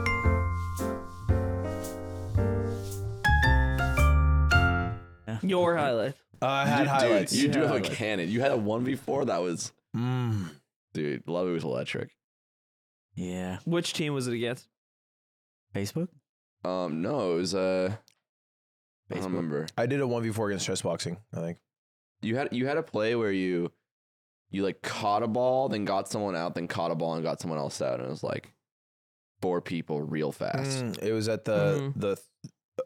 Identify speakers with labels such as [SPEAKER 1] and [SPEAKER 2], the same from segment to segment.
[SPEAKER 1] Your highlight.
[SPEAKER 2] Uh, I had
[SPEAKER 3] Dude,
[SPEAKER 2] highlights.
[SPEAKER 3] you do
[SPEAKER 1] Yeah,
[SPEAKER 3] have a
[SPEAKER 1] highlights.
[SPEAKER 3] cannon. You had a one before that was
[SPEAKER 2] Mm.
[SPEAKER 3] dude. Love it was electric.
[SPEAKER 4] Yeah.
[SPEAKER 1] Which team was it against?
[SPEAKER 4] Facebook?
[SPEAKER 3] Um, no, it was uh, I
[SPEAKER 4] Facebook?
[SPEAKER 3] don't remember.
[SPEAKER 2] I did a one v four against stress boxing. I think.
[SPEAKER 3] You had you had a play where you you like caught a ball, then got someone out, then caught a ball and got someone else out, and it was like four people real fast.
[SPEAKER 2] Mm, it was at the
[SPEAKER 1] Mhm.
[SPEAKER 2] the th-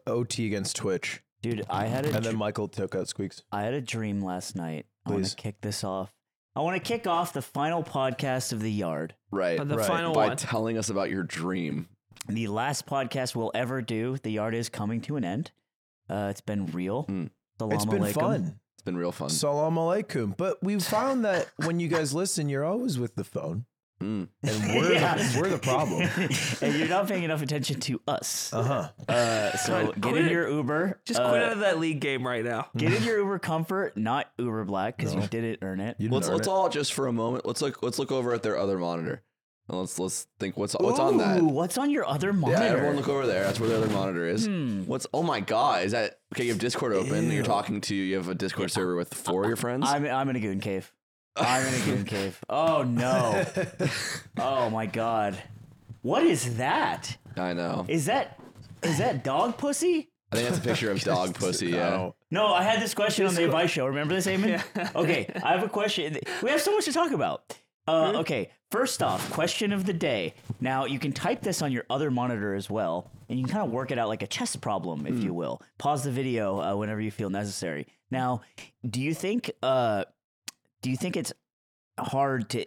[SPEAKER 2] OT against Twitch,
[SPEAKER 4] Dude, I had a
[SPEAKER 2] and then
[SPEAKER 4] dr-
[SPEAKER 2] Michael took out Squeaks.
[SPEAKER 4] I had a dream last night. I want
[SPEAKER 2] Please.
[SPEAKER 4] to kick this off. I want to kick off the final podcast of the yard.
[SPEAKER 3] Right.
[SPEAKER 1] The
[SPEAKER 2] right.
[SPEAKER 1] final
[SPEAKER 3] By
[SPEAKER 1] one.
[SPEAKER 3] telling us about your dream.
[SPEAKER 4] The last podcast we'll ever do. The yard is coming to an end. Uh, it's been real.
[SPEAKER 3] Mm.
[SPEAKER 4] Salaam
[SPEAKER 2] Hmm. it's been
[SPEAKER 4] alaikum.
[SPEAKER 2] fun.
[SPEAKER 3] It's been real fun.
[SPEAKER 2] Salam alaikum. But we found that when you guys listen, you're always with the phone,
[SPEAKER 3] Mm.
[SPEAKER 2] and we're
[SPEAKER 4] Yeah.
[SPEAKER 2] the, we're the problem.
[SPEAKER 4] and you're not paying enough attention to us.
[SPEAKER 2] Uh huh.
[SPEAKER 4] Uh, so
[SPEAKER 1] God,
[SPEAKER 4] get
[SPEAKER 1] quit.
[SPEAKER 4] in your Uber.
[SPEAKER 1] Just
[SPEAKER 4] uh,
[SPEAKER 1] quit out of that league game right now.
[SPEAKER 4] Get in your Uber Comfort, not Uber Black, because
[SPEAKER 2] No.
[SPEAKER 4] you didn't earn it.
[SPEAKER 2] You
[SPEAKER 3] Let's
[SPEAKER 2] didn't earn
[SPEAKER 3] let's
[SPEAKER 2] it.
[SPEAKER 3] all just for a moment. Let's look let's look over at their other monitor. And let's let's think what's what's on that.
[SPEAKER 4] Ooh, what's on your other
[SPEAKER 3] Yeah,
[SPEAKER 4] monitor? Hmm.
[SPEAKER 3] everyone look over there. That's where the other monitor is. What's oh my god, is that okay, you have Discord open, you're talking to you have a Discord server with four of your friends?
[SPEAKER 4] I'm I'm in a goon cave. I'm in a goon cave. Oh no. Oh my god. What is that?
[SPEAKER 3] I know.
[SPEAKER 4] Is that is that dog pussy?
[SPEAKER 3] I think that's a picture of dog pussy, yeah.
[SPEAKER 2] Oh.
[SPEAKER 4] No, I had this question on the advice show. Remember this, Eamon? Okay, I have a question. We have so much to talk about. Uh, okay, first off, question of the day. Now, you can type this on your other monitor as well, and you can kind of work it out like a chess problem, if you will. Pause the video uh, whenever you feel necessary. Now, do you think uh, do you think it's hard to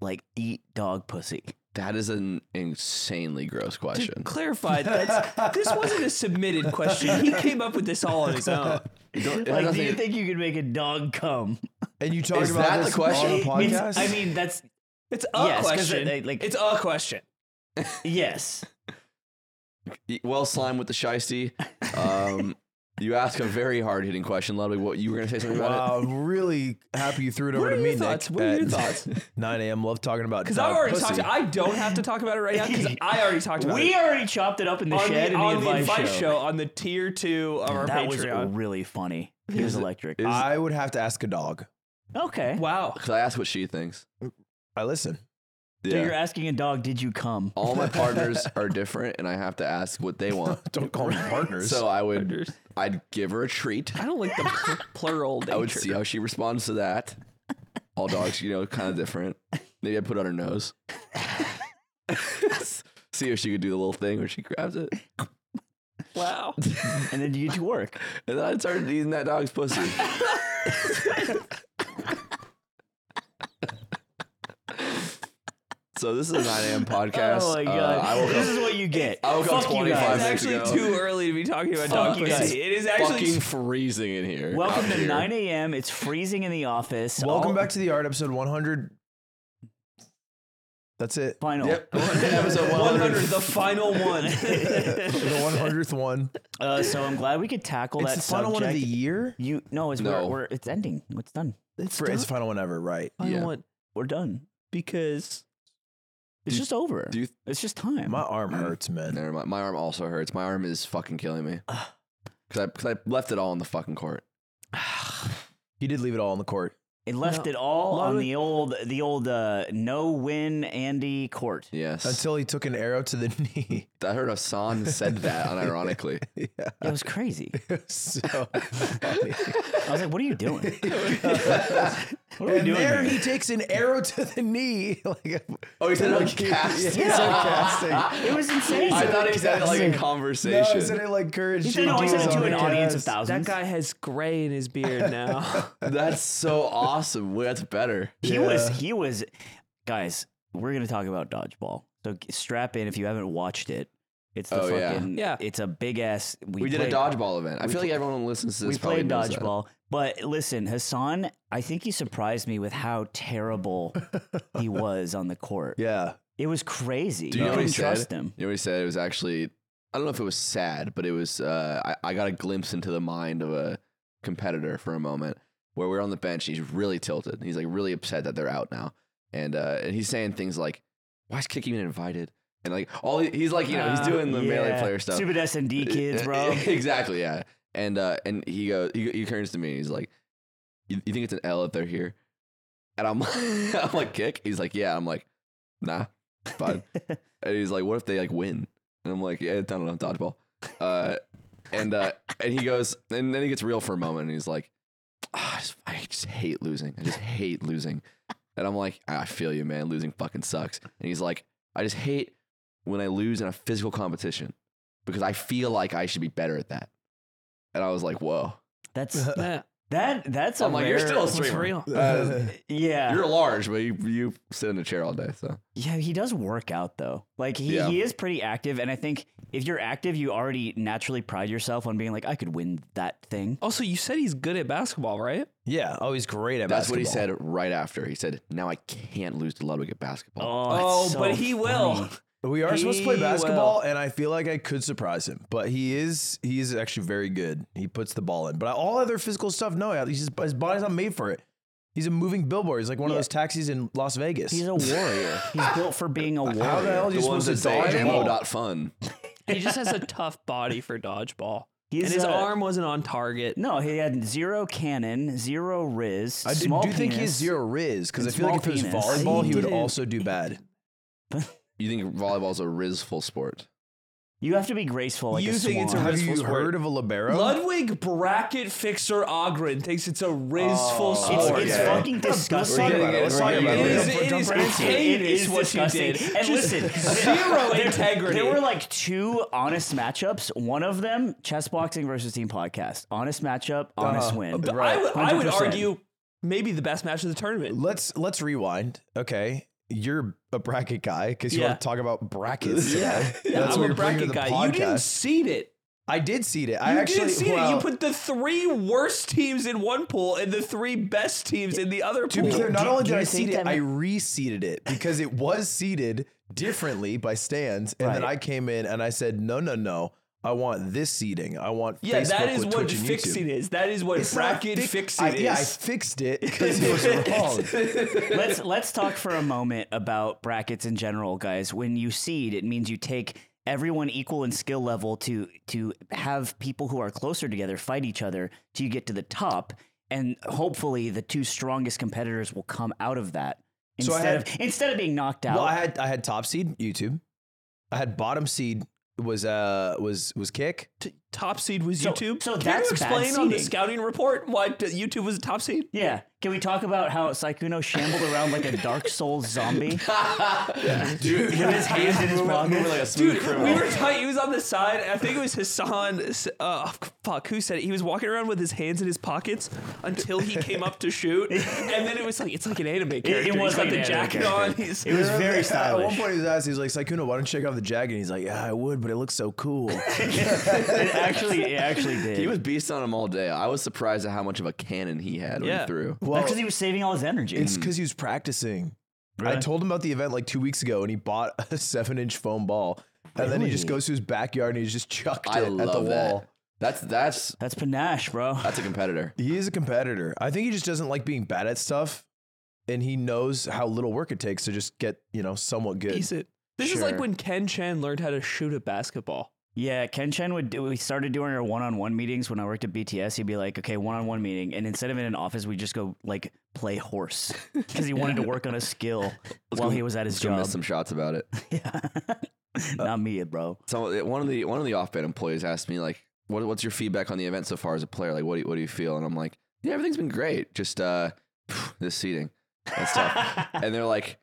[SPEAKER 4] like eat dog pussy?
[SPEAKER 3] That is an insanely gross question.
[SPEAKER 1] Clarified. That's, this wasn't a submitted question. He came up with this all on his own.
[SPEAKER 3] Don't- it
[SPEAKER 4] Like,
[SPEAKER 3] has
[SPEAKER 4] do you
[SPEAKER 3] nothing-
[SPEAKER 4] think you could make a dog cum?
[SPEAKER 2] And you talked
[SPEAKER 3] Is
[SPEAKER 2] about
[SPEAKER 3] that the
[SPEAKER 2] this
[SPEAKER 3] question?
[SPEAKER 2] on a podcast.
[SPEAKER 4] It's- I mean, that's
[SPEAKER 1] It's a
[SPEAKER 4] Yes, 'cause
[SPEAKER 1] question.
[SPEAKER 4] they- like-
[SPEAKER 1] it's a question.
[SPEAKER 4] yes.
[SPEAKER 3] Eat well slime with the shisty. Um, you ask a very hard hitting question, Ludwig. What you were gonna say something
[SPEAKER 2] wow,
[SPEAKER 3] about
[SPEAKER 2] really happy you threw it over
[SPEAKER 1] What
[SPEAKER 2] to
[SPEAKER 1] are
[SPEAKER 2] me,
[SPEAKER 1] your thoughts?
[SPEAKER 2] Nick.
[SPEAKER 1] What are your
[SPEAKER 2] at
[SPEAKER 1] thoughts?
[SPEAKER 2] 9 a.m. Love talking about
[SPEAKER 1] Because
[SPEAKER 2] dog
[SPEAKER 1] I've already
[SPEAKER 2] pussy.
[SPEAKER 1] talked. To, I don't have to talk about it right now because I already talked about
[SPEAKER 4] We
[SPEAKER 1] it.
[SPEAKER 4] already chopped it up in the
[SPEAKER 1] on
[SPEAKER 4] shed
[SPEAKER 1] the,
[SPEAKER 4] in
[SPEAKER 1] on
[SPEAKER 4] the advice, show.
[SPEAKER 1] on the tier two of our
[SPEAKER 4] That was
[SPEAKER 1] Patreon.
[SPEAKER 4] really funny. He was electric.
[SPEAKER 3] it? Is-
[SPEAKER 2] I would have to ask a dog.
[SPEAKER 4] okay.
[SPEAKER 1] wow.
[SPEAKER 3] Cause I asked what she thinks.
[SPEAKER 2] I listen.
[SPEAKER 3] Yeah.
[SPEAKER 4] So you're asking a dog, did you come?
[SPEAKER 3] All my partners are different, and I have to ask what they want.
[SPEAKER 2] Don't call me partners.
[SPEAKER 3] So I would,
[SPEAKER 1] Partners.
[SPEAKER 3] I'd give her a treat.
[SPEAKER 1] I don't like the pl- plural nature.
[SPEAKER 3] I would see how she responds to that. All dogs, you know, kind of different. Maybe I'd put it on her nose. see if she could do the little thing where she grabs it,
[SPEAKER 1] Wow.
[SPEAKER 4] And then you get to work.
[SPEAKER 3] and then I started eating that dog's pussy. so this is a 9 a.m. podcast.
[SPEAKER 4] oh my
[SPEAKER 3] Uh,
[SPEAKER 4] god.
[SPEAKER 3] I woke up
[SPEAKER 4] this is what you get.
[SPEAKER 3] I woke up
[SPEAKER 4] Fuck you
[SPEAKER 3] 25
[SPEAKER 1] It's
[SPEAKER 4] guys.
[SPEAKER 3] minutes
[SPEAKER 1] actually
[SPEAKER 3] ago.
[SPEAKER 1] too early to be talking about
[SPEAKER 4] Fuck
[SPEAKER 1] dog
[SPEAKER 4] you
[SPEAKER 1] pussy.
[SPEAKER 4] guys.
[SPEAKER 1] It is actually
[SPEAKER 3] fucking freezing in here.
[SPEAKER 4] Welcome
[SPEAKER 3] Out
[SPEAKER 4] to
[SPEAKER 3] here.
[SPEAKER 4] 9 a.m. It's freezing in the office.
[SPEAKER 2] Welcome
[SPEAKER 4] All-
[SPEAKER 2] back to the art episode 100. That's it.
[SPEAKER 4] Final.
[SPEAKER 3] Yep. Episode 100.
[SPEAKER 1] 100, the final one.
[SPEAKER 2] The 100th one.
[SPEAKER 4] Uh, so I'm glad we could tackle that
[SPEAKER 2] it's the final one of the
[SPEAKER 4] subject.
[SPEAKER 2] year.
[SPEAKER 4] You no, it's
[SPEAKER 3] No.
[SPEAKER 4] We're, we're it's ending. It's done.
[SPEAKER 2] It's, it's final one ever, right?
[SPEAKER 3] Yeah.
[SPEAKER 1] one
[SPEAKER 4] We're done.
[SPEAKER 1] because
[SPEAKER 4] It's
[SPEAKER 3] Do-
[SPEAKER 4] just over.
[SPEAKER 3] do you-
[SPEAKER 4] it's just time.
[SPEAKER 2] My arm hurts, man.
[SPEAKER 3] Never mind. My arm also hurts. My arm is fucking killing me. Because I, 'cause I left it all in the fucking court.
[SPEAKER 2] He did leave it all on the court.
[SPEAKER 4] it left
[SPEAKER 1] No.
[SPEAKER 4] it all on
[SPEAKER 1] Ludwig-
[SPEAKER 4] the old the old uh, no win Andy court.
[SPEAKER 3] Yes.
[SPEAKER 2] Until he took an arrow to the knee.
[SPEAKER 3] I heard Hassan said that unironically.
[SPEAKER 4] It was crazy.
[SPEAKER 2] so funny.
[SPEAKER 4] I was like, what are you doing? what are we
[SPEAKER 2] And
[SPEAKER 4] doing?
[SPEAKER 2] there
[SPEAKER 4] here?
[SPEAKER 2] he takes an arrow to the knee. like
[SPEAKER 3] Oh, he said like
[SPEAKER 2] Yeah,
[SPEAKER 3] cast.
[SPEAKER 2] sarcastic.
[SPEAKER 4] It was insane.
[SPEAKER 3] I thought he said it like in
[SPEAKER 2] No, he
[SPEAKER 3] conversation.
[SPEAKER 2] said it like courage.
[SPEAKER 4] He said, no, he said it to an
[SPEAKER 1] Sarcastic.
[SPEAKER 4] audience of
[SPEAKER 1] that
[SPEAKER 4] thousands.
[SPEAKER 1] guy has gray in his beard now.
[SPEAKER 3] That's so awesome. Well, That's better.
[SPEAKER 4] he was, he was, guys, we're going to talk about dodgeball. So g- strap in if you haven't watched it. It's the
[SPEAKER 3] Oh, yeah.
[SPEAKER 4] fucking,
[SPEAKER 1] Yeah.
[SPEAKER 4] it's a big ass.
[SPEAKER 3] We, did a
[SPEAKER 4] played-
[SPEAKER 3] dodgeball event. I feel like everyone who listens to this
[SPEAKER 4] We
[SPEAKER 3] probably
[SPEAKER 4] played
[SPEAKER 3] knows that.
[SPEAKER 4] dodgeball. But listen, Hassan, I think he surprised me with how terrible he was on the court.
[SPEAKER 2] Yeah.
[SPEAKER 4] It was crazy.
[SPEAKER 3] Do you know what he
[SPEAKER 4] couldn't
[SPEAKER 3] said?
[SPEAKER 4] trust him.
[SPEAKER 3] You know what he said? It was actually, I don't know if it was sad, but it was, uh, I, I got a glimpse into the mind of a competitor for a moment where we're on the bench. And he's really tilted. and He's like really upset that they're out now. And, uh, and he's saying things like, why is Kick even invited? And like, all he- he's like, you know, he's
[SPEAKER 1] Ah,
[SPEAKER 3] doing the melee
[SPEAKER 4] Yeah.
[SPEAKER 3] player stuff.
[SPEAKER 4] Stupid S and D kids, bro.
[SPEAKER 3] exactly. Yeah. and uh, and he goes, he, he turns to me, and he's like, you, "You think it's an L if they're here?" And I'm, I'm like, "Kick." He's like, "Yeah." I'm like, "Nah, fine." and he's like, "What if they like win?" And I'm like, "Yeah, I don't know, dodgeball." Uh, and uh, and he goes, and then he gets real for a moment, and he's like, "Ah, I, just, I just hate losing. I just hate losing." And I'm like, "I feel you, man. Losing fucking sucks." And he's like, "I just hate when I lose in a physical competition because I feel like I should be better at that." And I was like, "Whoa."
[SPEAKER 4] That's that. That's a
[SPEAKER 3] I'm like, you're
[SPEAKER 4] rare-
[SPEAKER 3] still a
[SPEAKER 1] It's
[SPEAKER 3] streamer.
[SPEAKER 1] real.
[SPEAKER 3] Uh,
[SPEAKER 4] yeah.
[SPEAKER 3] you're large, but you, you sit in a chair all day. So
[SPEAKER 4] Yeah, he does work out though. Like he,
[SPEAKER 3] Yeah.
[SPEAKER 4] he is pretty active, and I think if you're active, you already naturally pride yourself on being like, I could win that thing.
[SPEAKER 1] Also, you said he's good at basketball, right?
[SPEAKER 2] Yeah. Oh, he's great at
[SPEAKER 3] that's what he
[SPEAKER 2] basketball.
[SPEAKER 3] said right after. He said, "Now I can't lose to Ludwig at basketball."
[SPEAKER 4] Oh, it's so
[SPEAKER 1] but he will.
[SPEAKER 4] funny.
[SPEAKER 2] We are supposed to play
[SPEAKER 1] He
[SPEAKER 2] basketball,
[SPEAKER 1] will.
[SPEAKER 2] and I feel like I could surprise him. But he is he is actually very good. He puts the ball in. But all other physical stuff, no. He's just, his body's not made for it. He's a moving billboard. He's like one of those taxis in Las Vegas.
[SPEAKER 4] He's a warrior. He's built for being a warrior.
[SPEAKER 2] How the hell are you
[SPEAKER 3] the ones
[SPEAKER 2] supposed
[SPEAKER 3] that
[SPEAKER 2] to
[SPEAKER 3] say
[SPEAKER 2] dodge a
[SPEAKER 3] ammo
[SPEAKER 2] ball?
[SPEAKER 3] dot fun.
[SPEAKER 1] He just has a tough body for dodgeball.
[SPEAKER 4] He's,
[SPEAKER 1] and his
[SPEAKER 4] uh,
[SPEAKER 1] arm wasn't on target.
[SPEAKER 4] No, he had zero cannon, zero riz,
[SPEAKER 2] I do,
[SPEAKER 4] small
[SPEAKER 2] do think he has
[SPEAKER 4] penis.
[SPEAKER 2] zero riz because I
[SPEAKER 4] and
[SPEAKER 2] feel like if
[SPEAKER 4] small
[SPEAKER 2] it was
[SPEAKER 4] penis.
[SPEAKER 2] volleyball,
[SPEAKER 1] He
[SPEAKER 2] he would
[SPEAKER 1] didn't-
[SPEAKER 2] also do bad.
[SPEAKER 3] You think volleyball's a rizful sport?
[SPEAKER 4] You have to be graceful. Like
[SPEAKER 1] You
[SPEAKER 4] a
[SPEAKER 1] think it's a
[SPEAKER 4] swan.
[SPEAKER 1] riz-
[SPEAKER 2] Have
[SPEAKER 1] This
[SPEAKER 2] you
[SPEAKER 1] was weird.
[SPEAKER 2] heard of a libero?
[SPEAKER 1] Ludwig bracket fixer Ogren thinks it's a
[SPEAKER 2] Oh,
[SPEAKER 1] rizful
[SPEAKER 4] It's,
[SPEAKER 1] sport.
[SPEAKER 4] it's
[SPEAKER 3] Okay.
[SPEAKER 4] fucking disgusting.
[SPEAKER 2] We're getting it. Let's talk about
[SPEAKER 1] It
[SPEAKER 2] it.
[SPEAKER 1] is,
[SPEAKER 2] Jump-
[SPEAKER 1] it
[SPEAKER 2] jump
[SPEAKER 1] is
[SPEAKER 2] right into it.
[SPEAKER 4] It is
[SPEAKER 1] heinous what you
[SPEAKER 4] disgusting.
[SPEAKER 1] did.
[SPEAKER 4] And
[SPEAKER 1] Just
[SPEAKER 4] listen,
[SPEAKER 1] zero integrity.
[SPEAKER 4] There were like two honest matchups. One of them, chess boxing versus team podcast. Honest matchup, honest
[SPEAKER 2] Uh-huh.
[SPEAKER 4] win.
[SPEAKER 1] But I, would, I would
[SPEAKER 4] 100%.
[SPEAKER 1] argue maybe the best match of the tournament.
[SPEAKER 2] Let's let's rewind. Okay, you're a bracket guy because you
[SPEAKER 1] Yeah.
[SPEAKER 2] want to talk about brackets. Yeah, that's
[SPEAKER 1] I'm
[SPEAKER 2] what
[SPEAKER 1] a
[SPEAKER 2] you're bringing to
[SPEAKER 1] bracket
[SPEAKER 2] the
[SPEAKER 1] guy.
[SPEAKER 2] podcast.
[SPEAKER 1] You didn't seed it.
[SPEAKER 2] I did seed it. I
[SPEAKER 1] You
[SPEAKER 2] actually
[SPEAKER 1] didn't see it. You
[SPEAKER 2] well,
[SPEAKER 1] put the three worst teams in one pool and the three best teams in the other
[SPEAKER 2] To
[SPEAKER 1] pool.
[SPEAKER 2] be clear, not
[SPEAKER 4] Do-
[SPEAKER 2] only
[SPEAKER 4] do
[SPEAKER 2] did
[SPEAKER 4] you
[SPEAKER 2] I
[SPEAKER 4] think
[SPEAKER 2] seed it,
[SPEAKER 4] that-
[SPEAKER 2] I reseeded it because it was seeded differently by stands, and then
[SPEAKER 4] Right.
[SPEAKER 2] I came in and I said, no, no, no, I want this seeding. I want
[SPEAKER 1] yeah,
[SPEAKER 2] Facebook
[SPEAKER 1] that is
[SPEAKER 2] with
[SPEAKER 1] what
[SPEAKER 2] Twitch and
[SPEAKER 1] fixing
[SPEAKER 2] YouTube.
[SPEAKER 1] is. That is what
[SPEAKER 2] It's not
[SPEAKER 1] bracket
[SPEAKER 2] fix-
[SPEAKER 1] fixing
[SPEAKER 2] I-
[SPEAKER 1] is.
[SPEAKER 2] Yeah, I fixed it because it was wrong.
[SPEAKER 4] let's let's talk for a moment about brackets in general, guys. When you seed, it means you take everyone equal in skill level to to have people who are closer together fight each other till you get to the top, and hopefully the two strongest competitors will come out of that.
[SPEAKER 2] So
[SPEAKER 4] Instead
[SPEAKER 2] I
[SPEAKER 4] of instead of being knocked out,
[SPEAKER 2] Well, I had I had top seed YouTube. I had bottom seed was uh was was kick.
[SPEAKER 1] T- top seed was
[SPEAKER 4] So-
[SPEAKER 1] YouTube.
[SPEAKER 4] so
[SPEAKER 1] Can
[SPEAKER 4] that's
[SPEAKER 1] you
[SPEAKER 4] bad
[SPEAKER 1] explain on the
[SPEAKER 4] seeding.
[SPEAKER 1] scouting report why t- YouTube was top seed?
[SPEAKER 4] yeah. Can we talk about how Saikuno shambled around like a Dark Souls zombie?
[SPEAKER 3] Dude,
[SPEAKER 4] with his hands in his pockets?
[SPEAKER 3] like a smooth
[SPEAKER 1] Dude, we were tight. He was on the side. I think it was Hassan. Uh, fuck, who said it? He was walking around with his hands in his pockets until he came up to shoot, and then it was like it's like an anime character.
[SPEAKER 4] was
[SPEAKER 1] He's got
[SPEAKER 4] like
[SPEAKER 1] the
[SPEAKER 4] an anime
[SPEAKER 1] jacket
[SPEAKER 4] character.
[SPEAKER 1] on. He's,
[SPEAKER 4] It was very
[SPEAKER 2] At one
[SPEAKER 4] stylish.
[SPEAKER 2] point, he was asked, he was like, "Saikuno, why don't you shake off the jacket?" And he's like, "Yeah, I would, but it looks so cool."
[SPEAKER 4] It actually, it actually did.
[SPEAKER 3] He was beast on him all day. I was surprised at how much of a cannon he had when he
[SPEAKER 1] Yeah.
[SPEAKER 3] threw.
[SPEAKER 2] well,
[SPEAKER 4] because he was saving all his energy.
[SPEAKER 2] it's
[SPEAKER 3] Mm.
[SPEAKER 2] because he was practicing. I
[SPEAKER 4] Really?
[SPEAKER 2] told him about the event like two weeks ago, and he bought a seven-inch foam ball, and then he just
[SPEAKER 4] Really?
[SPEAKER 2] goes to his backyard and he just chucked
[SPEAKER 3] I
[SPEAKER 2] it at the
[SPEAKER 3] love
[SPEAKER 2] wall.
[SPEAKER 3] that. That's that's
[SPEAKER 4] That's panache, bro.
[SPEAKER 3] that's a competitor.
[SPEAKER 2] He is a competitor. I think he just doesn't like being bad at stuff, and he knows how little work it takes to just get you know somewhat good.
[SPEAKER 1] he's it. This is like
[SPEAKER 4] Sure.
[SPEAKER 1] when Ken Chen learned how to shoot a basketball.
[SPEAKER 4] Yeah, Ken Chen would do, we started doing our one-on-one meetings when I worked at BTS. He'd be like, "Okay, one-on-one meeting," and instead of in an office, we just go like play horse because he wanted to work on a skill while
[SPEAKER 3] go-
[SPEAKER 4] he was at his
[SPEAKER 3] Still
[SPEAKER 4] job.
[SPEAKER 3] missed some shots about it.
[SPEAKER 4] Yeah. Not me, bro.
[SPEAKER 3] So eh, one of the one of the off band employees asked me like, what, "What's your feedback on the event so far as a player? Like, what do you, what do you feel?" And I'm like, "Yeah, everything's been great. Just uh, this seating, that's tough." and they're like,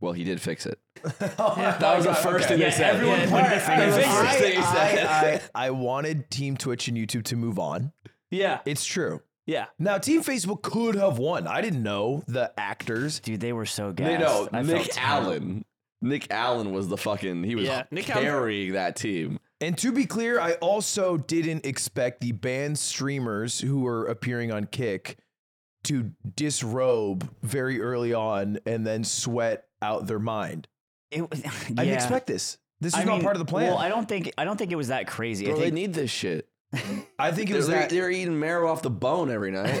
[SPEAKER 3] "Well, he did fix it." That
[SPEAKER 2] Oh
[SPEAKER 3] was the first thing
[SPEAKER 4] Yeah,
[SPEAKER 3] they said.
[SPEAKER 4] everyone
[SPEAKER 1] Yeah,
[SPEAKER 4] pointed their
[SPEAKER 1] alright,
[SPEAKER 4] fingers.
[SPEAKER 1] alright,
[SPEAKER 4] at
[SPEAKER 1] alright.
[SPEAKER 4] us.
[SPEAKER 1] thing he said.
[SPEAKER 2] I, I, I wanted Team Twitch and YouTube to move on.
[SPEAKER 1] Yeah,
[SPEAKER 2] It's true.
[SPEAKER 1] yeah.
[SPEAKER 2] Now, Team Facebook could have won. I didn't know the actors.
[SPEAKER 4] Dude, they were so
[SPEAKER 3] They
[SPEAKER 4] gassed.
[SPEAKER 3] know
[SPEAKER 4] I felt
[SPEAKER 3] Nick
[SPEAKER 4] terrible.
[SPEAKER 3] Allen. Nick Allen was the fucking he was
[SPEAKER 1] Yeah, Nick Allen-
[SPEAKER 3] carrying that team.
[SPEAKER 2] And to be clear, I also didn't expect the banned streamers who were appearing on Kick to disrobe very early on and then sweat out their mind.
[SPEAKER 4] It was-
[SPEAKER 2] I
[SPEAKER 4] yeah.
[SPEAKER 2] didn't expect this. This was
[SPEAKER 4] I
[SPEAKER 2] not
[SPEAKER 4] mean,
[SPEAKER 2] part of the plan.
[SPEAKER 4] Well, I
[SPEAKER 2] I,
[SPEAKER 4] don't think I don't think it was that crazy.
[SPEAKER 3] Bro,
[SPEAKER 4] I
[SPEAKER 3] they
[SPEAKER 4] think
[SPEAKER 3] need this shit.
[SPEAKER 2] think it
[SPEAKER 3] They're,
[SPEAKER 2] was that.
[SPEAKER 3] they're eating marrow off the bone every night.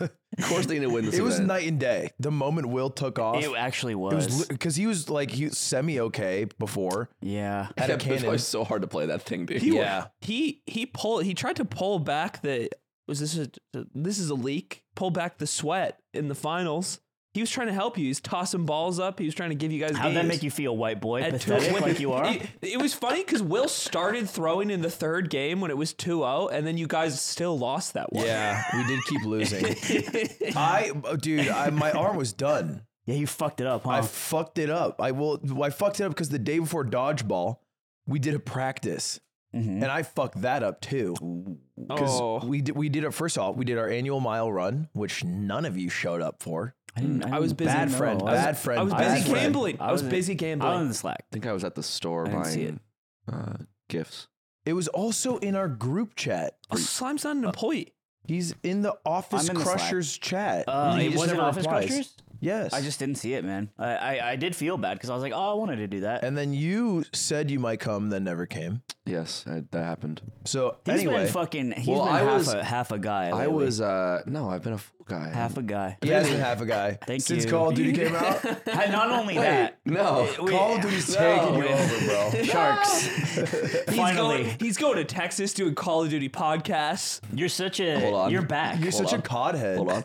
[SPEAKER 3] Of course they're gonna win this.
[SPEAKER 2] It was
[SPEAKER 3] event.
[SPEAKER 2] night and day. The moment Will took off,
[SPEAKER 4] It actually was.
[SPEAKER 2] it was because he was like he semi okay before.
[SPEAKER 4] yeah.
[SPEAKER 2] Had a
[SPEAKER 3] Yeah, but It's probably
[SPEAKER 2] cannon.
[SPEAKER 3] so hard to play that thing, dude.
[SPEAKER 1] He,
[SPEAKER 2] Yeah.
[SPEAKER 1] He he pulled. He tried to pull back the. Was this a? This is a leak. Pull back the sweat in the finals. He was trying to help you. He's tossing balls up. He was trying to give you guys.
[SPEAKER 4] How'd that
[SPEAKER 1] games.
[SPEAKER 4] make you feel, white boy?
[SPEAKER 1] At
[SPEAKER 4] Pathetic
[SPEAKER 1] 2-0.
[SPEAKER 4] like you are?
[SPEAKER 1] It, it was funny because Will started throwing in the third game when it was 2-0, and then you guys still lost that one.
[SPEAKER 2] Yeah, we did keep losing. I, oh, dude, I, my arm was done.
[SPEAKER 4] Yeah, you fucked it up, huh?
[SPEAKER 2] I fucked it up. I will. I fucked it up because the day before dodgeball, we did a practice,
[SPEAKER 4] Mhm.
[SPEAKER 2] and I fucked that up too. Because
[SPEAKER 1] Oh.
[SPEAKER 2] we did. We did a first off. We did our annual mile run, which none of you showed up for.
[SPEAKER 4] I, didn't-
[SPEAKER 1] I was
[SPEAKER 4] didn't
[SPEAKER 1] busy.
[SPEAKER 2] Bad
[SPEAKER 4] know.
[SPEAKER 2] friend.
[SPEAKER 4] I was-
[SPEAKER 2] Bad friend.
[SPEAKER 1] I was
[SPEAKER 2] bad
[SPEAKER 1] busy
[SPEAKER 2] friend.
[SPEAKER 1] gambling. I was
[SPEAKER 4] wasn't-
[SPEAKER 1] busy
[SPEAKER 4] I was in
[SPEAKER 1] gambling.
[SPEAKER 4] the Slack.
[SPEAKER 3] I think I was at the store
[SPEAKER 4] I didn't see
[SPEAKER 3] buying uh, gifts.
[SPEAKER 2] It was also in our group chat.
[SPEAKER 1] Oh, Slime's
[SPEAKER 2] Uh,
[SPEAKER 1] not an employee.
[SPEAKER 2] He's in the office
[SPEAKER 4] I'm in the Slack.
[SPEAKER 2] crushers chat.
[SPEAKER 4] Uh,
[SPEAKER 2] He
[SPEAKER 4] it
[SPEAKER 2] just
[SPEAKER 4] was
[SPEAKER 2] never
[SPEAKER 4] an office
[SPEAKER 2] replies.
[SPEAKER 4] crushers.
[SPEAKER 2] Yes.
[SPEAKER 4] I just didn't see it, man. I, I, I did feel bad because I was like, oh, I wanted to do that.
[SPEAKER 2] and then you said you might come, then never came.
[SPEAKER 3] Yes, I, that happened.
[SPEAKER 2] So
[SPEAKER 4] He's
[SPEAKER 2] anyway,
[SPEAKER 4] been fucking. He's
[SPEAKER 3] Well,
[SPEAKER 4] been
[SPEAKER 3] I
[SPEAKER 4] half,
[SPEAKER 3] was-
[SPEAKER 4] a, half a guy.
[SPEAKER 3] I
[SPEAKER 4] lately.
[SPEAKER 3] was uh no, I've been a fool guy.
[SPEAKER 4] half a guy.
[SPEAKER 2] he has been half a guy
[SPEAKER 4] Thank
[SPEAKER 2] since
[SPEAKER 4] you.
[SPEAKER 2] Call of Duty came out.
[SPEAKER 4] And Not only that,
[SPEAKER 3] no.
[SPEAKER 4] we-
[SPEAKER 2] Call of Duty's taking you
[SPEAKER 4] wait.
[SPEAKER 2] over, bro.
[SPEAKER 4] sharks.
[SPEAKER 1] He's
[SPEAKER 4] Finally,
[SPEAKER 1] going, he's going to Texas doing Call of Duty podcasts.
[SPEAKER 4] you're such a.
[SPEAKER 3] Hold on.
[SPEAKER 4] You're back.
[SPEAKER 2] You're
[SPEAKER 3] Hold
[SPEAKER 2] such a
[SPEAKER 3] on.
[SPEAKER 2] codhead.
[SPEAKER 3] Hold on.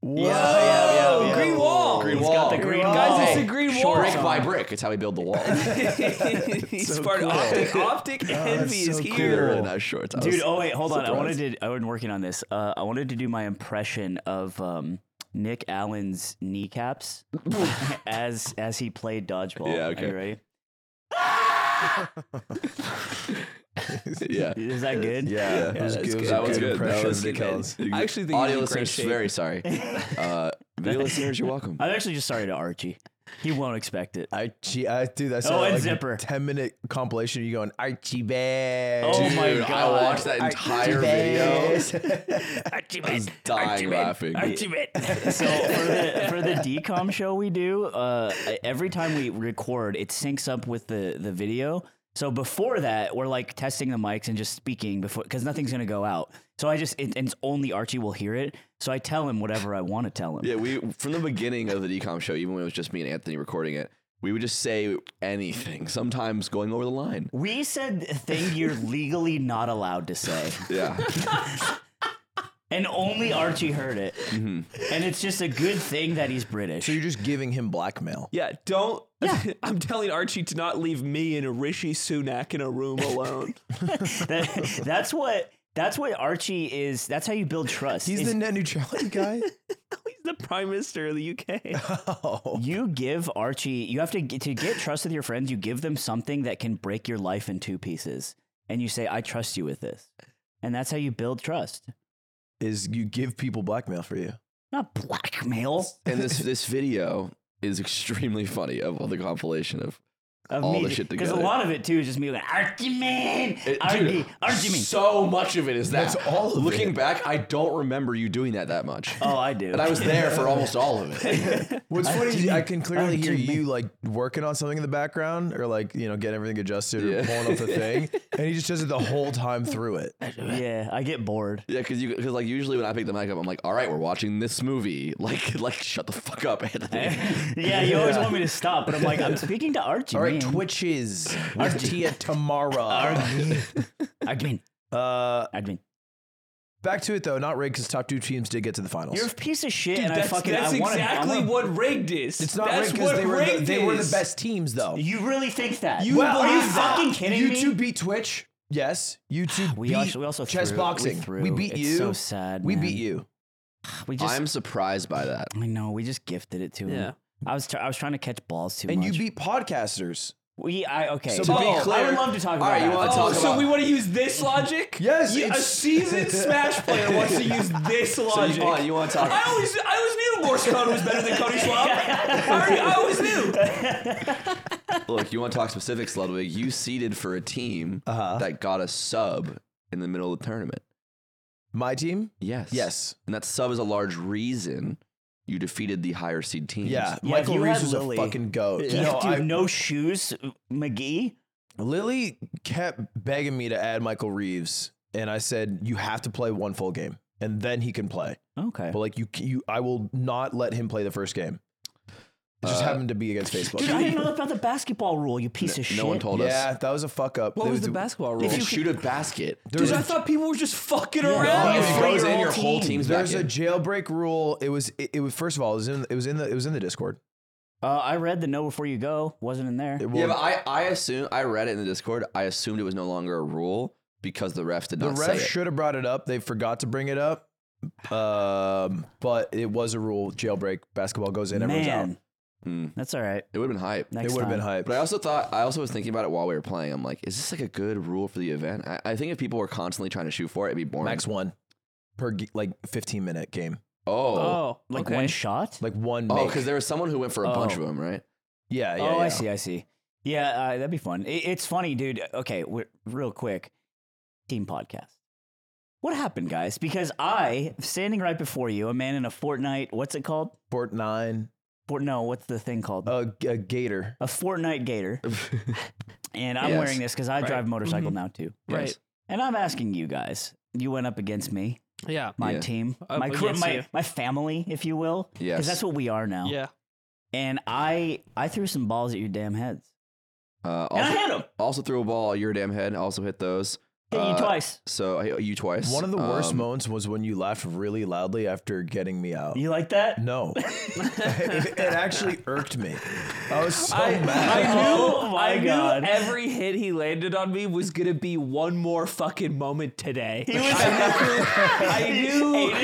[SPEAKER 2] Whoa.
[SPEAKER 4] Oh, yeah, yeah, yeah.
[SPEAKER 1] Green wall.
[SPEAKER 3] Green
[SPEAKER 4] He's got
[SPEAKER 3] wall.
[SPEAKER 4] the green
[SPEAKER 2] Guys,
[SPEAKER 4] wall.
[SPEAKER 1] it's a green
[SPEAKER 4] Shorts
[SPEAKER 1] wall.
[SPEAKER 3] Brick
[SPEAKER 1] Awesome.
[SPEAKER 3] by brick. It's how we build the wall.
[SPEAKER 1] he's part
[SPEAKER 2] cool.
[SPEAKER 1] optic. Optic
[SPEAKER 4] Oh,
[SPEAKER 1] envy is
[SPEAKER 2] so
[SPEAKER 1] here.
[SPEAKER 2] cool.
[SPEAKER 3] Really nice shorts. I
[SPEAKER 4] Dude,
[SPEAKER 3] was-
[SPEAKER 4] oh wait, hold on. I
[SPEAKER 3] surprised.
[SPEAKER 4] wanted to. I've been working on this. Uh, I wanted to do my impression of um, Nick Allen's kneecaps as as he played dodgeball.
[SPEAKER 3] Yeah,
[SPEAKER 4] Are
[SPEAKER 3] okay.
[SPEAKER 4] you ready?
[SPEAKER 3] yeah.
[SPEAKER 4] Is that good?
[SPEAKER 2] Yeah, it was
[SPEAKER 3] that's
[SPEAKER 2] good. It
[SPEAKER 3] good.
[SPEAKER 2] was
[SPEAKER 3] That
[SPEAKER 2] a
[SPEAKER 3] was
[SPEAKER 2] good
[SPEAKER 3] good. That
[SPEAKER 2] impression
[SPEAKER 3] was
[SPEAKER 2] of Nick
[SPEAKER 3] good.
[SPEAKER 2] Ellis.
[SPEAKER 1] I actually think
[SPEAKER 3] Audio
[SPEAKER 1] he's in great
[SPEAKER 3] listeners,
[SPEAKER 1] shape.
[SPEAKER 3] very sorry. Uh, video listeners, you're welcome.
[SPEAKER 4] I'm actually just sorry to Archie. He won't expect it.
[SPEAKER 2] I, gee, I dude, that's
[SPEAKER 4] Oh, and
[SPEAKER 2] like
[SPEAKER 4] Zipper.
[SPEAKER 2] a ten minute compilation. of You going Archie Bear?
[SPEAKER 4] Oh
[SPEAKER 3] Dude,
[SPEAKER 4] my
[SPEAKER 3] I
[SPEAKER 4] God.
[SPEAKER 3] watched that entire video. I was dying laughing.
[SPEAKER 4] So for the for the decom show we do, uh, every time we record, it syncs up with the the video. So before that, we're like testing the mics and just speaking before because nothing's gonna go out. So I just it, and it's only Archie will hear it. So I tell him whatever I want to tell him.
[SPEAKER 3] Yeah, we from the beginning of the decom show, even when it was just me and Anthony recording it, we would just say anything. Sometimes going over the line.
[SPEAKER 4] We said a thing you're legally not allowed to say,
[SPEAKER 3] Yeah,
[SPEAKER 4] and only Archie heard it.
[SPEAKER 3] Mm-hmm.
[SPEAKER 4] And it's just a good thing that he's British.
[SPEAKER 2] So you're just giving him blackmail.
[SPEAKER 1] Yeah, don't. I'm telling Archie to not leave me and Rishi Sunak in a room alone.
[SPEAKER 4] That- that's what that's what Archie is. That's how you build trust.
[SPEAKER 2] He's
[SPEAKER 4] is
[SPEAKER 2] the net neutrality guy.
[SPEAKER 1] He's the Prime Minister of the UK.
[SPEAKER 4] You give Archie, you have to get, to get trust with your friends. You give them something that can break your life in two pieces, and you say, "I trust you with this," and that's how you build trust.
[SPEAKER 2] Is you give people blackmail for you?
[SPEAKER 4] Not blackmail
[SPEAKER 3] and this this video is extremely funny of all the compilation of
[SPEAKER 4] of
[SPEAKER 3] All the shit
[SPEAKER 4] because a
[SPEAKER 3] together.
[SPEAKER 4] lot of it too is just me going, "Archie man,
[SPEAKER 3] It-
[SPEAKER 4] Archie,
[SPEAKER 3] Uh, dude,
[SPEAKER 4] Archie man."
[SPEAKER 3] So much of it is that.
[SPEAKER 2] That's all of
[SPEAKER 3] Looking
[SPEAKER 2] it.
[SPEAKER 3] back, I don't remember you doing that that much.
[SPEAKER 4] oh, I do.
[SPEAKER 3] And I was there for almost all of it.
[SPEAKER 2] What's funny is I can clearly hear
[SPEAKER 4] Archie
[SPEAKER 2] you like working on something in the background, or like you know getting everything adjusted, or
[SPEAKER 3] Yeah.
[SPEAKER 2] pulling off the thing, and he just does it the whole time through it.
[SPEAKER 4] yeah, I get bored.
[SPEAKER 3] Yeah, because you because like usually when I pick the mic up, I'm like, all right, we're watching this movie. Like like shut the fuck up, Anthony.
[SPEAKER 4] yeah, you always want me to stop, but I'm like, I'm speaking to Archie.
[SPEAKER 2] All right,
[SPEAKER 4] man.
[SPEAKER 2] Twitches. with Tia Tamara.
[SPEAKER 4] Archie, Archie man,
[SPEAKER 2] Uh,
[SPEAKER 4] Archie man.
[SPEAKER 2] back to it though, not rigged because top two teams did get to the finals.
[SPEAKER 4] You're a piece of shit, and
[SPEAKER 1] that's
[SPEAKER 4] I fucking
[SPEAKER 1] that's
[SPEAKER 4] I wanna,
[SPEAKER 1] exactly
[SPEAKER 4] I wanna,
[SPEAKER 1] what rigged is.
[SPEAKER 2] it's not
[SPEAKER 1] that's
[SPEAKER 2] rigged
[SPEAKER 1] what
[SPEAKER 2] because they, were the-
[SPEAKER 1] rigged
[SPEAKER 2] they were the
[SPEAKER 1] is.
[SPEAKER 2] best teams though.
[SPEAKER 4] You really think that?
[SPEAKER 1] You
[SPEAKER 4] Well, are you
[SPEAKER 1] believe that.
[SPEAKER 4] fucking kidding me?
[SPEAKER 2] YouTube beat Twitch. Yes, YouTube
[SPEAKER 4] We
[SPEAKER 2] beat
[SPEAKER 4] also- we also
[SPEAKER 2] chess
[SPEAKER 4] threw- we
[SPEAKER 2] boxing.
[SPEAKER 4] threw.
[SPEAKER 2] beat
[SPEAKER 4] It's
[SPEAKER 2] you.
[SPEAKER 4] so sad,
[SPEAKER 2] We
[SPEAKER 4] man.
[SPEAKER 2] beat you.
[SPEAKER 4] We just,
[SPEAKER 3] I'm surprised by that.
[SPEAKER 4] I know. We just gifted it to
[SPEAKER 1] Yeah.
[SPEAKER 4] him. I was, tr- I was trying to catch balls too
[SPEAKER 2] And
[SPEAKER 4] much.
[SPEAKER 2] you beat podcasters.
[SPEAKER 4] We, I okay.
[SPEAKER 2] So
[SPEAKER 4] to
[SPEAKER 2] be
[SPEAKER 4] oh, I
[SPEAKER 3] clear-
[SPEAKER 4] would love to talk
[SPEAKER 3] All
[SPEAKER 4] about.
[SPEAKER 3] right, you
[SPEAKER 4] that.
[SPEAKER 3] wanna
[SPEAKER 1] Oh,
[SPEAKER 3] talk
[SPEAKER 1] so
[SPEAKER 3] about-
[SPEAKER 1] we want to use this logic?
[SPEAKER 2] Yes,
[SPEAKER 1] You- a
[SPEAKER 2] it's-
[SPEAKER 1] seasoned Smash player wants to use this
[SPEAKER 3] So
[SPEAKER 1] logic.
[SPEAKER 3] you, want, you want to
[SPEAKER 1] I
[SPEAKER 3] talk?
[SPEAKER 1] always, I always knew Morse code was better than Cody Schwab. I, already- I always knew.
[SPEAKER 3] Look, you want to talk specifics, Ludwig. You seeded for a team that got a sub in the middle of the tournament.
[SPEAKER 2] My team?
[SPEAKER 3] Yes.
[SPEAKER 2] Yes.
[SPEAKER 3] And that sub is a large reason you defeated the higher seed teams.
[SPEAKER 2] Yeah.
[SPEAKER 4] Yeah,
[SPEAKER 2] Michael
[SPEAKER 4] you
[SPEAKER 2] Reese
[SPEAKER 4] had
[SPEAKER 2] was
[SPEAKER 4] Lily.
[SPEAKER 2] a fucking goat.
[SPEAKER 4] Yeah,
[SPEAKER 2] No,
[SPEAKER 4] dude,
[SPEAKER 2] I-
[SPEAKER 4] no shoes, McGee.
[SPEAKER 2] Lily kept begging me to add Michael Reeves, and I said, You have to play one full game. and then he can play.
[SPEAKER 4] Okay.
[SPEAKER 2] But like you, you, I will not let him play the first game. It just happened to be against Facebook.
[SPEAKER 4] Dude, I didn't know about the basketball rule, you piece of shit.
[SPEAKER 3] No one told us.
[SPEAKER 2] yeah, that was a fuck up.
[SPEAKER 1] What
[SPEAKER 2] There
[SPEAKER 1] was the basketball
[SPEAKER 3] You
[SPEAKER 1] rule?
[SPEAKER 3] can shoot a basket.
[SPEAKER 2] There's
[SPEAKER 1] Dude, I
[SPEAKER 2] a,
[SPEAKER 1] thought people were just fucking
[SPEAKER 3] Oh,
[SPEAKER 1] around.
[SPEAKER 3] it
[SPEAKER 4] Yeah.
[SPEAKER 3] goes in
[SPEAKER 4] Your
[SPEAKER 3] your whole
[SPEAKER 4] team.
[SPEAKER 3] team's
[SPEAKER 2] there's a
[SPEAKER 3] back
[SPEAKER 2] jailbreak rule. It was it, it was first of all it was in it was in the it was in the Discord.
[SPEAKER 4] Uh, I read the no before you go. Wasn't in there.
[SPEAKER 2] It
[SPEAKER 3] in. Yeah,
[SPEAKER 2] was-
[SPEAKER 3] but I, I assume I read it in the Discord. I assumed it was no longer a rule because the refs did
[SPEAKER 2] the
[SPEAKER 3] not
[SPEAKER 2] ref
[SPEAKER 3] say it.
[SPEAKER 2] should have brought it up. They forgot to bring it up. Um, but it was a rule. Jailbreak basketball goes in. Everyone's out.
[SPEAKER 4] Man,
[SPEAKER 3] Hmm.
[SPEAKER 4] that's all right.
[SPEAKER 3] It would have been hype.
[SPEAKER 4] Next
[SPEAKER 2] it would have been
[SPEAKER 4] time.
[SPEAKER 2] hype.
[SPEAKER 3] But I also thought I also was thinking about it while we were playing. I'm like, is this like a good rule for the event? I, I think if people were constantly trying to shoot for it, it'd be boring.
[SPEAKER 2] Max one per ge- like 15 minute game.
[SPEAKER 3] Oh,
[SPEAKER 1] Oh,
[SPEAKER 4] Like
[SPEAKER 1] okay.
[SPEAKER 4] one shot.
[SPEAKER 2] Like one.
[SPEAKER 3] oh,
[SPEAKER 2] make.
[SPEAKER 3] because there was someone who went for a bunch of them, right?
[SPEAKER 2] yeah, yeah.
[SPEAKER 4] oh, I
[SPEAKER 2] yeah.
[SPEAKER 4] see. I see. Yeah, uh, that'd be fun. It, it's funny, dude. Okay, we're, real quick, team podcast. What happened, guys? Because I standing right before you, a man in a Fortnite. What's it called?
[SPEAKER 2] Fort nine.
[SPEAKER 4] Fort, no, what's the thing called?
[SPEAKER 2] A, a uh, gator.
[SPEAKER 4] a Fortnite Gator. and I'm
[SPEAKER 3] Yes.
[SPEAKER 4] wearing this because I
[SPEAKER 3] Right.
[SPEAKER 4] drive a motorcycle now too.
[SPEAKER 1] Right.
[SPEAKER 3] Yes.
[SPEAKER 4] And I'm asking you guys. You went up against me,
[SPEAKER 1] Yeah.
[SPEAKER 4] my
[SPEAKER 3] Yeah.
[SPEAKER 4] team,
[SPEAKER 1] Up
[SPEAKER 4] my crew,
[SPEAKER 1] against you.
[SPEAKER 4] my, my family, if you will.
[SPEAKER 3] Yes.
[SPEAKER 4] Because that's what we are now.
[SPEAKER 1] Yeah.
[SPEAKER 4] And I I threw some balls at your damn heads.
[SPEAKER 3] Uh,
[SPEAKER 4] And I
[SPEAKER 3] also,
[SPEAKER 4] hit 'em.
[SPEAKER 3] also threw a ball at your damn head. Also hit those.
[SPEAKER 4] Hit you
[SPEAKER 3] Uh,
[SPEAKER 4] twice.
[SPEAKER 3] So I hit you twice.
[SPEAKER 2] One of the worst
[SPEAKER 3] Um,
[SPEAKER 2] moments was when you laughed really loudly after getting me out.
[SPEAKER 4] You like that?
[SPEAKER 2] No, it, it actually irked me. I was so
[SPEAKER 1] I,
[SPEAKER 2] mad.
[SPEAKER 1] I knew,
[SPEAKER 4] Oh my
[SPEAKER 1] I knew
[SPEAKER 4] God.
[SPEAKER 1] every hit he landed on me was gonna be one more fucking moment today.
[SPEAKER 4] He was-
[SPEAKER 1] I knew, I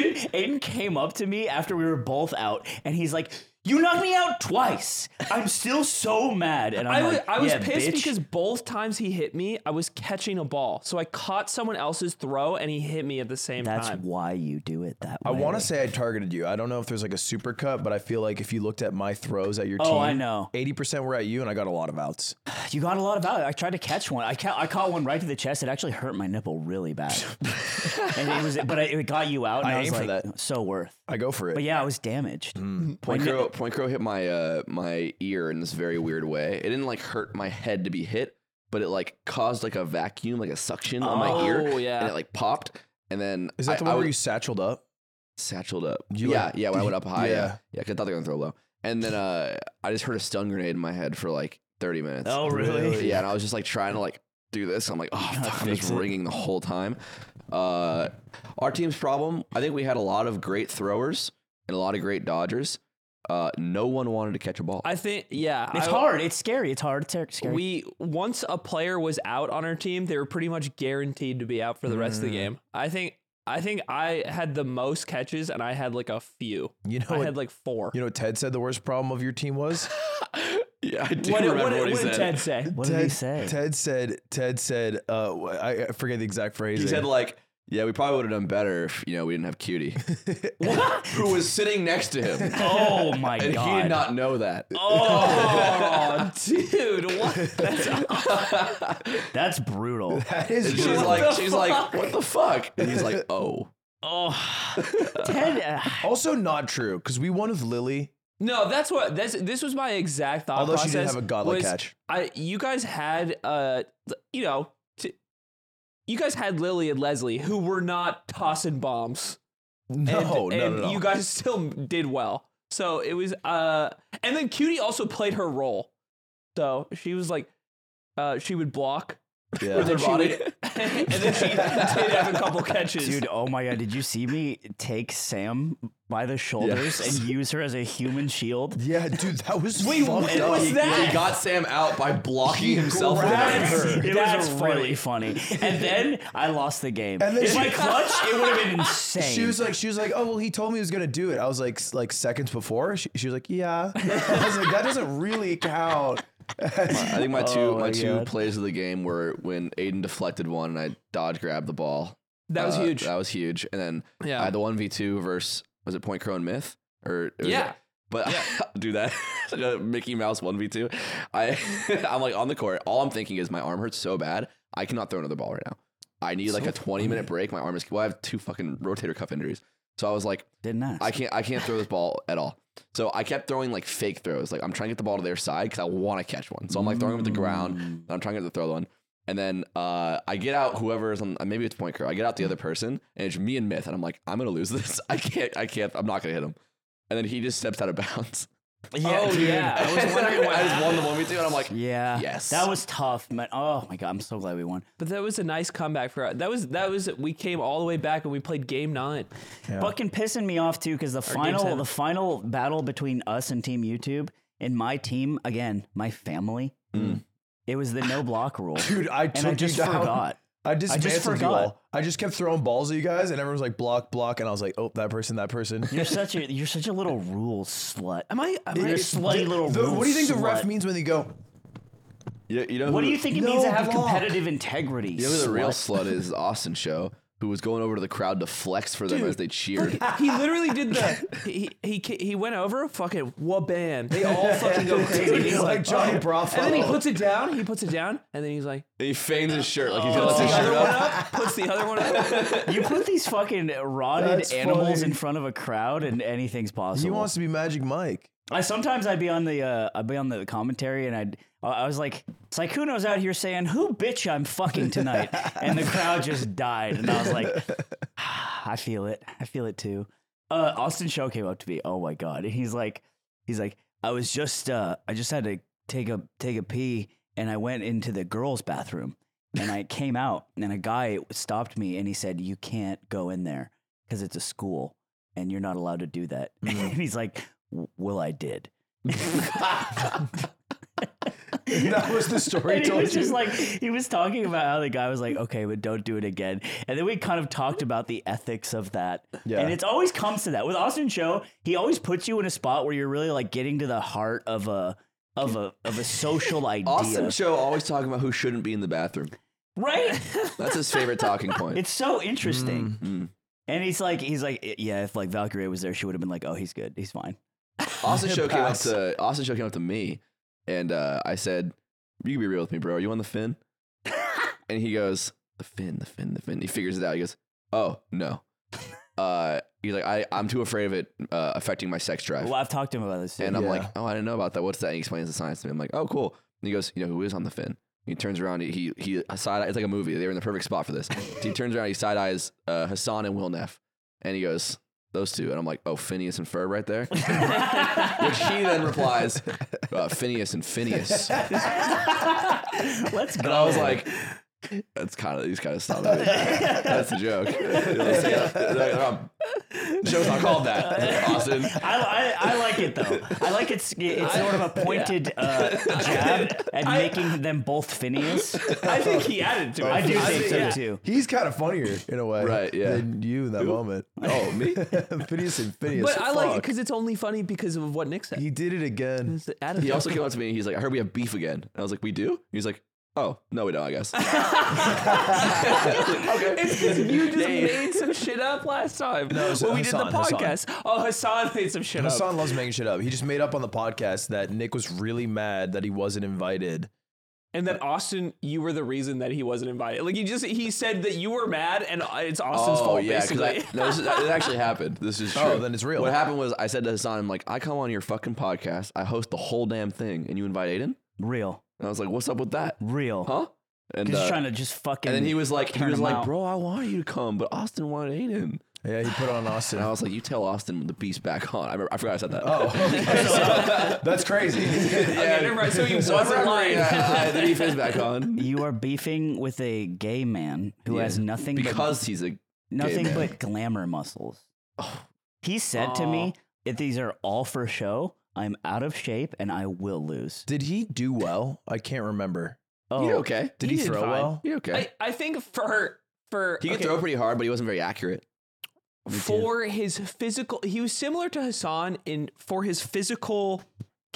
[SPEAKER 1] knew
[SPEAKER 4] Aiden, Aiden came up to me after we were both out, and he's like, "You knocked me out twice. I'm still so mad." And I'm
[SPEAKER 1] I was,
[SPEAKER 4] like,
[SPEAKER 1] I was
[SPEAKER 4] "Yeah,
[SPEAKER 1] pissed
[SPEAKER 4] bitch."
[SPEAKER 1] because both times he hit me, I was catching a ball. So I caught someone else's throw and he hit me at the same
[SPEAKER 4] that's
[SPEAKER 1] time.
[SPEAKER 4] why you do it that
[SPEAKER 2] I
[SPEAKER 4] way.
[SPEAKER 2] want to say I targeted you. I don't know if there's like a super cut, but I feel like if you looked at my throws at your team,
[SPEAKER 4] Oh, I know.
[SPEAKER 2] 80% were at you, and I got a lot of outs.
[SPEAKER 4] You got a lot of value. I tried to catch one. I ca- I caught one right to the chest. It actually hurt my nipple really bad. and it was, but it got you out. And
[SPEAKER 2] I
[SPEAKER 4] I, was
[SPEAKER 2] aim for
[SPEAKER 4] like,
[SPEAKER 2] that.
[SPEAKER 4] so worth.
[SPEAKER 2] I go for it.
[SPEAKER 4] But yeah, I was damaged.
[SPEAKER 3] Point Crow, Point Crow hit my uh, my ear in this very weird way. It didn't like hurt my head to be hit, but it like caused like a vacuum, like a suction on my ear,
[SPEAKER 1] Oh, yeah.
[SPEAKER 3] and it like popped. And then
[SPEAKER 2] Is that
[SPEAKER 3] I,
[SPEAKER 2] the one
[SPEAKER 3] I
[SPEAKER 2] where you
[SPEAKER 3] was
[SPEAKER 2] satcheled up?
[SPEAKER 3] satcheled up?
[SPEAKER 2] You,
[SPEAKER 3] yeah,
[SPEAKER 2] like-
[SPEAKER 3] yeah. When I went up high, yeah,
[SPEAKER 2] Yeah.
[SPEAKER 3] yeah. 'cause I thought they were gonna throw low, and then uh, I just heard a stun grenade in my head for like thirty minutes.
[SPEAKER 4] Oh, really?
[SPEAKER 2] Really?
[SPEAKER 3] Yeah, and I was just like trying to like do this. I'm like, oh, fuck, I'm just ringing the whole time. Uh, our team's problem. I think we had a lot of great throwers and a lot of great dodgers. Uh, no one wanted to catch a ball.
[SPEAKER 1] I think, yeah.
[SPEAKER 4] It's
[SPEAKER 1] I-
[SPEAKER 4] hard. It's scary. It's hard. It's ter- scary.
[SPEAKER 1] We once a player was out on our team, they were pretty much guaranteed to be out for the rest
[SPEAKER 4] Mm.
[SPEAKER 1] of the game. I think I think I had the most catches and I had like a few.
[SPEAKER 2] You know,
[SPEAKER 1] I
[SPEAKER 2] what,
[SPEAKER 1] had like four.
[SPEAKER 2] you know what Ted said the worst problem of your team was?
[SPEAKER 3] yeah, I do
[SPEAKER 1] what, did- what, did- what did Ted say?
[SPEAKER 4] what
[SPEAKER 2] Ted,
[SPEAKER 4] did he say?
[SPEAKER 2] Ted said, Ted said, uh, wh- I I forget the exact phrase.
[SPEAKER 3] He said like, yeah, we probably would have done better if you know we didn't have Cutie, who was sitting next to him,
[SPEAKER 4] oh my
[SPEAKER 3] and
[SPEAKER 4] god.
[SPEAKER 3] he did not know that.
[SPEAKER 1] Oh, dude, what? That's
[SPEAKER 4] That's brutal.
[SPEAKER 2] that is
[SPEAKER 3] And she's
[SPEAKER 2] brutal.
[SPEAKER 3] like, she's like, what the fuck? And he's like, oh,
[SPEAKER 4] Ted, uh,
[SPEAKER 2] also not true because we won with Lily.
[SPEAKER 1] No, that's what that's this was my exact thought
[SPEAKER 2] Although she
[SPEAKER 1] process.
[SPEAKER 2] did have a godlike
[SPEAKER 1] was
[SPEAKER 2] catch.
[SPEAKER 1] I you guys had uh th- you know t- you guys had Lily and Leslie who were not tossing bombs.
[SPEAKER 2] No,
[SPEAKER 1] and,
[SPEAKER 2] no,
[SPEAKER 1] and
[SPEAKER 2] no, no.
[SPEAKER 1] you guys still did well. So it was uh and then Cutie also played her role. So she was like uh she would block
[SPEAKER 2] Yeah.
[SPEAKER 1] and then she
[SPEAKER 3] body.
[SPEAKER 1] would, and then she did have a couple catches.
[SPEAKER 4] dude, oh my god. Did you see me take Sam by the shoulders
[SPEAKER 3] Yes.
[SPEAKER 4] and use her as a human shield?
[SPEAKER 2] Yeah, dude, that was
[SPEAKER 1] Wait,
[SPEAKER 2] fucked
[SPEAKER 1] what
[SPEAKER 2] up.
[SPEAKER 1] was
[SPEAKER 3] he,
[SPEAKER 1] that?
[SPEAKER 3] he got Sam out by blocking himself. with
[SPEAKER 2] grabbed
[SPEAKER 3] an
[SPEAKER 2] her.
[SPEAKER 3] iron.
[SPEAKER 4] It
[SPEAKER 1] That's
[SPEAKER 4] was really funny. And then I lost the game.
[SPEAKER 2] And then
[SPEAKER 4] if
[SPEAKER 2] she-
[SPEAKER 4] I clutched, it would have been insane.
[SPEAKER 2] She was like, she was like, oh well, he told me he was gonna do it. I was like, s- like seconds before. She, she was like, yeah. I was like, that doesn't really count.
[SPEAKER 3] I think my two
[SPEAKER 4] Oh
[SPEAKER 3] my,
[SPEAKER 4] my
[SPEAKER 3] two
[SPEAKER 4] God.
[SPEAKER 3] plays of the game were when Aiden deflected one and I dodge grabbed the ball.
[SPEAKER 1] that was
[SPEAKER 3] Uh,
[SPEAKER 1] huge.
[SPEAKER 3] That was huge. And then
[SPEAKER 1] Yeah.
[SPEAKER 3] I had the one v two versus was it Point Crow and Myth or it was-
[SPEAKER 1] Yeah.
[SPEAKER 3] But do that It's like a Mickey Mouse one v two. I I'm like on the court. All I'm thinking is my arm hurts so bad I cannot throw another ball right now. I need like a 20 minute break. My arm is well. I have two fucking rotator cuff injuries. So I was like,
[SPEAKER 4] Didn't ask.
[SPEAKER 3] I can't I can't throw this ball at all. So I kept throwing like fake throws. Like I'm trying to get the ball to their side because I want to catch one. So I'm like throwing it at the ground. And I'm trying to get the throw one. And then uh, I get out whoever is on uh, maybe it's point crow. I get out the other person and it's me and Myth and I'm like, I'm gonna lose this. I can't I can't I'm not gonna hit him. And then he just steps out of bounds.
[SPEAKER 4] Yeah,
[SPEAKER 1] Oh,
[SPEAKER 4] dude.
[SPEAKER 1] yeah. I was wondering
[SPEAKER 3] I just won the one we do and I'm like,
[SPEAKER 4] Yeah.
[SPEAKER 3] Yes.
[SPEAKER 4] That was tough, man. Oh my god, I'm so glad we won.
[SPEAKER 1] But that was a nice comeback for that was that was we came all the way back and we played game nine.
[SPEAKER 4] Fucking pissing me off too, because the final
[SPEAKER 1] seven.
[SPEAKER 4] the final battle between us and Team YouTube and my team again, my family. It was the no block rule,
[SPEAKER 2] Mm. Dude, I took
[SPEAKER 4] and I
[SPEAKER 2] you
[SPEAKER 4] just
[SPEAKER 2] down.
[SPEAKER 4] forgot.
[SPEAKER 2] I dismantled you
[SPEAKER 4] forgot.
[SPEAKER 2] all. I just kept throwing balls at you guys, and everyone was like, block, block. And I was like, oh, that person, that person.
[SPEAKER 4] You're such a you're such a little rule slut.
[SPEAKER 1] Am I? Am I
[SPEAKER 4] You're a slutty little
[SPEAKER 2] The-
[SPEAKER 4] rule
[SPEAKER 2] what do you think the ref
[SPEAKER 4] slut.
[SPEAKER 2] means when they go,
[SPEAKER 3] you, you know
[SPEAKER 4] What
[SPEAKER 3] who,
[SPEAKER 4] do you think it
[SPEAKER 2] No
[SPEAKER 4] means to have
[SPEAKER 2] block.
[SPEAKER 4] competitive integrity?
[SPEAKER 3] You know who the
[SPEAKER 4] slut?
[SPEAKER 3] real slut is the Austin show, who was going over to the crowd to flex for them as they cheered.
[SPEAKER 1] He literally did the he he ca- he went over fucking wabam. They all fucking go crazy.
[SPEAKER 2] He's like Johnny Bravo.
[SPEAKER 1] And then he puts it down. He puts it down, and then he's like,
[SPEAKER 3] he feigns his shirt like he's gonna
[SPEAKER 1] puts
[SPEAKER 3] let
[SPEAKER 1] the
[SPEAKER 3] his
[SPEAKER 1] other
[SPEAKER 3] shirt
[SPEAKER 1] one
[SPEAKER 3] up.
[SPEAKER 1] up, puts the other one up.
[SPEAKER 4] You put these fucking rotted
[SPEAKER 2] That's
[SPEAKER 4] animals
[SPEAKER 2] funny.
[SPEAKER 4] in front of a crowd, and anything's possible.
[SPEAKER 2] he wants to be Magic Mike.
[SPEAKER 4] I sometimes I'd be on the uh, I'd be on the commentary and I'd I was like Sykuno's out here saying who bitch I'm fucking tonight and the crowd just died and I was like "Ah, I feel it I feel it too. Uh, Austin Show came up to me oh my god and he's like he's like I was just uh, I just had to take a take a pee and I went into the girls bathroom and I came out and a guy stopped me and he said you can't go in there because it's a school and you're not allowed to do that. and he's like, "W- "Well, I did."
[SPEAKER 2] That was the story
[SPEAKER 4] And
[SPEAKER 2] he
[SPEAKER 4] he
[SPEAKER 2] told
[SPEAKER 4] was
[SPEAKER 2] you.
[SPEAKER 4] just like, he was talking about how the guy was like, "Okay, but don't do it again." And then we kind of talked about the ethics of that.
[SPEAKER 2] Yeah.
[SPEAKER 4] And it's always comes to that with Austin Cho. He always puts you in a spot where you're really like getting to the heart of a of a of a social idea,
[SPEAKER 3] Austin show always talking about who shouldn't be in the bathroom.
[SPEAKER 4] right?
[SPEAKER 3] That's his favorite talking point.
[SPEAKER 4] It's so interesting.
[SPEAKER 3] Mm.
[SPEAKER 4] And he's like, he's like, "I- yeah, if like Valkyrie was there, she would have been like, "Oh, he's good, he's fine."
[SPEAKER 3] Austin show came up
[SPEAKER 2] Pass.
[SPEAKER 3] to Austin show came up to me, and uh, I said, "You can be real with me, bro. Are you on the fin?" and he goes, "The fin, the fin, the fin." He figures it out. He goes, "Oh no." Uh, he's like, I, I'm too afraid of it uh, affecting my sex drive.
[SPEAKER 4] Well, I've talked to him about this. Too.
[SPEAKER 3] And I'm
[SPEAKER 2] Yeah.
[SPEAKER 3] like, oh, I didn't know about that. What's that? And he explains the science to me. I'm like, oh, cool. And he goes, you know, who is on the fin? He turns around. He he, he side. It's like a movie. They were in the perfect spot for this. he turns around. He side eyes uh, Hassan and Will Neff, and he goes, those two. And I'm like, oh, Phineas and Ferb right there. Which he then replies, uh, Phineas and Phineas. And
[SPEAKER 4] Let's go.
[SPEAKER 3] I was like. That's kind of he's kind of stopped. That's the joke. Show's not called that, Austin.
[SPEAKER 4] I, I, I like it though. I like it's it's sort of a pointed uh, jab at making them both Phineas.
[SPEAKER 1] I think he added to it.
[SPEAKER 4] I do think so
[SPEAKER 1] yeah.
[SPEAKER 4] too.
[SPEAKER 2] He's kind of funnier in a way,
[SPEAKER 3] Right, yeah.
[SPEAKER 2] than you in that moment.
[SPEAKER 3] Oh me.
[SPEAKER 2] Phineas and Phineas.
[SPEAKER 1] But I like it
[SPEAKER 2] fuck.
[SPEAKER 1] because it's only funny because of what Nick said.
[SPEAKER 2] he did it again.
[SPEAKER 1] It's the attitude.
[SPEAKER 3] He also came up to me and he's like, I heard we have beef again. And I was like, We do? He's like, Oh, no, we don't, I guess.
[SPEAKER 1] It's because you just made some shit up last time
[SPEAKER 2] it's
[SPEAKER 1] when we did the
[SPEAKER 2] Hassan,
[SPEAKER 1] podcast. Oh, Hassan made some shit up.
[SPEAKER 2] Hassan loves making shit up. He just made up on the podcast that Nick was really mad that he wasn't invited.
[SPEAKER 1] And that Austin, you were the reason that he wasn't invited. Like he just he said that you were mad, and uh, it's Austin's
[SPEAKER 3] oh,
[SPEAKER 1] fault.
[SPEAKER 3] yeah. 'cause
[SPEAKER 1] basically.
[SPEAKER 3] I, no, this is, it actually happened. This is true.
[SPEAKER 2] Oh, then it's real.
[SPEAKER 3] What happened was I said to Hassan, I'm like, I come on your fucking podcast. I host the whole damn thing. And you invite Aiden?
[SPEAKER 4] Real,
[SPEAKER 3] And I was like, What's up with that?
[SPEAKER 4] real.
[SPEAKER 3] Huh? And,
[SPEAKER 4] He's
[SPEAKER 3] uh,
[SPEAKER 4] trying to just fucking.
[SPEAKER 3] and then he was like, he
[SPEAKER 4] turn
[SPEAKER 3] was
[SPEAKER 4] him
[SPEAKER 3] like,
[SPEAKER 4] out.
[SPEAKER 3] bro, I wanted you to come, but Austin wanted Aiden.
[SPEAKER 2] Yeah, he put on
[SPEAKER 3] And I
[SPEAKER 2] Austin.
[SPEAKER 3] was like, you tell Austin the beast back on. I, remember, I forgot I said that.
[SPEAKER 2] Oh, okay. So, that's crazy.
[SPEAKER 1] Okay, never mind. So he wasn't lying.
[SPEAKER 3] Yeah, the beef is back on
[SPEAKER 4] "You are beefing with a gay man who has nothing but
[SPEAKER 3] because he's a
[SPEAKER 4] nothing
[SPEAKER 3] man. Oh.
[SPEAKER 4] but glamour muscles." He said to me, "If these are all for show, I'm out of shape and I will lose."
[SPEAKER 2] Did he do well? I can't remember.
[SPEAKER 4] Oh,
[SPEAKER 3] you okay.
[SPEAKER 2] Did he,
[SPEAKER 1] He did
[SPEAKER 2] throw
[SPEAKER 1] fine.
[SPEAKER 2] well?
[SPEAKER 3] You okay?
[SPEAKER 1] I, I think for for
[SPEAKER 3] He could
[SPEAKER 1] okay,
[SPEAKER 3] throw pretty hard, but he wasn't very accurate.
[SPEAKER 1] for his physical. He was similar to Hassan in for his physical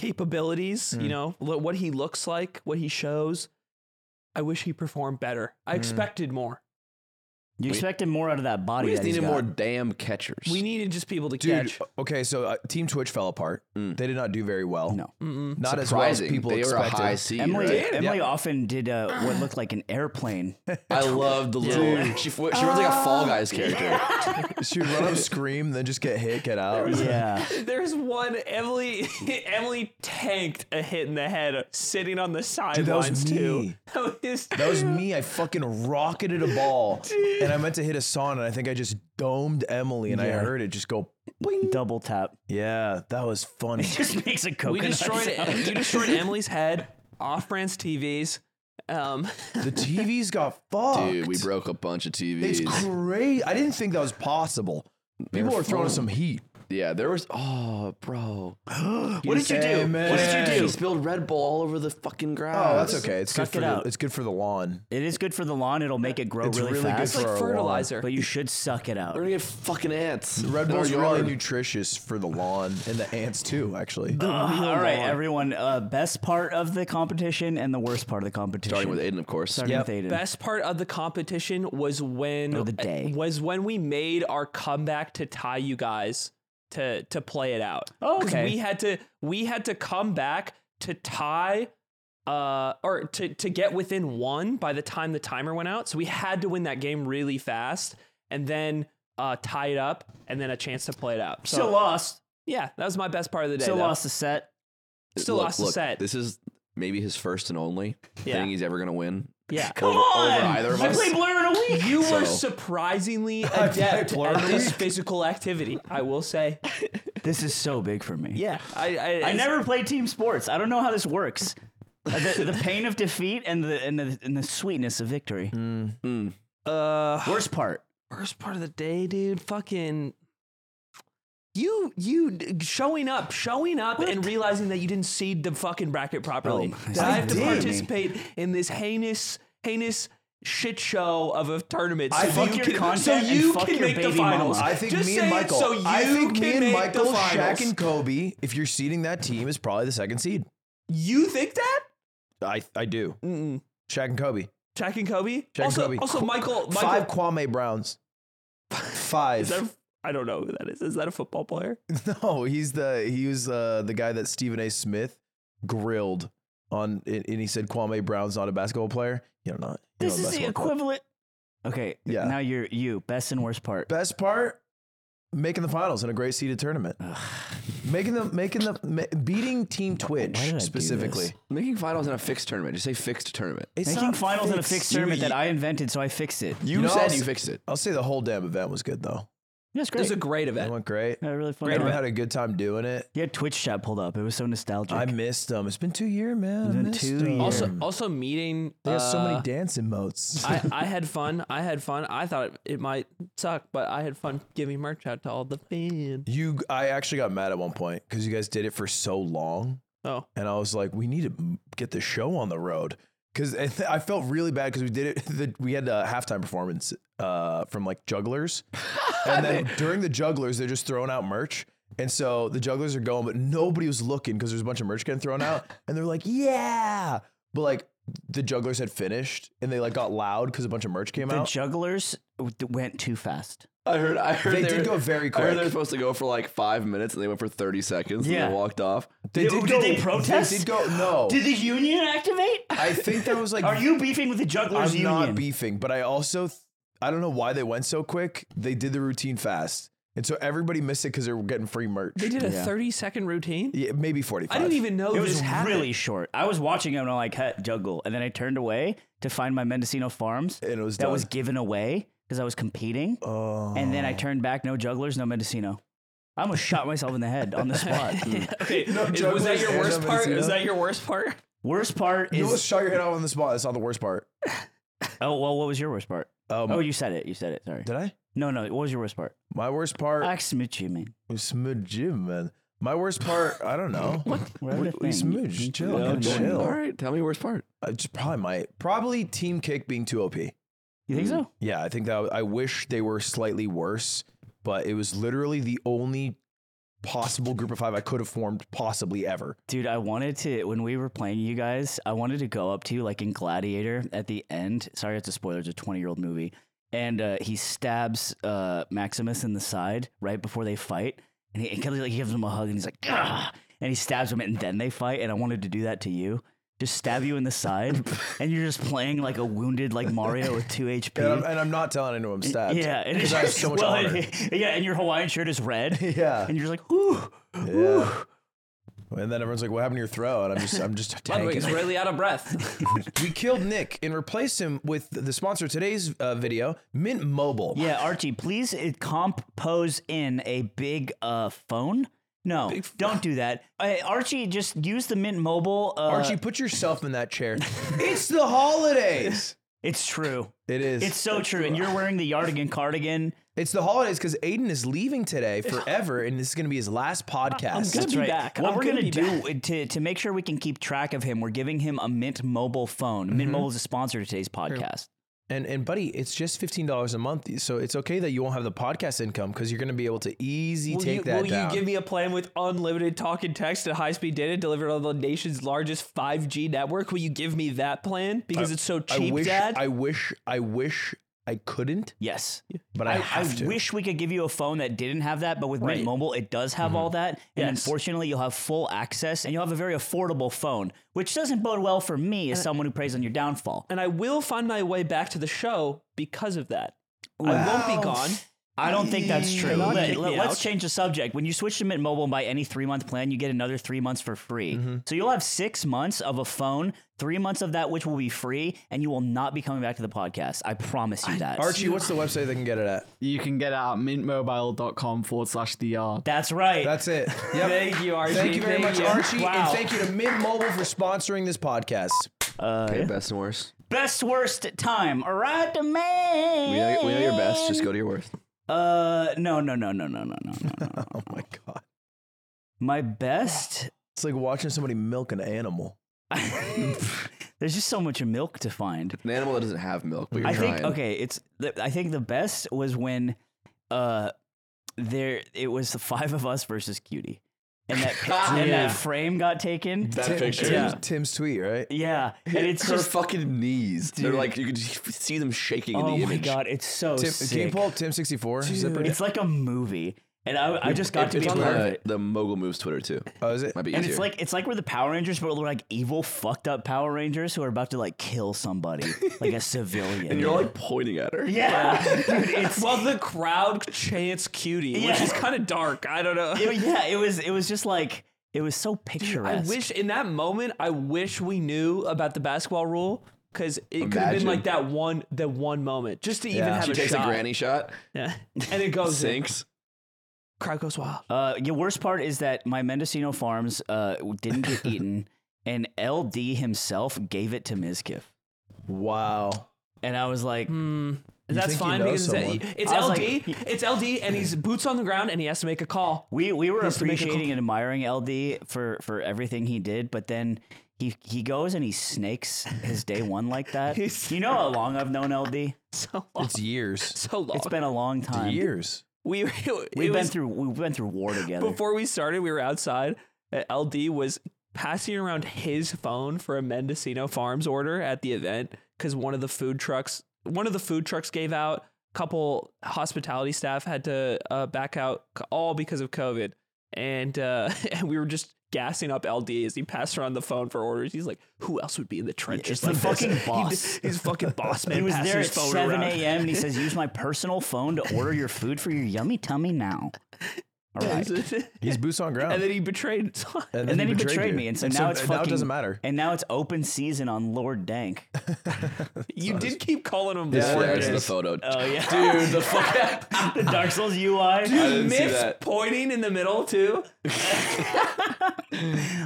[SPEAKER 1] capabilities. You know lo- what he looks like, what he shows. I wish he performed better. I expected more.
[SPEAKER 4] You expected more out of that body.
[SPEAKER 3] We just
[SPEAKER 4] that he's
[SPEAKER 3] needed
[SPEAKER 4] got.
[SPEAKER 3] more damn catchers.
[SPEAKER 1] We needed just people to
[SPEAKER 2] Dude,
[SPEAKER 1] catch.
[SPEAKER 2] okay, so uh, Team Twitch fell apart. They did not do very well.
[SPEAKER 4] No.
[SPEAKER 2] Not as well as
[SPEAKER 3] Mm. Surprising.
[SPEAKER 2] people
[SPEAKER 3] they were a
[SPEAKER 2] expected.
[SPEAKER 3] high seed.
[SPEAKER 4] Emily,
[SPEAKER 3] right?
[SPEAKER 4] Emily often did uh, what looked like an airplane.
[SPEAKER 3] I love the little. She, she runs like a
[SPEAKER 4] Ah,
[SPEAKER 3] Fall Guys character.
[SPEAKER 2] She would run up, scream, then just get hit, get out.
[SPEAKER 4] yeah.
[SPEAKER 1] There's one Emily. Emily tanked a hit in the head sitting on the
[SPEAKER 2] that was
[SPEAKER 1] sidelines too.
[SPEAKER 2] me.
[SPEAKER 1] That was,
[SPEAKER 2] That was me. I fucking rocketed a ball, and I meant to hit a son, and I think I just domed Emily, and I
[SPEAKER 4] Yeah.
[SPEAKER 2] heard it just go.
[SPEAKER 4] Double tap.
[SPEAKER 2] Yeah, that was funny.
[SPEAKER 4] Just makes a coconut.
[SPEAKER 1] we destroyed.
[SPEAKER 4] sound.
[SPEAKER 1] You destroyed Emily's head. Off brands TVs. Um,
[SPEAKER 2] the TVs got fucked.
[SPEAKER 3] Dude, we broke a bunch of TVs.
[SPEAKER 2] It's crazy. I didn't think that was possible. People were throwing some heat.
[SPEAKER 3] yeah, there was. Oh, bro.
[SPEAKER 4] What did you do? What did
[SPEAKER 2] Amen.
[SPEAKER 4] you
[SPEAKER 3] He
[SPEAKER 4] do?
[SPEAKER 3] spilled Red Bull all over the fucking grass.
[SPEAKER 2] Oh, that's okay. It's good
[SPEAKER 4] Suck
[SPEAKER 2] for
[SPEAKER 4] it
[SPEAKER 2] the,
[SPEAKER 4] out.
[SPEAKER 2] it's good for the lawn.
[SPEAKER 4] It is good for the lawn. It'll make it grow
[SPEAKER 2] It's
[SPEAKER 4] really,
[SPEAKER 2] really good
[SPEAKER 4] fast.
[SPEAKER 1] it's like
[SPEAKER 2] For a
[SPEAKER 1] fertilizer.
[SPEAKER 4] but you should suck it
[SPEAKER 3] We're
[SPEAKER 4] out.
[SPEAKER 3] gonna get fucking ants.
[SPEAKER 2] Red
[SPEAKER 3] in our
[SPEAKER 2] Bull's really
[SPEAKER 3] yard.
[SPEAKER 2] nutritious for the lawn and the ants too. Actually,
[SPEAKER 4] all right, everyone. Uh, best part of the competition and the worst part of the competition.
[SPEAKER 3] Starting with Aiden, of course.
[SPEAKER 4] Starting
[SPEAKER 2] Yep.
[SPEAKER 4] with Aiden.
[SPEAKER 1] best part of the competition was when
[SPEAKER 4] Oh, the day.
[SPEAKER 1] was when we made our comeback to tie you guys to to play it out.
[SPEAKER 4] Oh,
[SPEAKER 1] 'Cause
[SPEAKER 4] okay.
[SPEAKER 1] We had to we had to come back to tie uh or to to get within one by the time the timer went out. So we had to win that game really fast and then uh tie it up and then a chance to play it out. So
[SPEAKER 4] Still lost.
[SPEAKER 1] yeah, that was my best part of the day.
[SPEAKER 4] Still
[SPEAKER 1] though.
[SPEAKER 4] lost the set.
[SPEAKER 1] Still
[SPEAKER 3] Look-
[SPEAKER 1] lost the
[SPEAKER 3] look,
[SPEAKER 1] set.
[SPEAKER 3] This is maybe his first and only
[SPEAKER 1] Yeah.
[SPEAKER 3] thing he's ever gonna win.
[SPEAKER 1] Yeah.
[SPEAKER 4] Come
[SPEAKER 3] over
[SPEAKER 4] on.
[SPEAKER 3] either of
[SPEAKER 4] I
[SPEAKER 3] us.
[SPEAKER 4] played Blur in a week.
[SPEAKER 1] You were
[SPEAKER 3] So-
[SPEAKER 1] surprisingly adept
[SPEAKER 2] Florida
[SPEAKER 1] at this physical activity, I will say.
[SPEAKER 4] This is so big for me.
[SPEAKER 1] Yeah, I I,
[SPEAKER 4] I never played team sports. I don't know how this works. Uh, the, the pain of defeat and the and the and the sweetness of victory.
[SPEAKER 1] Uh,
[SPEAKER 4] Worst part.
[SPEAKER 1] worst part of the day, dude. Fucking you, you d- showing up, showing up, and realizing that you didn't seed the fucking bracket properly.
[SPEAKER 4] I
[SPEAKER 1] that I have to
[SPEAKER 4] did.
[SPEAKER 1] participate in this heinous, heinous shit show of a tournament. So
[SPEAKER 2] I fuck
[SPEAKER 1] you
[SPEAKER 2] your
[SPEAKER 1] can,
[SPEAKER 4] content
[SPEAKER 1] so
[SPEAKER 4] and
[SPEAKER 1] you
[SPEAKER 4] fuck
[SPEAKER 1] can
[SPEAKER 4] your
[SPEAKER 1] make the
[SPEAKER 4] baby
[SPEAKER 1] finals.
[SPEAKER 4] mama.
[SPEAKER 2] I think
[SPEAKER 1] Just
[SPEAKER 2] me
[SPEAKER 1] say
[SPEAKER 2] and
[SPEAKER 1] it
[SPEAKER 2] Michael.
[SPEAKER 1] So you
[SPEAKER 2] I think
[SPEAKER 1] can
[SPEAKER 2] me and
[SPEAKER 1] make
[SPEAKER 2] Michael,
[SPEAKER 1] the finals.
[SPEAKER 2] Shaq and Kobe. If you're seeding that team, is probably the second seed.
[SPEAKER 1] you think that?
[SPEAKER 2] I I do.
[SPEAKER 1] Mm-mm.
[SPEAKER 2] Shaq and Kobe.
[SPEAKER 1] Shaq and Kobe.
[SPEAKER 2] Shaq and
[SPEAKER 1] also,
[SPEAKER 2] Kobe.
[SPEAKER 1] also
[SPEAKER 2] Qu-
[SPEAKER 1] Michael. Michael
[SPEAKER 2] Five Kwame Browns. Five.
[SPEAKER 1] Is that a, I don't know who that is. Is that a football player?
[SPEAKER 2] no, he's the he was uh, the guy that Stephen A. Smith grilled on, and and he said Kwame Brown's not a basketball player. You don't know. you
[SPEAKER 4] This
[SPEAKER 2] don't know
[SPEAKER 4] is the
[SPEAKER 2] basketball.
[SPEAKER 4] equivalent. Okay.
[SPEAKER 2] Yeah.
[SPEAKER 4] Now you're you best and worst part.
[SPEAKER 2] Best part, making the finals in a great seeded tournament. making the making the ma- beating Team Twitch
[SPEAKER 4] did I do
[SPEAKER 2] specifically.
[SPEAKER 4] this?
[SPEAKER 3] Making finals in a fixed tournament. Just say fixed tournament.
[SPEAKER 2] It's
[SPEAKER 4] Making
[SPEAKER 2] not
[SPEAKER 4] finals in a fixed
[SPEAKER 2] You-
[SPEAKER 4] tournament
[SPEAKER 2] you-
[SPEAKER 4] that I invented, so I fixed it.
[SPEAKER 3] You,
[SPEAKER 2] know,
[SPEAKER 3] said
[SPEAKER 2] I'll-
[SPEAKER 3] you fixed it.
[SPEAKER 2] I'll say the whole damn event was good though.
[SPEAKER 4] That's
[SPEAKER 1] It
[SPEAKER 4] great.
[SPEAKER 1] was a great
[SPEAKER 2] It
[SPEAKER 1] event.
[SPEAKER 2] went great.
[SPEAKER 4] Yeah, really fun.
[SPEAKER 2] Everyone
[SPEAKER 4] event.
[SPEAKER 2] had a good time doing it.
[SPEAKER 4] You had Twitch chat pulled up. It was so nostalgic.
[SPEAKER 2] I missed them. It's been two years, man.
[SPEAKER 4] It's
[SPEAKER 2] I
[SPEAKER 4] been
[SPEAKER 2] missed
[SPEAKER 4] two
[SPEAKER 2] 'em.
[SPEAKER 4] years.
[SPEAKER 1] Also, also meeting.
[SPEAKER 2] they have so
[SPEAKER 1] uh,
[SPEAKER 2] many dance emotes.
[SPEAKER 1] I, I had fun. I had fun. I thought it, it might suck, but I had fun giving merch out to all the fans.
[SPEAKER 2] you, I actually got mad at one point because you guys did it for so long,
[SPEAKER 1] Oh,
[SPEAKER 2] and I was like, we need to m- get the show on the road. Because I felt really bad because we did it. The, we had a halftime performance uh, from like jugglers, and then during the jugglers, they're just throwing out merch. And so the jugglers are going, but nobody was looking because there's a bunch of merch getting thrown out. And they're like, yeah. But like the jugglers had finished and they like got loud because a bunch of merch came
[SPEAKER 4] the
[SPEAKER 2] out.
[SPEAKER 4] jugglers w- d- went too fast.
[SPEAKER 3] I heard. I heard
[SPEAKER 2] They
[SPEAKER 3] were-
[SPEAKER 2] did go very
[SPEAKER 3] I heard they were
[SPEAKER 2] quick.
[SPEAKER 3] supposed to go for like five minutes, and they went for thirty seconds,
[SPEAKER 4] Yeah.
[SPEAKER 3] and they walked off.
[SPEAKER 2] They
[SPEAKER 4] Did- did they protest?
[SPEAKER 2] They did go. No,
[SPEAKER 4] Did the union activate?
[SPEAKER 2] I think that was like.
[SPEAKER 4] Are you beefing with the jugglers
[SPEAKER 2] I'm
[SPEAKER 4] union?
[SPEAKER 2] not beefing, but I also th- I don't know why they went so quick. They did the routine fast, and so everybody missed it because they were getting free merch.
[SPEAKER 1] they did a
[SPEAKER 4] Yeah.
[SPEAKER 1] thirty-second routine.
[SPEAKER 2] yeah, maybe forty
[SPEAKER 1] I
[SPEAKER 2] five.
[SPEAKER 1] didn't even know
[SPEAKER 4] It
[SPEAKER 1] this
[SPEAKER 4] was
[SPEAKER 1] happened.
[SPEAKER 4] really short. I was watching him and I'm like, huh, juggle. And then I turned away to find my Mendocino Farms
[SPEAKER 2] And it was
[SPEAKER 4] that
[SPEAKER 2] done.
[SPEAKER 4] was given away because I was competing.
[SPEAKER 2] Oh.
[SPEAKER 4] And then I turned back, no jugglers, no Mendocino. I almost shot myself in the head on the spot.
[SPEAKER 1] okay. is- was
[SPEAKER 2] jugglers
[SPEAKER 1] that your
[SPEAKER 2] and
[SPEAKER 1] worst
[SPEAKER 2] Evan
[SPEAKER 1] part?
[SPEAKER 2] Zito.
[SPEAKER 1] Was that your worst part?
[SPEAKER 4] Worst part
[SPEAKER 2] You almost
[SPEAKER 4] is.
[SPEAKER 2] shot your head out on the spot. That's not the worst part.
[SPEAKER 4] Oh, well, what was your worst part?
[SPEAKER 2] Um,
[SPEAKER 4] Oh, you said it. You said it. Sorry.
[SPEAKER 2] did I?
[SPEAKER 4] No, no. What was your worst part?
[SPEAKER 2] My worst part
[SPEAKER 4] I smooch you, man.
[SPEAKER 2] was smooth Jim, man. My worst part, I don't know.
[SPEAKER 4] Whatever
[SPEAKER 2] We,
[SPEAKER 4] the thing.
[SPEAKER 2] we smooch, chill,
[SPEAKER 3] Yeah,
[SPEAKER 2] man,
[SPEAKER 3] okay. All
[SPEAKER 2] chill.
[SPEAKER 3] right, tell me your worst part.
[SPEAKER 2] I just probably might, probably Team Kick being too OP.
[SPEAKER 4] You think so?
[SPEAKER 2] Yeah, I think that I wish they were slightly worse, but it was literally the only possible group of five I could have formed possibly ever.
[SPEAKER 4] Dude, I wanted to when we were playing you guys, I wanted to go up to you like in Gladiator at the end. Sorry, it's a spoiler, it's a 20-year-old movie. and uh, he stabs uh, Maximus in the side right before they fight. And he, and Kelly, like, gives him a hug and he's like, ah, and he stabs him, and then they fight. And I wanted to do that to you. Just stab you in the side, and you're just playing like a wounded like Mario with two HP.
[SPEAKER 2] And I'm, and I'm not telling anyone I'm stabbed.
[SPEAKER 4] Yeah, and
[SPEAKER 2] because I have so much
[SPEAKER 4] well,
[SPEAKER 2] honor.
[SPEAKER 4] Yeah, and your Hawaiian shirt is red.
[SPEAKER 2] Yeah.
[SPEAKER 4] and you're just like, whoo,
[SPEAKER 2] yeah. And then everyone's like, "What happened to your throw?" And I'm just, I'm just
[SPEAKER 1] By the way,
[SPEAKER 2] tanking.
[SPEAKER 1] he's really out of breath.
[SPEAKER 2] We killed Nick and replaced him with the sponsor of today's uh, video, Mint Mobile.
[SPEAKER 4] yeah, Archie, please uh, compose in a big uh phone. No, don't do that. Uh, Archie, just use the Mint Mobile. Uh,
[SPEAKER 2] Archie, put yourself in that chair. it's the holidays.
[SPEAKER 4] it's true.
[SPEAKER 2] It is.
[SPEAKER 4] It's so true. And you're wearing the Yardigan cardigan.
[SPEAKER 2] It's the holidays because Aiden is leaving today forever, and this is going to be his last podcast.
[SPEAKER 1] good.
[SPEAKER 4] That's
[SPEAKER 1] be
[SPEAKER 4] right.
[SPEAKER 1] back.
[SPEAKER 4] What
[SPEAKER 1] I'm
[SPEAKER 4] we're
[SPEAKER 1] gonna
[SPEAKER 4] gonna,
[SPEAKER 1] be
[SPEAKER 4] do to to make sure we can keep track of him, we're giving him a Mint Mobile phone.
[SPEAKER 1] Mm-hmm.
[SPEAKER 4] Mint Mobile is a sponsor to today's podcast.
[SPEAKER 2] And and buddy, it's just fifteen dollars a month, so it's okay that you won't have the podcast income because you're going to be able to easy
[SPEAKER 1] Will,
[SPEAKER 2] take
[SPEAKER 1] you,
[SPEAKER 2] that
[SPEAKER 1] will
[SPEAKER 2] down.
[SPEAKER 1] you give me a plan with unlimited talk and text and high speed data delivered on the nation's largest 5G network? Will you give me that plan because it's so
[SPEAKER 2] I
[SPEAKER 1] cheap,
[SPEAKER 2] wish,
[SPEAKER 1] Dad?
[SPEAKER 2] I wish, I wish I couldn't,
[SPEAKER 4] Yes.
[SPEAKER 2] but I,
[SPEAKER 4] I, I
[SPEAKER 2] have to.
[SPEAKER 4] wish we could give you a phone that didn't have that, but with Mint
[SPEAKER 1] Right.
[SPEAKER 4] Mobile, it does have
[SPEAKER 2] Mm-hmm.
[SPEAKER 4] all that. And
[SPEAKER 1] Yes.
[SPEAKER 4] unfortunately, you'll have full access and you'll have a very affordable phone, which doesn't bode well for me as someone who preys on your downfall.
[SPEAKER 1] and I will find my way back to the show because of that. I won't be gone.
[SPEAKER 4] I don't think that's true.
[SPEAKER 1] Cannot
[SPEAKER 4] Let,
[SPEAKER 1] kick me
[SPEAKER 4] us
[SPEAKER 1] out.
[SPEAKER 4] change the subject. When you switch to Mint Mobile and buy any three month plan, you get another three months for free.
[SPEAKER 2] Mm-hmm.
[SPEAKER 4] So you'll have six months of a phone, three months of that which will be free, and you will not be coming back to the podcast. I promise you that.
[SPEAKER 2] Archie, what's the website they can get it at?
[SPEAKER 5] You can get it at mintmobile.com forward slash the yard.
[SPEAKER 4] That's right.
[SPEAKER 2] That's it. Yep.
[SPEAKER 1] Thank you, Archie.
[SPEAKER 2] Thank you very much, Archie,
[SPEAKER 1] Wow.
[SPEAKER 2] and thank you to Mint Mobile for sponsoring this podcast.
[SPEAKER 3] Okay, Uh, best and worst.
[SPEAKER 4] best worst time. All right, man.
[SPEAKER 3] We know, we know your best. Just go to your worst.
[SPEAKER 4] Uh, no, no, no, no, no, no, no, no. no.
[SPEAKER 2] Oh my god,
[SPEAKER 4] My best.
[SPEAKER 2] it's like watching somebody milk an animal.
[SPEAKER 4] There's just so much milk to find.
[SPEAKER 3] An animal that doesn't have milk, but you're
[SPEAKER 4] I
[SPEAKER 3] trying.
[SPEAKER 4] think okay, it's the, I think the best was when uh there it was the five of us versus Cutie. And that and
[SPEAKER 5] Yeah.
[SPEAKER 4] that frame got taken.
[SPEAKER 3] That picture.
[SPEAKER 2] Tim's,
[SPEAKER 4] Yeah.
[SPEAKER 2] Tim's tweet, right?
[SPEAKER 4] yeah. And it's
[SPEAKER 3] her
[SPEAKER 4] just
[SPEAKER 3] fucking knees. They're
[SPEAKER 4] Dude.
[SPEAKER 3] like you can just see them shaking in
[SPEAKER 4] Oh
[SPEAKER 3] the
[SPEAKER 4] my
[SPEAKER 3] image.
[SPEAKER 4] god, it's so
[SPEAKER 2] Tim, can you
[SPEAKER 4] sick.
[SPEAKER 2] pull up Tim sixty four?
[SPEAKER 4] It's like a movie. And I, I just got
[SPEAKER 3] It-
[SPEAKER 4] to be
[SPEAKER 3] it's
[SPEAKER 4] a
[SPEAKER 3] on
[SPEAKER 4] part of
[SPEAKER 3] the,
[SPEAKER 4] it.
[SPEAKER 3] the mogul moves Twitter too.
[SPEAKER 2] Oh, is it?
[SPEAKER 3] Might be
[SPEAKER 4] And
[SPEAKER 3] easier.
[SPEAKER 4] it's like it's like we're the Power Rangers, but we're like evil, fucked up Power Rangers who are about to like kill somebody, like a civilian.
[SPEAKER 3] and you're like pointing at her.
[SPEAKER 4] yeah, Dude, it's
[SPEAKER 1] Well, the crowd chants cutie, which
[SPEAKER 4] Yeah.
[SPEAKER 1] is kind of dark. I don't know.
[SPEAKER 4] it, yeah, it was it was just like it was so
[SPEAKER 1] I
[SPEAKER 4] picturesque.
[SPEAKER 1] wish in that moment, I wish we knew about the basketball rule because it could have been
[SPEAKER 3] Imagine.
[SPEAKER 1] like that one, that one moment just to even
[SPEAKER 2] Yeah.
[SPEAKER 1] have
[SPEAKER 3] She
[SPEAKER 1] a
[SPEAKER 3] takes
[SPEAKER 1] shot. Oh,
[SPEAKER 3] a granny shot,
[SPEAKER 1] Yeah, and it goes. in.
[SPEAKER 3] sinks.
[SPEAKER 1] Crowd goes wild.
[SPEAKER 4] Uh, the worst part is that my Mendocino Farms uh, didn't get eaten, and LD himself gave it to Mizkiff.
[SPEAKER 2] Wow.
[SPEAKER 4] And I was like,
[SPEAKER 1] Hmm. That's
[SPEAKER 2] think you
[SPEAKER 1] fine
[SPEAKER 2] know
[SPEAKER 1] because
[SPEAKER 2] someone.
[SPEAKER 1] it's, it's
[SPEAKER 4] I was
[SPEAKER 1] LD.
[SPEAKER 4] like-
[SPEAKER 1] it's LD, and he's boots on the ground, and he has to make a call.
[SPEAKER 4] we, we were
[SPEAKER 1] to make a
[SPEAKER 4] appreciating and admiring LD for, for everything he did, but then he, he goes and he snakes his day one like that.
[SPEAKER 1] He's-
[SPEAKER 4] you know how long I've known LD?
[SPEAKER 1] So long,
[SPEAKER 2] It's years.
[SPEAKER 1] so long.
[SPEAKER 4] It's been a long time.
[SPEAKER 2] Years.
[SPEAKER 1] we it
[SPEAKER 4] We've been
[SPEAKER 1] was-
[SPEAKER 4] through we've been through war together.
[SPEAKER 1] before we started. We were outside. and LD was passing around his phone for a Mendocino Farms order at the event because one of the food trucks, one of the food trucks gave out. Couple hospitality staff had to uh, back out c- all because of COVID, and uh, and we were just gassing up LD as he passed around the phone for orders. He's like, "Who else would be in the trenches?"
[SPEAKER 4] it's the
[SPEAKER 1] like this?"
[SPEAKER 4] fucking
[SPEAKER 1] He-
[SPEAKER 4] boss.
[SPEAKER 1] he's fucking boss man.
[SPEAKER 4] He was
[SPEAKER 1] passing
[SPEAKER 4] there at
[SPEAKER 1] his phone
[SPEAKER 4] 7
[SPEAKER 1] around.
[SPEAKER 4] a.m. and he says, "Use my personal phone to order your food for your yummy tummy now." All right.
[SPEAKER 2] He's boots on ground.
[SPEAKER 1] and then he betrayed. Someone.
[SPEAKER 4] and then he betrayed,
[SPEAKER 2] you.
[SPEAKER 4] me, and so now it's
[SPEAKER 2] and
[SPEAKER 4] fucking.
[SPEAKER 2] it doesn't matter.
[SPEAKER 4] And now it's open season on Lord Dank.
[SPEAKER 1] You did keep calling him.
[SPEAKER 2] Yeah,
[SPEAKER 1] Lord
[SPEAKER 2] it
[SPEAKER 3] There's
[SPEAKER 2] is.
[SPEAKER 3] the photo.
[SPEAKER 4] Oh yeah, dude, the fuck the Dark Souls UI.
[SPEAKER 3] didn't see
[SPEAKER 1] Miff's
[SPEAKER 3] that.
[SPEAKER 1] pointing in the middle too.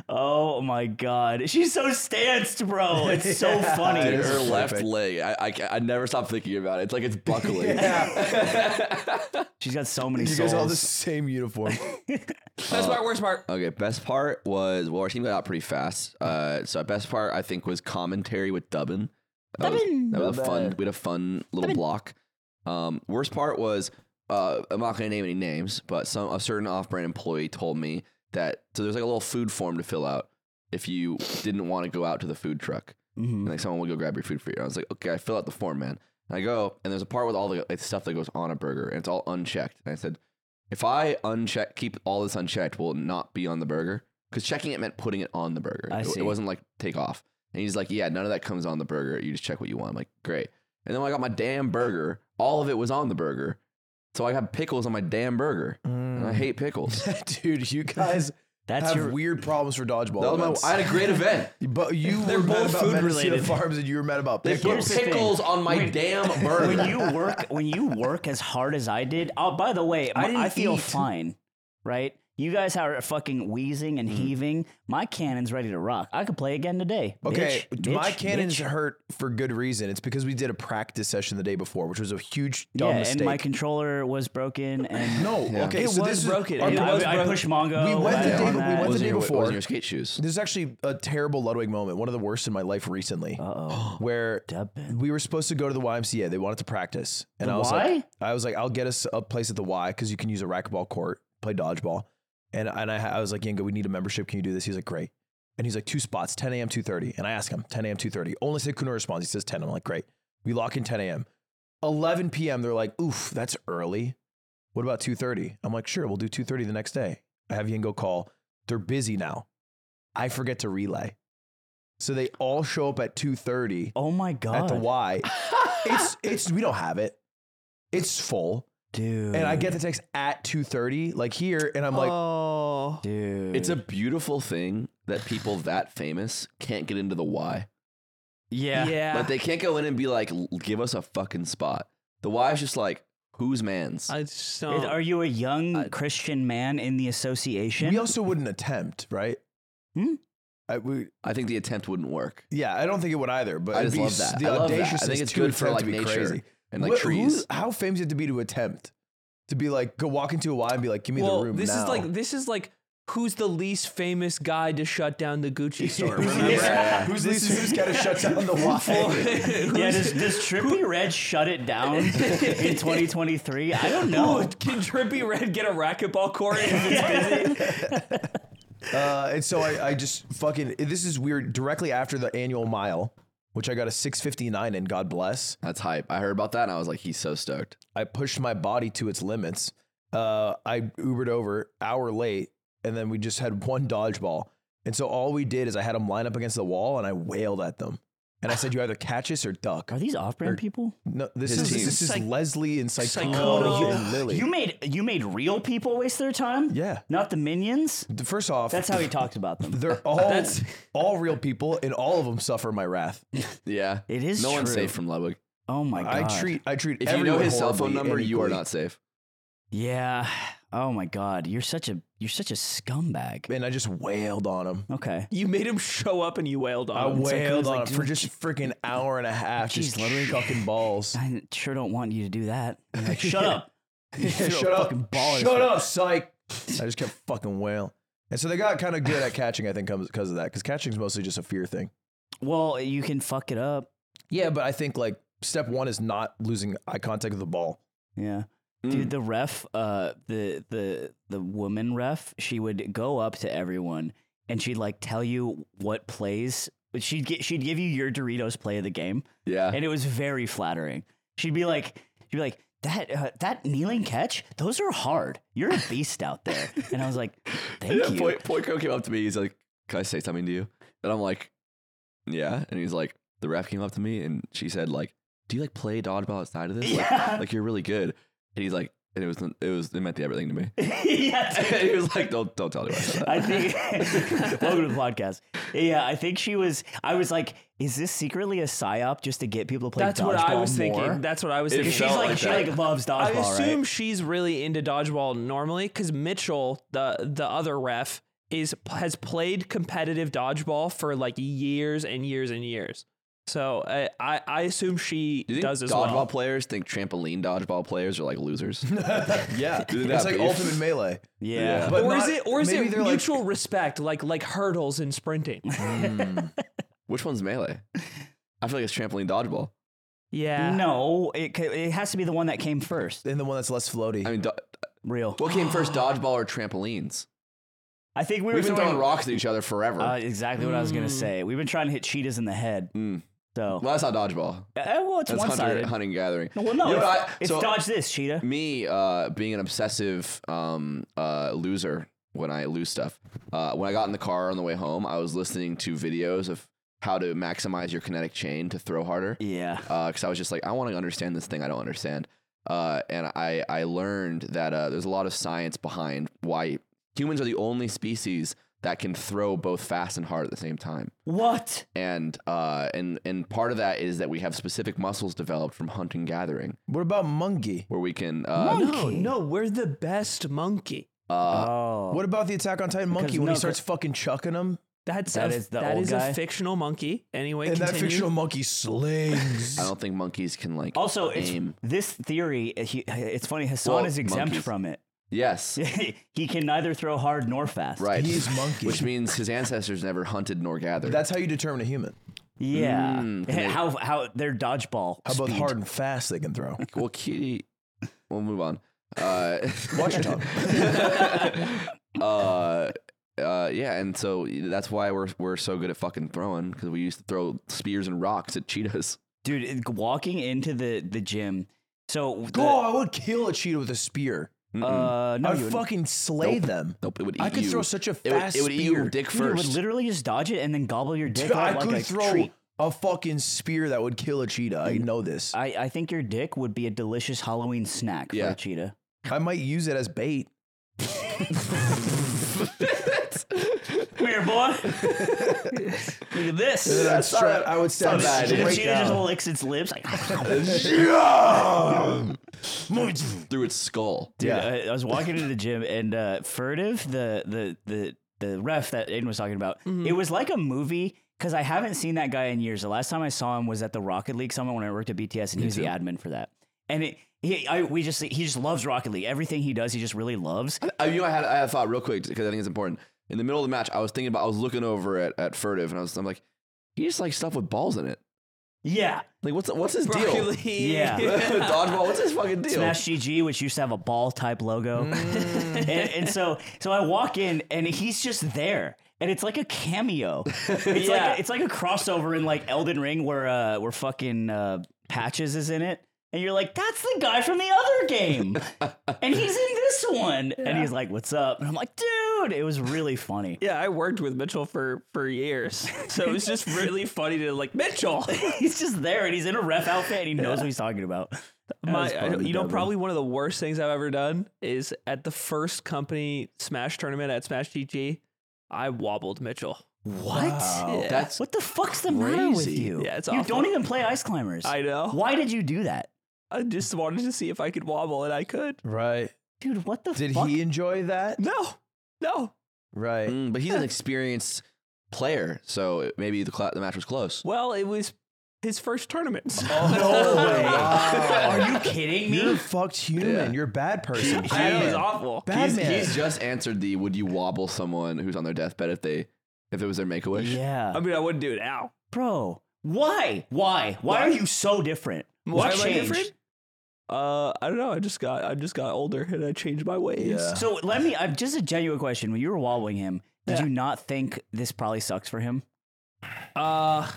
[SPEAKER 4] Oh my god, she's so stanced, bro. It's so funny.
[SPEAKER 3] Dude,
[SPEAKER 2] is
[SPEAKER 3] her left
[SPEAKER 2] perfect.
[SPEAKER 3] leg. I, I, I never stop thinking about it. It's like it's buckling.
[SPEAKER 4] She's got so many
[SPEAKER 2] You
[SPEAKER 4] souls.
[SPEAKER 2] guys all the same uniform.
[SPEAKER 1] Best part, worst part.
[SPEAKER 3] Okay, best part was well, our team got out pretty fast. Uh, so our best part I think was commentary with Dubbin. That
[SPEAKER 4] Dubbin.
[SPEAKER 3] was, that was a fun. We had a fun little block. Um, worst part was uh, I'm not gonna name any names, but some a certain off-brand employee told me that so there's like a little food form to fill out if you
[SPEAKER 4] Mm-hmm.
[SPEAKER 3] didn't want to go out to the food truck. And like someone would go grab your food for you. I was like, okay, I fill out the form, man. And I go, and there's a part with all the like, stuff that goes on a burger, and it's all unchecked. And I said, if I uncheck, keep all this unchecked, will it not be on the burger? Because checking it meant putting it on the burger.
[SPEAKER 4] I
[SPEAKER 3] it,
[SPEAKER 4] see.
[SPEAKER 3] it wasn't like take off. And he's like, yeah, none of that comes on the burger. You just check what you want. I'm like, great. And then when I got my damn burger, all of it was on the burger. So I got pickles on my damn burger. And
[SPEAKER 4] Mm.
[SPEAKER 3] I hate pickles. that
[SPEAKER 2] Dude, you guys
[SPEAKER 4] That's
[SPEAKER 2] have
[SPEAKER 4] your.
[SPEAKER 2] weird problems for dodgeball.
[SPEAKER 3] was
[SPEAKER 2] events.
[SPEAKER 3] my, I had a great event.
[SPEAKER 2] but you were mad
[SPEAKER 1] both
[SPEAKER 2] about
[SPEAKER 1] food
[SPEAKER 2] Mendocino
[SPEAKER 1] related.
[SPEAKER 2] farms, and you were mad about
[SPEAKER 3] They
[SPEAKER 2] pickles.
[SPEAKER 3] put
[SPEAKER 4] Here's the thing.
[SPEAKER 3] pickles on my damn burger.
[SPEAKER 4] when you work when you work as hard as I did. Oh, by the way, my- I,
[SPEAKER 2] didn't
[SPEAKER 4] feel
[SPEAKER 2] eat.
[SPEAKER 4] fine, right? You guys are fucking wheezing and
[SPEAKER 2] Mm-hmm.
[SPEAKER 4] heaving. My cannon's ready to rock. I could play again today.
[SPEAKER 2] Okay,
[SPEAKER 4] Bitch,
[SPEAKER 2] my
[SPEAKER 4] bitch,
[SPEAKER 2] cannons
[SPEAKER 4] bitch.
[SPEAKER 2] hurt for good reason. It's because we did a practice session the day before, which was a huge dumb
[SPEAKER 4] Yeah,
[SPEAKER 2] mistake.
[SPEAKER 4] and my controller was broken, and
[SPEAKER 2] no, okay,
[SPEAKER 1] It
[SPEAKER 2] so
[SPEAKER 1] was
[SPEAKER 2] this is
[SPEAKER 1] broken.
[SPEAKER 2] our
[SPEAKER 1] It
[SPEAKER 4] I,
[SPEAKER 2] pro-
[SPEAKER 1] was
[SPEAKER 4] I
[SPEAKER 1] broken.
[SPEAKER 4] pushed Mongo.
[SPEAKER 2] We went
[SPEAKER 4] I-
[SPEAKER 2] the day-
[SPEAKER 4] on
[SPEAKER 2] we
[SPEAKER 4] that.
[SPEAKER 2] went the
[SPEAKER 3] Wasn't
[SPEAKER 2] day
[SPEAKER 3] your-
[SPEAKER 2] before.
[SPEAKER 3] wasn't your skate shoes.
[SPEAKER 2] This is actually a terrible Ludwig moment, one of the worst in my life recently,
[SPEAKER 4] Oh. Uh-oh.
[SPEAKER 2] where
[SPEAKER 4] Dubbin.
[SPEAKER 2] we were supposed to go to the YMCA. They wanted to practice, and
[SPEAKER 4] The
[SPEAKER 2] I was
[SPEAKER 4] Y?
[SPEAKER 2] like, I was like, I'll get us a place at the Y because you can use a racquetball court, play dodgeball, and and I, ha- I was like, Yango, we need a membership. Can you do this? He's like, great. And he's like, two spots, 10 a.m., 2.30. And I ask him, 10 a.m., 2.30. Only Sakuna responds. He says 10. I'm like, great. We lock in 10 a.m. 11 p.m. They're like, oof, that's early. What about 2.30? I'm like, sure, we'll do 2.30 the next day. I have Yango call. They're busy now. I forget to relay. So they all show up at 2.30
[SPEAKER 4] Oh my god,
[SPEAKER 2] at the Y. it's, it's, we don't have it. It's full.
[SPEAKER 4] dude!
[SPEAKER 2] And I get the text at 2.30, like here. And I'm like,
[SPEAKER 1] Mm. oh,
[SPEAKER 4] dude.
[SPEAKER 3] It's a beautiful thing that people that famous can't get into the Y.
[SPEAKER 1] yeah.
[SPEAKER 3] Like they can't go in and be like, "L- give us a fucking spot. The Y is just like, whose man's?
[SPEAKER 1] I just
[SPEAKER 4] Is-
[SPEAKER 2] uh,
[SPEAKER 1] don't.
[SPEAKER 4] Are you a young Christian man in the association?
[SPEAKER 2] we also wouldn't attempt, right?
[SPEAKER 4] Hmm?
[SPEAKER 2] I, we,
[SPEAKER 3] I think the attempt wouldn't work.
[SPEAKER 2] Yeah, I don't think it would either. But
[SPEAKER 3] I
[SPEAKER 2] it'd
[SPEAKER 3] just
[SPEAKER 2] be
[SPEAKER 3] love
[SPEAKER 2] s-
[SPEAKER 3] that.
[SPEAKER 2] The
[SPEAKER 3] I love that. I
[SPEAKER 2] audaciousness
[SPEAKER 3] think it's
[SPEAKER 2] to
[SPEAKER 3] good for
[SPEAKER 2] attempt
[SPEAKER 3] like
[SPEAKER 2] to be
[SPEAKER 3] nature
[SPEAKER 2] crazy.
[SPEAKER 3] and like
[SPEAKER 2] What- who-
[SPEAKER 3] trees.
[SPEAKER 2] how famous you have to be to attempt to be like go walk into a Y and be like, give me
[SPEAKER 1] well,
[SPEAKER 2] the room
[SPEAKER 1] this
[SPEAKER 2] now.
[SPEAKER 1] is like this is like who's the least famous guy to shut down the Gucci store?
[SPEAKER 2] Who's
[SPEAKER 1] Remember?
[SPEAKER 2] this- Who's this? Who's got to shut down the Y?
[SPEAKER 4] yeah, does,
[SPEAKER 1] Who's-
[SPEAKER 4] does Trippy Red shut it down in 2023? I don't
[SPEAKER 1] Oh,
[SPEAKER 4] know.
[SPEAKER 1] can Trippy Red get a racquetball court if it's busy?
[SPEAKER 2] uh, and so I, I just fucking. This is weird. Directly after the annual mile, which I got a six fifty nine, and God bless.
[SPEAKER 3] That's hype. I heard about that and I was like, he's so stoked.
[SPEAKER 2] I pushed my body to its limits. Uh, I Ubered over hour late, and then we just had one dodgeball. And so all we did is I had them line up against the wall, and I wailed at them. And I said, "You either catch us or duck."
[SPEAKER 4] Are these off-brand people?
[SPEAKER 2] No, this
[SPEAKER 3] His
[SPEAKER 2] is
[SPEAKER 3] team.
[SPEAKER 2] this is
[SPEAKER 1] Psych-
[SPEAKER 2] Leslie and Psychono
[SPEAKER 1] Psychono.
[SPEAKER 2] Oh, and Lily.
[SPEAKER 4] You made you made real people waste their time.
[SPEAKER 2] Yeah.
[SPEAKER 4] not the minions.
[SPEAKER 2] D- First off,
[SPEAKER 4] That's how he talked about them.
[SPEAKER 2] they're all
[SPEAKER 1] That's-
[SPEAKER 2] all real people, and all of them suffer my wrath.
[SPEAKER 3] Yeah.
[SPEAKER 4] It is
[SPEAKER 3] No one's
[SPEAKER 4] true.
[SPEAKER 3] safe from Ludwig.
[SPEAKER 4] Oh my
[SPEAKER 2] I
[SPEAKER 4] god!
[SPEAKER 2] treat I treat.
[SPEAKER 3] If you know
[SPEAKER 2] everyone
[SPEAKER 3] his cell phone
[SPEAKER 2] horribly
[SPEAKER 3] number,
[SPEAKER 2] and
[SPEAKER 3] you are
[SPEAKER 2] equally.
[SPEAKER 3] not safe.
[SPEAKER 4] yeah. Oh my god! You're such a you're such a scumbag.
[SPEAKER 2] And I just wailed on him.
[SPEAKER 4] Okay.
[SPEAKER 1] You made him show up and you wailed on
[SPEAKER 2] I
[SPEAKER 1] him.
[SPEAKER 2] wailed on
[SPEAKER 4] like,
[SPEAKER 2] him for just freaking hour and a half, just
[SPEAKER 4] Jeez, Ludwig.
[SPEAKER 2] chucking balls.
[SPEAKER 4] I sure don't want you to do that. I'm like, shut up.
[SPEAKER 2] Shut up!
[SPEAKER 4] fucking ball in
[SPEAKER 2] Shut up, psych! I just kept fucking wailing. And so they got kind of good at catching, I think, because of that. Because catching is mostly just a fear thing.
[SPEAKER 4] Well, you can fuck it up.
[SPEAKER 2] Yeah, but I think like step one is not losing eye contact with the ball.
[SPEAKER 4] Yeah. Dude, the ref, uh, the the the woman ref, she would go up to everyone and she'd like tell you what plays. but She'd get, she'd give you your Doritos play of the game,
[SPEAKER 3] Yeah.
[SPEAKER 4] and it was very flattering. She'd be like, she'd be like that uh, that kneeling catch. Those are hard. You're a beast out there. And I was like, thank
[SPEAKER 3] Yeah,
[SPEAKER 4] you.
[SPEAKER 3] Poi- Poico came up to me. He's like, "Can I say something to you?" And I'm like, "Yeah." And he's like, "The ref came up to me and she said, like, do you like play dodgeball outside of this? Like,
[SPEAKER 4] Yeah.
[SPEAKER 3] like you're really good." And he's like, "And it was it was it meant everything to me."
[SPEAKER 4] yeah, dude.
[SPEAKER 3] he was like, "Don't don't tell anyone." I said that."
[SPEAKER 4] I think welcome to the podcast. Yeah, I think she was. I was like, is this secretly a psyop just to get people to play?
[SPEAKER 1] That's what I
[SPEAKER 4] dodgeball
[SPEAKER 1] was
[SPEAKER 4] more?
[SPEAKER 1] thinking. That's what I was
[SPEAKER 3] It
[SPEAKER 1] thinking.
[SPEAKER 4] she's
[SPEAKER 3] felt
[SPEAKER 4] like,
[SPEAKER 3] like
[SPEAKER 4] she
[SPEAKER 3] that.
[SPEAKER 4] like loves dodgeball.
[SPEAKER 1] I
[SPEAKER 4] right?
[SPEAKER 1] assume she's really into dodgeball normally because Mitchell, the the other ref, is has played competitive dodgeball for like years and years and years. So I I, I assume she
[SPEAKER 3] Do you think
[SPEAKER 1] does as
[SPEAKER 3] dodgeball
[SPEAKER 1] well.
[SPEAKER 3] players think trampoline dodgeball players are like losers?
[SPEAKER 2] Yeah,
[SPEAKER 3] Isn't that
[SPEAKER 2] it's like
[SPEAKER 3] beef?
[SPEAKER 2] ultimate melee.
[SPEAKER 4] Yeah.
[SPEAKER 2] But
[SPEAKER 1] or
[SPEAKER 2] not-
[SPEAKER 1] is it or is
[SPEAKER 2] maybe
[SPEAKER 1] it
[SPEAKER 2] they're like-
[SPEAKER 1] mutual respect like like hurdles in sprinting?
[SPEAKER 3] Which one's melee? I feel like it's trampoline dodgeball.
[SPEAKER 1] yeah.
[SPEAKER 4] No, it ca- it has to be the one that came first.
[SPEAKER 2] And the one that's less floaty.
[SPEAKER 3] I mean, do-
[SPEAKER 4] Real.
[SPEAKER 3] what came first, dodgeball or trampolines?
[SPEAKER 4] I think we were
[SPEAKER 3] We've been
[SPEAKER 4] throwing-
[SPEAKER 3] throwing rocks at each other forever.
[SPEAKER 4] Uh, exactly what I was gonna say. We've been trying to hit cheetahs in the head.
[SPEAKER 3] Mm.
[SPEAKER 4] So,
[SPEAKER 3] Well, that's not dodgeball.
[SPEAKER 4] uh, well, it's
[SPEAKER 3] That's
[SPEAKER 4] one
[SPEAKER 3] hunter,
[SPEAKER 4] sided.
[SPEAKER 3] hunting gathering.
[SPEAKER 4] Well, no,
[SPEAKER 3] You know
[SPEAKER 4] it's,
[SPEAKER 3] what I-
[SPEAKER 4] it's
[SPEAKER 3] so-
[SPEAKER 4] dodge this, Cheetah.
[SPEAKER 3] me uh, being an obsessive um, uh, loser when I lose stuff. Uh, when I got in the car on the way home, I was listening to videos of how to maximize your kinetic chain to throw harder
[SPEAKER 4] Yeah.
[SPEAKER 3] because I was just like, I want to understand this thing I don't understand. Uh, and I, I learned that uh, there's a lot of science behind why humans are the only species that can throw both fast and hard at the same time.
[SPEAKER 4] What?
[SPEAKER 3] And, uh, and, and part of that is that we have specific muscles developed from hunting gathering
[SPEAKER 2] What about monkey?
[SPEAKER 3] where we can uh,
[SPEAKER 1] Oh, No, no, we're the best monkey.
[SPEAKER 4] oh.
[SPEAKER 2] What about the Attack on Titan monkey when he
[SPEAKER 4] no,
[SPEAKER 2] starts fucking chucking him?
[SPEAKER 1] That's
[SPEAKER 4] That
[SPEAKER 1] a,
[SPEAKER 4] is the
[SPEAKER 1] that
[SPEAKER 4] old
[SPEAKER 1] is
[SPEAKER 4] guy?
[SPEAKER 1] a fictional monkey. Anyway,
[SPEAKER 2] And that
[SPEAKER 1] continue.
[SPEAKER 2] fictional monkey slings.
[SPEAKER 3] I don't think monkeys can like.
[SPEAKER 4] Also, it's,
[SPEAKER 3] aim.
[SPEAKER 4] this theory, uh, he, it's funny, Hassan
[SPEAKER 3] Well,
[SPEAKER 4] is exempt
[SPEAKER 3] monkeys.
[SPEAKER 4] from it.
[SPEAKER 3] yes,
[SPEAKER 4] he can neither throw hard nor fast.
[SPEAKER 3] right.
[SPEAKER 2] He's monkey.
[SPEAKER 3] which means his ancestors never hunted nor gathered.
[SPEAKER 2] That's how you determine a human.
[SPEAKER 4] Yeah.
[SPEAKER 2] Mm,
[SPEAKER 4] how, how their dodgeball.
[SPEAKER 2] How about
[SPEAKER 4] speed.
[SPEAKER 2] hard and fast they can throw?
[SPEAKER 3] well, Kitty. We'll move on. Uh,
[SPEAKER 2] Watch your tongue.
[SPEAKER 3] uh, uh, yeah, and so that's why we're we're so good at fucking throwing because we used to throw spears and rocks at cheetahs.
[SPEAKER 4] Dude, it- walking into the, the gym. So, the,
[SPEAKER 2] Go! I would kill a cheetah with a spear.
[SPEAKER 4] uh, no,
[SPEAKER 2] I'd
[SPEAKER 4] you would,
[SPEAKER 2] fucking slay them.
[SPEAKER 3] Nope, it would eat
[SPEAKER 2] I could
[SPEAKER 3] you.
[SPEAKER 2] throw such a
[SPEAKER 3] it would,
[SPEAKER 2] fast
[SPEAKER 3] it would eat
[SPEAKER 2] spear.
[SPEAKER 3] you dick
[SPEAKER 4] dude, you would
[SPEAKER 3] first.
[SPEAKER 4] literally just dodge it and then gobble your dick
[SPEAKER 2] Dude, I
[SPEAKER 4] out
[SPEAKER 2] could
[SPEAKER 4] like a
[SPEAKER 2] throw
[SPEAKER 4] treat.
[SPEAKER 2] a fucking spear that would kill a cheetah. I know this.
[SPEAKER 4] I, I think your dick would be a delicious Halloween snack for
[SPEAKER 3] Yeah.
[SPEAKER 4] a cheetah.
[SPEAKER 2] I might use it as bait.
[SPEAKER 4] Come here, boy. Look at this.
[SPEAKER 2] That's not, I would stab
[SPEAKER 4] This
[SPEAKER 2] that
[SPEAKER 4] cheetah,
[SPEAKER 2] right
[SPEAKER 4] cheetah just
[SPEAKER 2] now.
[SPEAKER 4] licks its lips. Like,
[SPEAKER 3] through its skull.
[SPEAKER 4] Dude,
[SPEAKER 2] Yeah.
[SPEAKER 4] I, I was walking into the gym and uh, furtive the the the the ref that Aiden was talking about. It was like a movie because I haven't seen that guy in years. The last time I saw him was at the Rocket League Summit when I worked at BTS, and he was the admin for that. And it, he, I, we just he just loves Rocket League. Everything he does, he just really loves.
[SPEAKER 3] I, you know, I had I had a thought real quick because I think it's important. In the middle of the match, I was thinking about I was looking over at, at furtive and I was I'm like, he just likes stuff with balls in it.
[SPEAKER 4] Yeah,
[SPEAKER 3] Like what's what's his deal?
[SPEAKER 1] Broccoli.
[SPEAKER 4] Yeah.
[SPEAKER 3] Dodgeball. What's his fucking deal?
[SPEAKER 4] Smash GG, which used to have a ball type logo.
[SPEAKER 1] Mm.
[SPEAKER 4] and, and so so I walk in and he's just there. And it's like a cameo. It's
[SPEAKER 1] Yeah.
[SPEAKER 4] like it's like a crossover in like Elden Ring where uh where fucking uh Patches is in it. And you're like, that's the guy from the other game. and he's in this one. And he's like, what's up? And I'm like, dude, it was really funny.
[SPEAKER 1] Yeah, I worked with Mitchell for for years, so it was just really funny to like Mitchell.
[SPEAKER 4] he's just there and he's in a ref outfit and he knows what he's talking about. That was
[SPEAKER 1] My, I-
[SPEAKER 4] fun
[SPEAKER 1] you know,
[SPEAKER 4] together.
[SPEAKER 1] probably one of the worst things I've ever done is at the first company Smash tournament at Smash GG, I wobbled Mitchell.
[SPEAKER 4] What?
[SPEAKER 3] That's
[SPEAKER 4] What the fuck's the matter with
[SPEAKER 3] crazy.
[SPEAKER 4] you?
[SPEAKER 1] Yeah, it's
[SPEAKER 4] you
[SPEAKER 1] awful.
[SPEAKER 4] don't even play ice climbers.
[SPEAKER 1] I know.
[SPEAKER 4] Why did you do that,
[SPEAKER 1] I just wanted to see if I could wobble, and I could.
[SPEAKER 2] Right.
[SPEAKER 4] dude? What the
[SPEAKER 2] Did
[SPEAKER 4] fuck?
[SPEAKER 2] he enjoy that?
[SPEAKER 1] No, no.
[SPEAKER 2] Right.
[SPEAKER 3] Mm, but he's an experienced player, so it- maybe the cla the match was close.
[SPEAKER 1] Well, it was his first tournament.
[SPEAKER 4] Oh,
[SPEAKER 2] Oh
[SPEAKER 4] Are you kidding
[SPEAKER 2] You're a
[SPEAKER 4] me?
[SPEAKER 2] fucked human.
[SPEAKER 3] Yeah.
[SPEAKER 2] You're a bad person.
[SPEAKER 1] That was awful.
[SPEAKER 2] Bad
[SPEAKER 3] He's,
[SPEAKER 2] man.
[SPEAKER 3] he's just answered the "Would you wobble someone who's on their deathbed if they if it was their make a wish?"
[SPEAKER 4] yeah,
[SPEAKER 1] I mean, I wouldn't do it now.
[SPEAKER 4] bro. Why? Why? Why
[SPEAKER 1] Why?
[SPEAKER 4] are you so different?
[SPEAKER 1] Why
[SPEAKER 4] What
[SPEAKER 1] am I
[SPEAKER 4] changed?
[SPEAKER 1] different? Uh, I don't know. I just got I just got older, and I changed my ways.
[SPEAKER 2] Yeah.
[SPEAKER 4] So let me. I'm just a genuine question. When you were wobbling him, did you not think this probably sucks for him?
[SPEAKER 1] Uh,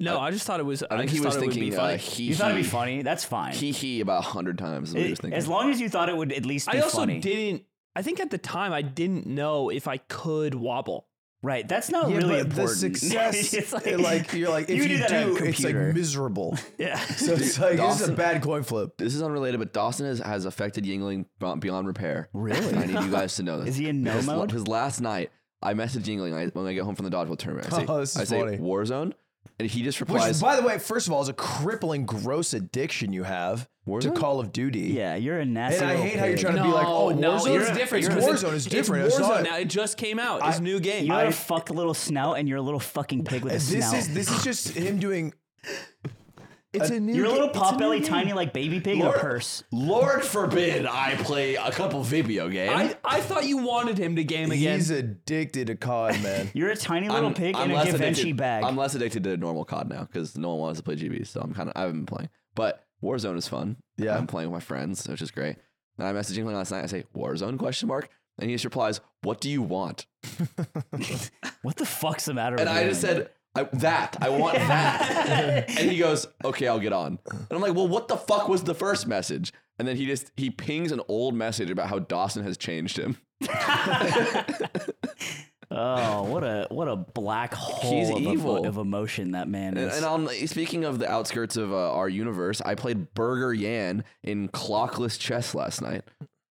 [SPEAKER 1] no, I, just thought it was. I,
[SPEAKER 3] I think he
[SPEAKER 1] just
[SPEAKER 3] was
[SPEAKER 1] thought it would
[SPEAKER 3] thinking
[SPEAKER 1] be funny.
[SPEAKER 3] uh, he
[SPEAKER 4] You thought it'd be
[SPEAKER 3] he-
[SPEAKER 4] funny. That's fine.
[SPEAKER 3] he he about hundred times. Is what he was
[SPEAKER 4] It-
[SPEAKER 3] thinking.
[SPEAKER 4] as long as you thought it would at least be
[SPEAKER 1] I also
[SPEAKER 4] funny.
[SPEAKER 1] didn't. I think at the time I didn't know if I could wobble.
[SPEAKER 4] Right. That's not
[SPEAKER 2] Yeah,
[SPEAKER 4] really
[SPEAKER 2] but
[SPEAKER 4] important.
[SPEAKER 2] the success,
[SPEAKER 4] It's
[SPEAKER 2] like, you're like, if you,
[SPEAKER 4] do that on a
[SPEAKER 2] do, it's like
[SPEAKER 4] computer.
[SPEAKER 2] miserable.
[SPEAKER 1] Yeah.
[SPEAKER 2] So it's like this is a
[SPEAKER 3] Dawson-
[SPEAKER 2] bad coin flip.
[SPEAKER 3] this is unrelated, but Dawson has, has affected Yingling b- beyond repair.
[SPEAKER 4] Really?
[SPEAKER 3] I need you guys to know this.
[SPEAKER 4] Is he in no
[SPEAKER 3] Because la-
[SPEAKER 4] mode?
[SPEAKER 3] Because last night I messaged Yingling I, when I get home from the dodgeball tournament. I say,
[SPEAKER 2] Oh, this is
[SPEAKER 3] I say
[SPEAKER 2] funny.
[SPEAKER 3] Warzone, and he just
[SPEAKER 2] Which,
[SPEAKER 3] replies,
[SPEAKER 2] by the way, first of all, is a crippling, gross addiction you have to
[SPEAKER 3] Warzone?
[SPEAKER 2] Call of Duty.
[SPEAKER 4] yeah, you're a nasty.
[SPEAKER 2] And I
[SPEAKER 4] little
[SPEAKER 2] hate how you're
[SPEAKER 4] pig.
[SPEAKER 2] trying to be like, oh, Warzone
[SPEAKER 1] it's different.
[SPEAKER 2] It's
[SPEAKER 1] 'cause
[SPEAKER 2] Warzone is different.
[SPEAKER 1] It's
[SPEAKER 2] I saw
[SPEAKER 1] Warzone
[SPEAKER 2] it.
[SPEAKER 1] now. It just came out. It's
[SPEAKER 2] I-
[SPEAKER 1] new game.
[SPEAKER 4] You're
[SPEAKER 1] I-
[SPEAKER 4] a fuck little snout, and you're a little fucking pig with a
[SPEAKER 2] This
[SPEAKER 4] snout.
[SPEAKER 2] is this is just him doing.
[SPEAKER 1] it's a new.
[SPEAKER 4] you're a little
[SPEAKER 1] game. It's
[SPEAKER 4] pot
[SPEAKER 1] new
[SPEAKER 4] belly,
[SPEAKER 1] game.
[SPEAKER 4] tiny like baby pig in a purse.
[SPEAKER 3] "Lord forbid I play a couple video games."
[SPEAKER 1] I, I thought you wanted him to game again.
[SPEAKER 2] He's addicted to COD, man.
[SPEAKER 4] You're a tiny little pig in a
[SPEAKER 3] less
[SPEAKER 4] Givenchy
[SPEAKER 3] addicted-
[SPEAKER 4] bag.
[SPEAKER 3] I'm less addicted to normal COD now because no one wants to play GB, so I'm kind of I haven't been playing. But Warzone is fun.
[SPEAKER 2] Yeah.
[SPEAKER 3] I'm playing with my friends, which is great. And I messaged him last night. I say Warzone question mark, and he just replies, "What do you want?"
[SPEAKER 4] what the fuck's the matter?
[SPEAKER 3] And
[SPEAKER 4] with
[SPEAKER 3] I
[SPEAKER 4] you,
[SPEAKER 3] just
[SPEAKER 4] man?
[SPEAKER 3] said, I, that I want that. and he goes, okay, I'll get on. And I'm like, well, what the fuck was the first message? And then he just he pings an old message about how Dawson has changed him.
[SPEAKER 4] Oh, what a what a black hole
[SPEAKER 3] He's
[SPEAKER 4] of, emo-
[SPEAKER 3] evil.
[SPEAKER 4] of emotion that man
[SPEAKER 3] And,
[SPEAKER 4] is.
[SPEAKER 3] and on speaking of the outskirts of uh, our universe, I played Burger Yan in clockless chess last night.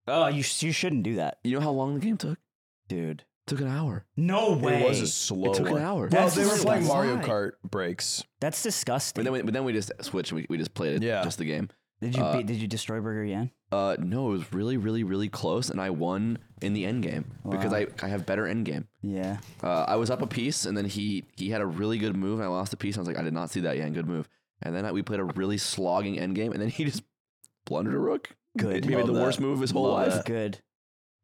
[SPEAKER 4] oh, you you shouldn't do that,
[SPEAKER 3] You know how long the game took?
[SPEAKER 4] dude.
[SPEAKER 3] took an hour.
[SPEAKER 4] No way.
[SPEAKER 2] It was a slow
[SPEAKER 3] It took
[SPEAKER 2] one.
[SPEAKER 3] an hour.
[SPEAKER 2] Well,
[SPEAKER 4] That's
[SPEAKER 2] they were
[SPEAKER 4] just
[SPEAKER 2] playing
[SPEAKER 4] a
[SPEAKER 2] Mario
[SPEAKER 4] lie.
[SPEAKER 2] Kart breaks.
[SPEAKER 4] That's
[SPEAKER 3] But
[SPEAKER 4] disgusting.
[SPEAKER 3] then, we, but then we just switched. We, we just played it.
[SPEAKER 2] Yeah.
[SPEAKER 3] Just the game.
[SPEAKER 4] did you
[SPEAKER 3] uh,
[SPEAKER 4] beat, did you destroy Burger Yan?
[SPEAKER 3] Uh, no, it was really, really, really close, and I won in the end game because I, I have better end game.
[SPEAKER 4] Yeah.
[SPEAKER 3] Uh, I was up a piece, and then he he had a really good move, and I lost a piece. And I was like, I did not see that. Yeah, good move. And then I, we played a really slogging end game, and then he just blundered a rook.
[SPEAKER 4] Good.
[SPEAKER 3] He made
[SPEAKER 2] Love
[SPEAKER 3] the
[SPEAKER 2] that.
[SPEAKER 3] worst move of his whole uh,
[SPEAKER 2] Love
[SPEAKER 3] life.
[SPEAKER 2] that.
[SPEAKER 4] Good.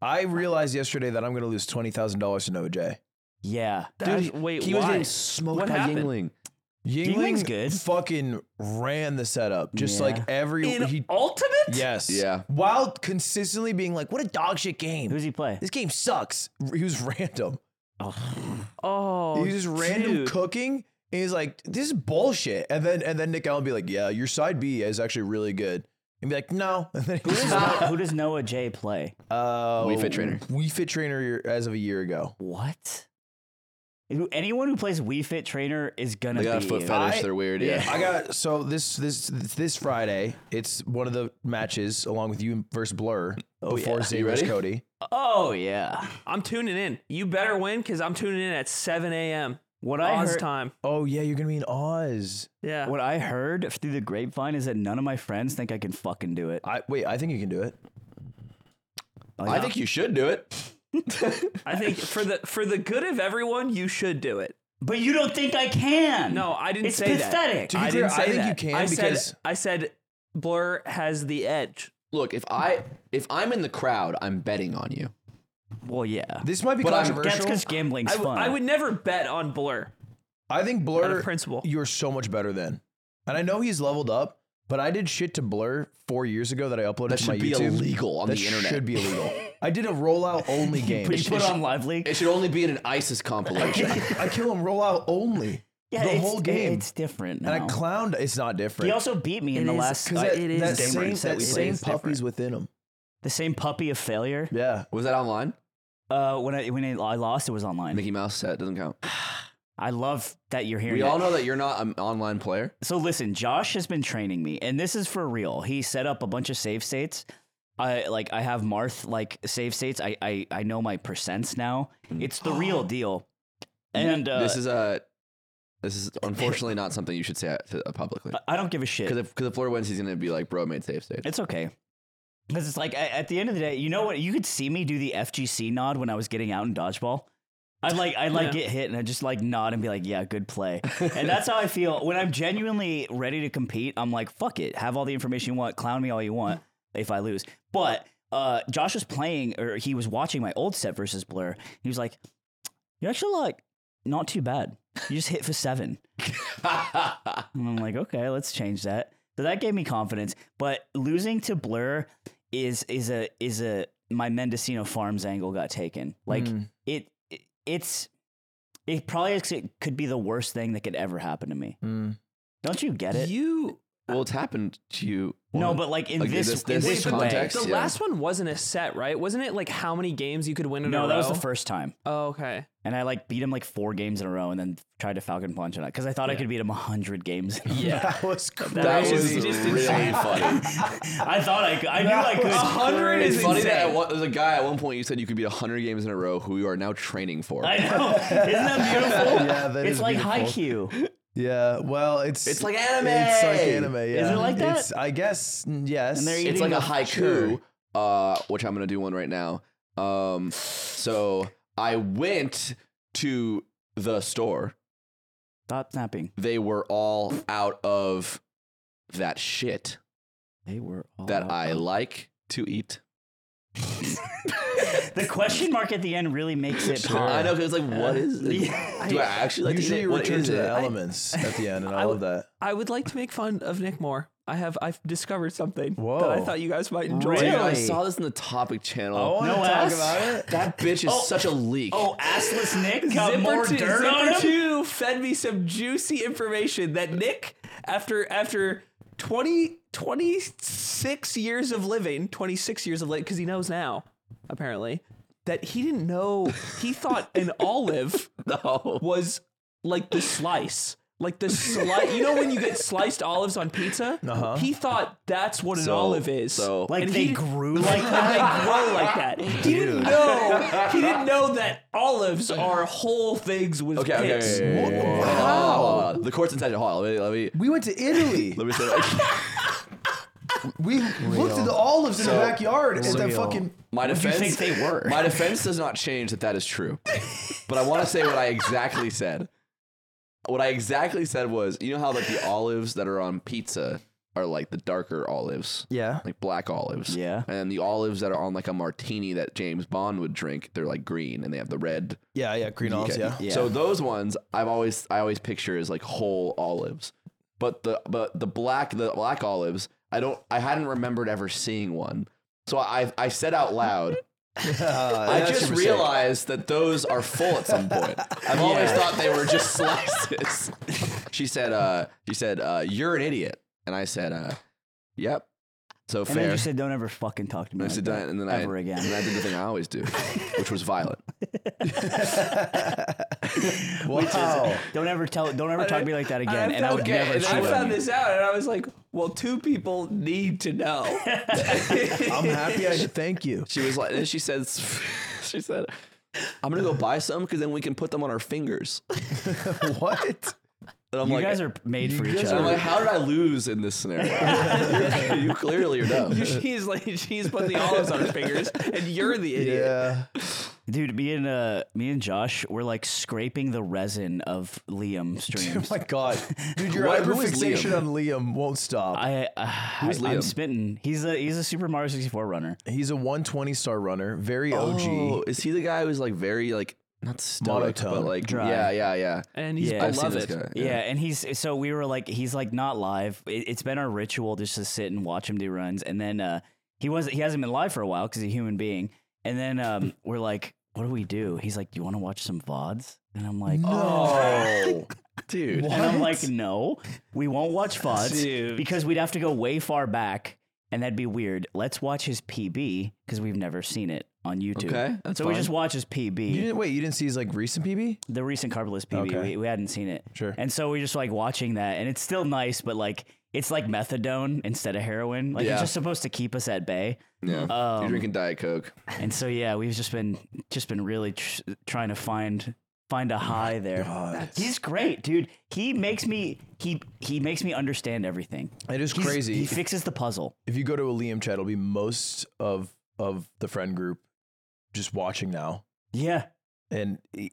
[SPEAKER 2] I realized yesterday that I'm going to lose twenty thousand dollars to Noah J.
[SPEAKER 4] Yeah.
[SPEAKER 1] That's- wait,
[SPEAKER 3] he was
[SPEAKER 1] why?
[SPEAKER 3] getting smoked
[SPEAKER 1] What
[SPEAKER 3] by
[SPEAKER 1] happened?
[SPEAKER 3] Yingling.
[SPEAKER 2] Yingling
[SPEAKER 4] Yingling's good.
[SPEAKER 2] fucking ran the setup. Just
[SPEAKER 4] Yeah.
[SPEAKER 2] like every
[SPEAKER 1] In
[SPEAKER 2] he,
[SPEAKER 1] Ultimate?
[SPEAKER 2] yes,
[SPEAKER 3] Yeah.
[SPEAKER 2] While consistently being like, "What a dog shit game!
[SPEAKER 4] Who's he play?
[SPEAKER 2] this game sucks." He was random.
[SPEAKER 1] Oh,
[SPEAKER 2] he was just random
[SPEAKER 1] dude.
[SPEAKER 2] cooking. And he's like, "This is bullshit." And then and then Nick Allen would be like, "Yeah, your side B is actually really good." And be like, "No." And then he
[SPEAKER 4] Who
[SPEAKER 2] was,
[SPEAKER 4] does, who does Noah J play?
[SPEAKER 2] uh,
[SPEAKER 3] We Fit Trainer.
[SPEAKER 2] We Fit Trainer as of a year ago.
[SPEAKER 4] What? Who- Anyone who plays Wii Fit Trainer is gonna
[SPEAKER 3] They got a
[SPEAKER 4] beat
[SPEAKER 3] foot
[SPEAKER 4] you.
[SPEAKER 3] fetish.
[SPEAKER 2] I-
[SPEAKER 3] They're weird.
[SPEAKER 4] Yeah.
[SPEAKER 3] Yeah.
[SPEAKER 2] I got so this this this Friday. It's one of the matches along with you versus Blur before
[SPEAKER 4] yeah.
[SPEAKER 3] You
[SPEAKER 2] Xavier's
[SPEAKER 3] ready?
[SPEAKER 2] Cody.
[SPEAKER 4] Oh yeah.
[SPEAKER 1] I'm tuning in. You better win because I'm tuning in at 7 a.m.
[SPEAKER 4] What I
[SPEAKER 1] Oz
[SPEAKER 4] heard,
[SPEAKER 1] time.
[SPEAKER 2] Oh yeah, you're gonna be in Oz.
[SPEAKER 1] Yeah.
[SPEAKER 4] what I heard through the grapevine is that none of my friends think I can fucking do it.
[SPEAKER 2] I wait. I think you can do it.
[SPEAKER 3] I think you should do it.
[SPEAKER 1] I think for the for the good of everyone, you should do it.
[SPEAKER 4] But you don't think I can.
[SPEAKER 1] No, I didn't
[SPEAKER 4] it's
[SPEAKER 1] say
[SPEAKER 4] pathetic.
[SPEAKER 2] To be
[SPEAKER 1] that. I
[SPEAKER 2] clear,
[SPEAKER 1] didn't say
[SPEAKER 2] I think
[SPEAKER 1] that.
[SPEAKER 2] you can
[SPEAKER 1] I
[SPEAKER 2] because
[SPEAKER 1] said, I said Blur has the edge.
[SPEAKER 3] Look, if I if I'm in the crowd, I'm betting on you.
[SPEAKER 4] Well, yeah.
[SPEAKER 2] this might be
[SPEAKER 3] But I'm-
[SPEAKER 4] That's
[SPEAKER 2] controversial.
[SPEAKER 4] because gambling's
[SPEAKER 1] I, w-
[SPEAKER 4] fun.
[SPEAKER 1] I would never bet on Blur.
[SPEAKER 2] I think
[SPEAKER 1] Out
[SPEAKER 2] Blur
[SPEAKER 1] of principle.
[SPEAKER 2] You're so much better than, and I know he's leveled up. But I did shit to Blur four years ago that I uploaded
[SPEAKER 3] That
[SPEAKER 2] to my
[SPEAKER 3] should be
[SPEAKER 2] YouTube.
[SPEAKER 3] illegal on
[SPEAKER 2] that
[SPEAKER 3] the internet.
[SPEAKER 2] Should be illegal. I did a rollout only game.
[SPEAKER 4] But you put on lively.
[SPEAKER 3] It should only be in an ISIS compilation.
[SPEAKER 2] I kill him rollout only.
[SPEAKER 4] Yeah,
[SPEAKER 2] the
[SPEAKER 4] it's-
[SPEAKER 2] whole game.
[SPEAKER 4] It's different.
[SPEAKER 2] and I
[SPEAKER 4] now.
[SPEAKER 2] clowned. It's not different.
[SPEAKER 4] He also beat me in
[SPEAKER 1] It
[SPEAKER 4] the
[SPEAKER 1] is-
[SPEAKER 4] last.
[SPEAKER 2] Because
[SPEAKER 4] I-
[SPEAKER 2] that,
[SPEAKER 1] it is
[SPEAKER 2] that
[SPEAKER 1] game
[SPEAKER 2] same,
[SPEAKER 1] rooms that
[SPEAKER 2] that
[SPEAKER 1] we play
[SPEAKER 2] same
[SPEAKER 1] is
[SPEAKER 2] puppy's within him.
[SPEAKER 4] the same puppy of failure.
[SPEAKER 2] Yeah.
[SPEAKER 3] Was that online?
[SPEAKER 4] Uh, when I when I I lost, it was online.
[SPEAKER 3] Mickey Mouse set doesn't count.
[SPEAKER 4] I love that you're hearing.
[SPEAKER 3] We
[SPEAKER 4] it.
[SPEAKER 3] all know that you're not an online player.
[SPEAKER 4] So listen, Josh has been training me, and this is for real. He set up a bunch of save states. I like I have Marth like save states. I I, I know my percents now. It's the real deal. And uh,
[SPEAKER 3] this is a this is unfortunately not something you should say to- uh, publicly.
[SPEAKER 4] I- I don't give a shit.
[SPEAKER 3] Because if because if Florida wins, he's gonna be like, bro, I made safe state.
[SPEAKER 4] It's okay. Because it's like a- at the end of the day, you know what? You could see me do the FGC nod when I was getting out in dodgeball. I'd like I'd like
[SPEAKER 1] Yeah.
[SPEAKER 4] get hit and I'd just like nod and be like, yeah, good play. and that's how I feel. When I'm genuinely ready to compete, I'm like, fuck it. Have all the information you want, clown me all you want if I lose. But uh, Josh was playing or he was watching my old set versus Blur. He was like, You're actually like not too bad. You just hit for seven. And I'm like, okay, let's change that. So that gave me confidence. But losing to Blur is is a is a my Mendocino Farms angle got taken. Like
[SPEAKER 1] Hmm.
[SPEAKER 4] it, it it's it probably is- it could be the worst thing that could ever happen to me. Don't you get it?
[SPEAKER 1] Hmm. You
[SPEAKER 3] well, it's happened to you.
[SPEAKER 4] no,
[SPEAKER 3] once.
[SPEAKER 4] but like in
[SPEAKER 3] Like,
[SPEAKER 4] this,
[SPEAKER 3] this-
[SPEAKER 4] in
[SPEAKER 3] this
[SPEAKER 4] this
[SPEAKER 3] context,
[SPEAKER 4] way.
[SPEAKER 1] the
[SPEAKER 3] Yeah.
[SPEAKER 1] last one wasn't a set, right? Wasn't it like how many games you could win in a row?
[SPEAKER 4] No, that was the first time,
[SPEAKER 1] Oh, okay.
[SPEAKER 4] and I like beat him like four games in a row, and then tried to Falcon Punch on it because I thought I could beat him hundred games. in a row.
[SPEAKER 2] That was crazy.
[SPEAKER 3] that
[SPEAKER 1] That
[SPEAKER 3] was
[SPEAKER 1] is just
[SPEAKER 3] really
[SPEAKER 1] insane.
[SPEAKER 3] funny.
[SPEAKER 4] I thought I could. I knew I could.
[SPEAKER 1] hundred
[SPEAKER 3] It's
[SPEAKER 1] is
[SPEAKER 3] funny that
[SPEAKER 1] insane.
[SPEAKER 3] at one, there's a guy at one point you said you could beat 100 games in a row who you are now training for.
[SPEAKER 4] I know. Isn't that beautiful?
[SPEAKER 2] Yeah, that
[SPEAKER 4] it's
[SPEAKER 2] is
[SPEAKER 4] like
[SPEAKER 2] beautiful.
[SPEAKER 4] Haikyuu.
[SPEAKER 2] Yeah, well, it's
[SPEAKER 3] It's like anime.
[SPEAKER 2] It's like anime. Yeah,
[SPEAKER 4] it like that?
[SPEAKER 2] It's, I guess mm, yes.
[SPEAKER 4] And they're
[SPEAKER 3] it's
[SPEAKER 4] eating
[SPEAKER 3] like a
[SPEAKER 4] the-
[SPEAKER 3] haiku,
[SPEAKER 2] Sure.
[SPEAKER 3] uh, which I'm gonna do one right now. Um, so I went to the store.
[SPEAKER 4] Stop snapping.
[SPEAKER 3] They were all out of that shit
[SPEAKER 4] They were all
[SPEAKER 3] that
[SPEAKER 4] out.
[SPEAKER 3] I like to eat.
[SPEAKER 4] The question mark at the end really makes it.
[SPEAKER 2] Sure.
[SPEAKER 3] I know because like, what is? It?
[SPEAKER 4] Yeah.
[SPEAKER 3] Do I actually like
[SPEAKER 2] Usually,
[SPEAKER 3] to eat
[SPEAKER 2] you
[SPEAKER 3] it? What
[SPEAKER 2] return
[SPEAKER 3] is
[SPEAKER 2] to the
[SPEAKER 3] it?
[SPEAKER 2] elements at the end, and I,
[SPEAKER 1] I
[SPEAKER 2] love that.
[SPEAKER 1] I would like to make fun of Nick more. I have I've discovered something that I
[SPEAKER 2] Whoa.
[SPEAKER 1] thought you guys might enjoy.
[SPEAKER 4] Really?
[SPEAKER 3] Dude, I saw this in the topic channel.
[SPEAKER 2] wanna
[SPEAKER 4] No ass?
[SPEAKER 3] That bitch is such a leak.
[SPEAKER 4] Oh, assless Nick got
[SPEAKER 1] Zipper,
[SPEAKER 4] more
[SPEAKER 1] two,
[SPEAKER 4] dirt on
[SPEAKER 1] Zipper
[SPEAKER 4] him?
[SPEAKER 1] two fed me some juicy information that Nick, after after 20, 26 years of living, 26 years of living, because he knows now, apparently, that he didn't know, he thought an olive was like the slice. Like the slice, you know, when you get sliced olives on pizza, uh-huh. he thought that's what an
[SPEAKER 3] So-
[SPEAKER 1] olive is.
[SPEAKER 3] so-
[SPEAKER 4] Like
[SPEAKER 1] And
[SPEAKER 4] they
[SPEAKER 1] he-
[SPEAKER 4] grew like that?
[SPEAKER 1] they grow like that. He didn't know. He didn't know that olives are whole things with
[SPEAKER 3] Okay, okay,
[SPEAKER 1] pits.
[SPEAKER 3] okay, okay, okay, okay. Hold on, hold on. The court's inside the hall. Let me, let me,
[SPEAKER 2] We went to Italy.
[SPEAKER 3] let me say that.
[SPEAKER 2] we looked at the olives in the backyard at that fucking.
[SPEAKER 3] My
[SPEAKER 4] do you think
[SPEAKER 3] defense.
[SPEAKER 4] they were?
[SPEAKER 3] My defense does not change that that is true. but I want to say what I exactly said. What I exactly said was, you know how like the olives that are on pizza are like the darker olives,
[SPEAKER 2] Yeah.
[SPEAKER 3] like black olives.
[SPEAKER 4] Yeah.
[SPEAKER 3] And the olives that are on like a martini that James Bond would drink, they're like green and they have the red.
[SPEAKER 2] Yeah, yeah, green olives. Yeah.
[SPEAKER 3] So those ones I've always I always picture as like whole olives. But the but the black the black olives, I don't I hadn't remembered ever seeing one. So I I said out loud
[SPEAKER 2] Uh,
[SPEAKER 3] I
[SPEAKER 2] that's
[SPEAKER 3] just
[SPEAKER 2] your mistake.
[SPEAKER 3] realized that those are full at some point. I've always thought they were just slices. she said, uh, she said, uh, you're an idiot. And I said, uh, yep. So
[SPEAKER 4] And
[SPEAKER 3] fair.
[SPEAKER 4] then you said, don't ever fucking talk to me
[SPEAKER 3] I
[SPEAKER 4] like
[SPEAKER 3] said
[SPEAKER 4] that
[SPEAKER 3] that, and then
[SPEAKER 4] ever
[SPEAKER 3] I,
[SPEAKER 4] again.
[SPEAKER 3] And then I did the thing I always do, which was violent.
[SPEAKER 2] Wow.
[SPEAKER 4] Don't ever tell. Don't ever talk to me like that again.
[SPEAKER 1] And,
[SPEAKER 4] And I would
[SPEAKER 1] okay,
[SPEAKER 4] never.
[SPEAKER 1] and I
[SPEAKER 4] cheat on
[SPEAKER 1] found
[SPEAKER 4] you.
[SPEAKER 1] this out, and I was like, "Well, two people need to know."
[SPEAKER 2] I'm happy. I should thank you.
[SPEAKER 3] She was like, and she said, she said, I'm gonna go buy some because then we can put them on our fingers.
[SPEAKER 2] What?
[SPEAKER 3] And I'm
[SPEAKER 4] You
[SPEAKER 3] like,
[SPEAKER 4] guys are made for each
[SPEAKER 3] and I'm
[SPEAKER 4] other.
[SPEAKER 3] like, how did I lose in this scenario? you clearly are dumb.
[SPEAKER 1] she's like, she's putting the olives on her fingers, and you're the idiot.
[SPEAKER 2] Yeah.
[SPEAKER 4] Dude, me and uh, me and Josh were like scraping the resin of Liam
[SPEAKER 2] Oh
[SPEAKER 4] streams.
[SPEAKER 2] my god, dude, your
[SPEAKER 3] Why- who is
[SPEAKER 2] hyperfixation
[SPEAKER 3] Liam?
[SPEAKER 2] on Liam won't stop.
[SPEAKER 4] I, uh, I I'm
[SPEAKER 3] Liam?
[SPEAKER 4] spitting. He's a he's a Super Mario 64 runner.
[SPEAKER 2] He's a 120 star runner, very
[SPEAKER 3] Oh,
[SPEAKER 2] OG.
[SPEAKER 3] is he the guy who's like very like not stoic,
[SPEAKER 2] Monotone.
[SPEAKER 3] but like
[SPEAKER 4] Dry.
[SPEAKER 3] yeah, yeah, yeah.
[SPEAKER 4] Eh.
[SPEAKER 1] And he's
[SPEAKER 4] Yeah. I've
[SPEAKER 3] seen this
[SPEAKER 1] beloved.
[SPEAKER 3] guy.
[SPEAKER 4] Yeah. and he's so we were like he's like not live. It, it's been our ritual just to sit and watch him do runs, and then uh, he was he hasn't been live for a while because he's a human being. And then um, we're like, what do we do? He's like, do you want to watch some vods? And I'm like,
[SPEAKER 3] Oh, dude.
[SPEAKER 4] And I'm like, no, we won't watch VODs
[SPEAKER 1] Dude.
[SPEAKER 4] because we'd have to go way far back and that'd be weird. Let's watch his PB because we've never seen it on YouTube.
[SPEAKER 3] Okay, that's
[SPEAKER 4] so we
[SPEAKER 3] fine.
[SPEAKER 4] just watch his PB,
[SPEAKER 2] You didn't wait. You didn't see his like recent PB?
[SPEAKER 4] the recent carbless PB.
[SPEAKER 2] Okay.
[SPEAKER 4] We, we hadn't seen it.
[SPEAKER 2] Sure.
[SPEAKER 4] And so we're just like watching that and it's still nice, but like it's like methadone instead of heroin. Like
[SPEAKER 3] Yeah.
[SPEAKER 4] it's just supposed to keep us at bay.
[SPEAKER 3] Yeah,
[SPEAKER 4] Um,
[SPEAKER 3] you're drinking diet coke.
[SPEAKER 4] And so yeah, we've just been just been really tr- trying to find
[SPEAKER 2] Oh
[SPEAKER 4] find a high there. He's great, dude. He makes me he he makes me understand everything.
[SPEAKER 2] It is
[SPEAKER 4] He's-
[SPEAKER 2] crazy.
[SPEAKER 4] He
[SPEAKER 2] If-
[SPEAKER 4] fixes the puzzle.
[SPEAKER 2] if you go to a Liam chat, it'll be most of of the friend group just watching now,
[SPEAKER 4] Yeah.
[SPEAKER 2] and he-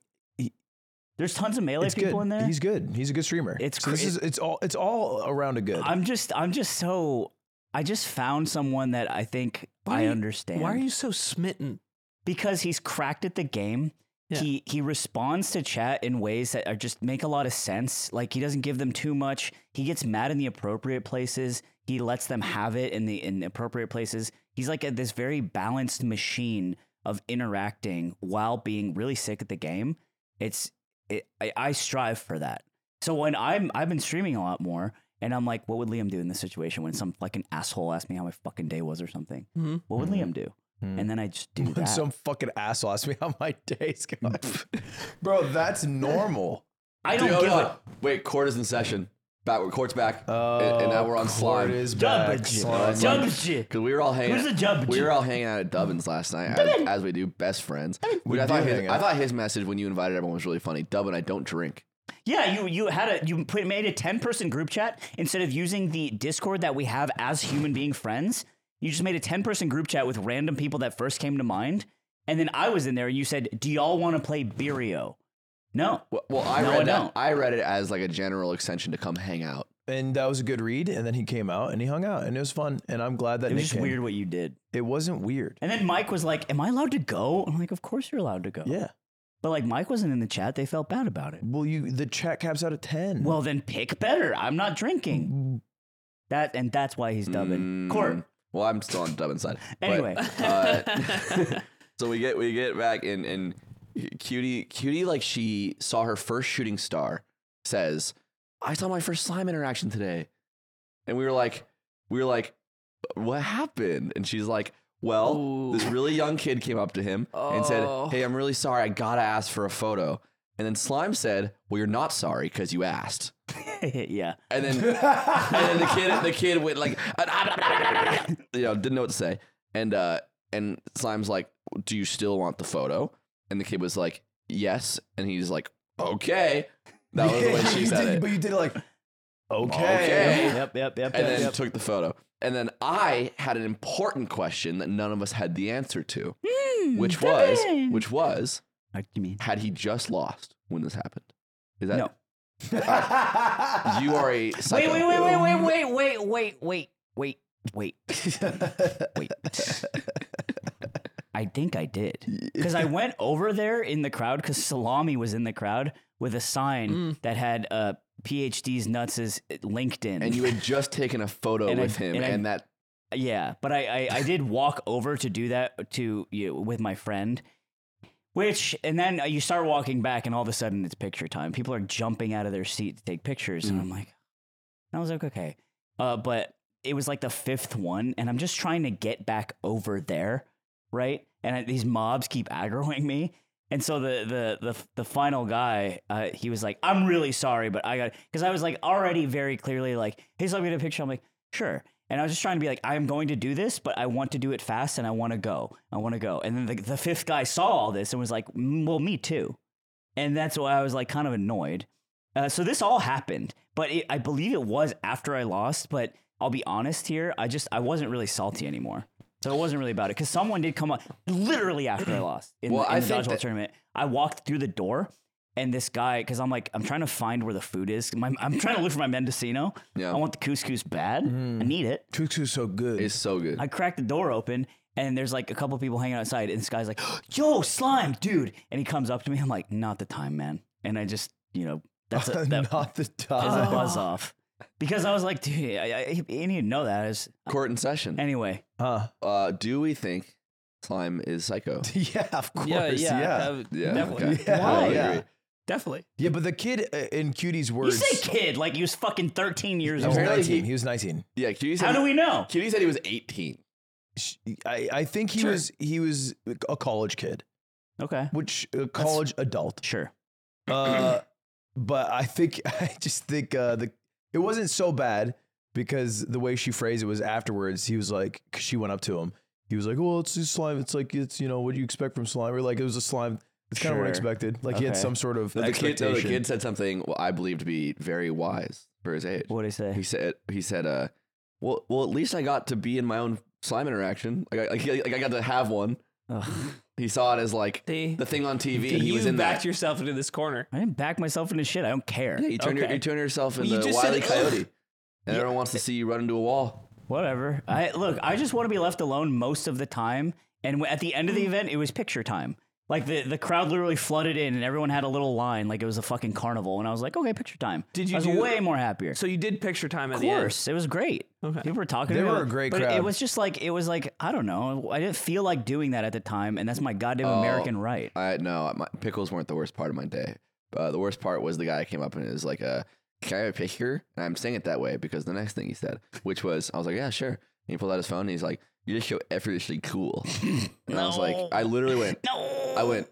[SPEAKER 4] There's tons of melee
[SPEAKER 2] it's
[SPEAKER 4] people
[SPEAKER 2] good.
[SPEAKER 4] in there.
[SPEAKER 2] He's good. He's a good streamer.
[SPEAKER 4] It's
[SPEAKER 2] So this
[SPEAKER 4] cra-
[SPEAKER 2] is it's all it's all around a good.
[SPEAKER 4] I'm just I'm just so I just found someone that I think
[SPEAKER 1] Why-
[SPEAKER 4] I understand.
[SPEAKER 1] Why are you so smitten?
[SPEAKER 4] Because he's cracked at the game.
[SPEAKER 1] Yeah.
[SPEAKER 4] He he responds to chat in ways that are just make a lot of sense. Like he doesn't give them too much. He gets mad in the appropriate places. He lets them have it in the in appropriate places. He's like a, this very balanced machine of interacting while being really sick at the game. It's it, I, I strive for that. So when I'm I've been streaming a lot more, and I'm like, what would Liam do in this situation when some fucking asshole asked me how my fucking day was or something?
[SPEAKER 1] Mhm.
[SPEAKER 4] What would Liam do? And then I just do that.
[SPEAKER 2] Some fucking asshole asked me how my day's going, bro. That's normal.
[SPEAKER 4] I don't
[SPEAKER 3] Dude,
[SPEAKER 4] give
[SPEAKER 3] hold
[SPEAKER 4] a
[SPEAKER 3] on. Wait, court is in session. Back, court's back,
[SPEAKER 2] Oh,
[SPEAKER 3] and, and now we're on
[SPEAKER 2] Court
[SPEAKER 3] slime.
[SPEAKER 2] is back.
[SPEAKER 4] Judge.
[SPEAKER 2] Slime.
[SPEAKER 3] Judge.
[SPEAKER 4] Judge.
[SPEAKER 3] Cause we were all hanging.
[SPEAKER 4] Who's the judge?
[SPEAKER 3] We were all hanging out at Dubbins last night, as, as we do, best friends. Dude, I,
[SPEAKER 2] do
[SPEAKER 3] thought
[SPEAKER 2] hang out.
[SPEAKER 3] his, I thought his message when you invited everyone was really funny. Dubbin, I don't drink.
[SPEAKER 4] Yeah, you you had a you put, made a ten person group chat instead of using the Discord that we have as human being friends. You just made a ten person group chat with random people that first came to mind, and then I was in there and you said, "Do y'all want to play Birio?" No.
[SPEAKER 3] Well, well I
[SPEAKER 4] No, I
[SPEAKER 3] read that.
[SPEAKER 4] don't.
[SPEAKER 3] I read it as like a general extension to come hang out.
[SPEAKER 2] and that was a good read. And then he came out and he hung out, and it was fun. And I'm glad that
[SPEAKER 4] It was
[SPEAKER 2] Nick
[SPEAKER 4] just
[SPEAKER 2] came.
[SPEAKER 4] weird what you did.
[SPEAKER 2] It wasn't weird.
[SPEAKER 4] And then Mike was like, "Am I allowed to go?" I'm like, "Of course you're allowed to go."
[SPEAKER 2] Yeah.
[SPEAKER 4] But like Mike wasn't in the chat. They felt bad about it.
[SPEAKER 2] Well, you the chat caps out at ten.
[SPEAKER 4] Well, then pick better. I'm not drinking. That and that's why he's dubbing.
[SPEAKER 3] Mm.
[SPEAKER 4] Court.
[SPEAKER 3] Well, I'm still on Dubbin's side. But,
[SPEAKER 4] Anyway.
[SPEAKER 3] uh, so we get we get back and and cutie cutie like she saw her first shooting star says, "I saw my first slime interaction today," and we were like, we were like, "What happened?" And she's like. Well, this really young kid came up to him and
[SPEAKER 1] Oh.
[SPEAKER 3] said, "Hey, I'm really sorry. I gotta ask for a photo." And then Slime said, "Well, you're not sorry because you asked."
[SPEAKER 4] yeah.
[SPEAKER 3] And then, and then the kid, the kid went like, you know, didn't know what to say. And uh, and Slime's like, "Do you still want the photo?" And the kid was like, "Yes." And he's like, "Okay." That was the way she
[SPEAKER 2] you
[SPEAKER 3] said
[SPEAKER 2] did,
[SPEAKER 3] it.
[SPEAKER 2] But you did it like, okay.
[SPEAKER 3] Okay.
[SPEAKER 4] Yep, yep, yep,
[SPEAKER 3] And
[SPEAKER 4] yep,
[SPEAKER 3] then
[SPEAKER 4] yep.
[SPEAKER 3] took the photo. And then I had an important question that none of us had the answer to,
[SPEAKER 4] Hmm.
[SPEAKER 3] which was, which was,
[SPEAKER 4] What do you mean?
[SPEAKER 3] had he just lost when this happened? Is that
[SPEAKER 4] No. Uh,
[SPEAKER 3] you are a
[SPEAKER 4] Wait,
[SPEAKER 3] psycho.
[SPEAKER 4] wait, wait, wait, wait, wait, wait, wait, wait, wait, wait, wait. I think I did. Because I went over there in the crowd because Salami was in the crowd with a sign
[SPEAKER 3] Mm.
[SPEAKER 4] that had uh, PhD's Nuts' LinkedIn.
[SPEAKER 3] and you had just taken a photo
[SPEAKER 4] And I-
[SPEAKER 3] with him,
[SPEAKER 4] and
[SPEAKER 3] and,
[SPEAKER 4] I-
[SPEAKER 3] that
[SPEAKER 4] Yeah, but I, I I did walk over to do that to you know, with my friend, which and then uh, you start walking back, and all of a sudden it's picture time. People are jumping out of their seat to take pictures, and I'm like, I was like, okay, uh, but it was like the fifth one, and I'm just trying to get back over there, right? And I, these mobs keep aggroing me. And so the the the, the final guy, uh, he was like, "I'm really sorry, but I got because I was like already very clearly like, hey, so let me get a picture." I'm like, "Sure," and I was just trying to be like, "I'm going to do this, but I want to do it fast, and I want to go, I want to go." And then the, the fifth guy saw all this and was like, "Mm, "Well, me too," and that's why I was like kind of annoyed. Uh, so this all happened, but it, I believe it was after I lost. But I'll be honest here, I just I wasn't really salty anymore. So it wasn't really about it because someone did come up literally after I lost in,
[SPEAKER 3] Well,
[SPEAKER 4] in
[SPEAKER 3] I
[SPEAKER 4] the
[SPEAKER 3] think
[SPEAKER 4] dodgeball
[SPEAKER 3] that-
[SPEAKER 4] tournament. I walked through the door and this guy because I'm like I'm trying to find where the food is. My, I'm trying to look for my mendocino.
[SPEAKER 3] Yeah.
[SPEAKER 4] I want the couscous bad. I need it.
[SPEAKER 2] Tutu's so good.
[SPEAKER 3] is so good.
[SPEAKER 4] I cracked the door open and there's like a couple people hanging outside and this guy's like, "Yo, slime, dude!" And he comes up to me. I'm like, "Not the time, man." And I just you know that's a, that
[SPEAKER 2] not the
[SPEAKER 4] is
[SPEAKER 2] top.
[SPEAKER 4] a buzz off because I was like, dude, I, I, he didn't even know that. I was,
[SPEAKER 3] Court in session.
[SPEAKER 4] anyway,
[SPEAKER 2] Huh.
[SPEAKER 3] uh, do we think slime is psycho?
[SPEAKER 2] Yeah, of course.
[SPEAKER 1] yeah, yeah,
[SPEAKER 2] yeah.
[SPEAKER 1] uh,
[SPEAKER 3] Yeah,
[SPEAKER 1] definitely,
[SPEAKER 3] okay.
[SPEAKER 2] Yeah,
[SPEAKER 3] I agree.
[SPEAKER 2] yeah.
[SPEAKER 1] definitely.
[SPEAKER 2] Yeah, but the kid uh, in Cutie's
[SPEAKER 4] you
[SPEAKER 2] words.
[SPEAKER 4] say kid like he was fucking 13 years
[SPEAKER 2] he was
[SPEAKER 4] old.
[SPEAKER 3] Apparently he-
[SPEAKER 2] 19. He was 19.
[SPEAKER 3] Yeah, Cutie said.
[SPEAKER 4] How do we know?
[SPEAKER 3] Cutie said he was 18.
[SPEAKER 2] Sh- I, I think he
[SPEAKER 1] Sure.
[SPEAKER 2] was he was a college kid,
[SPEAKER 4] Okay,
[SPEAKER 2] which a college adult.
[SPEAKER 4] sure.
[SPEAKER 2] Uh, but I think I just think uh, the it wasn't so bad because the way she phrased it was afterwards. He was like, 'cause she went up to him. He was like, "Well, it's just slime. It's like it's you know what do you expect from slime? Or like it was a slime. It's kind of
[SPEAKER 4] Sure.
[SPEAKER 2] unexpected. Like he had
[SPEAKER 4] Okay.
[SPEAKER 2] some sort of
[SPEAKER 3] No, the, kid, no,
[SPEAKER 2] expectation.
[SPEAKER 3] the kid said something well, I believe to be very wise for his age.
[SPEAKER 4] What did he say?
[SPEAKER 3] He said, he said, uh, well, well, at least I got to be in my own slime interaction. Like, I, like, like I got to have one.
[SPEAKER 4] Ugh.
[SPEAKER 3] He saw it as like
[SPEAKER 1] See?
[SPEAKER 3] the thing on TV. He
[SPEAKER 1] you
[SPEAKER 3] was in
[SPEAKER 1] backed
[SPEAKER 3] that.
[SPEAKER 1] yourself into this corner.
[SPEAKER 4] I didn't back myself into shit. I don't care.
[SPEAKER 3] yeah, you turn your,
[SPEAKER 1] Okay.
[SPEAKER 3] you turn yourself
[SPEAKER 1] you
[SPEAKER 3] into
[SPEAKER 1] just said,
[SPEAKER 3] Wile E.
[SPEAKER 1] "Ugh."
[SPEAKER 3] Coyote, and everyone wants to see you run into a wall.
[SPEAKER 4] Whatever. I look. I just want to be left alone most of the time. And w- at the end
[SPEAKER 3] Mm.
[SPEAKER 4] of the event, it was picture time. Like the, the crowd literally flooded in, and everyone had a little line, like it was a fucking carnival. And I was like, okay, picture time.
[SPEAKER 1] Did you
[SPEAKER 4] I was
[SPEAKER 1] do-
[SPEAKER 4] way more happier.
[SPEAKER 1] So you did picture time at
[SPEAKER 4] Of
[SPEAKER 1] the end.
[SPEAKER 4] course, it was great. People were talking.
[SPEAKER 2] They
[SPEAKER 4] to me
[SPEAKER 2] were
[SPEAKER 4] about-
[SPEAKER 2] a great
[SPEAKER 4] but It
[SPEAKER 2] crowd.
[SPEAKER 4] was just like it was like I don't know. I didn't feel like doing that at the time, and that's my goddamn American right.
[SPEAKER 3] Oh. I no, my, pickles weren't the worst part of my day. Uh, the worst part was the guy came up and is like, uh, "Can I have a picture?" And I'm saying it that way because the next thing he said, which was, I was like, "Yeah, sure." And he pulled out his phone and he's like, "You just show effortlessly cool." And I was like, I literally went,
[SPEAKER 4] No,
[SPEAKER 3] I went,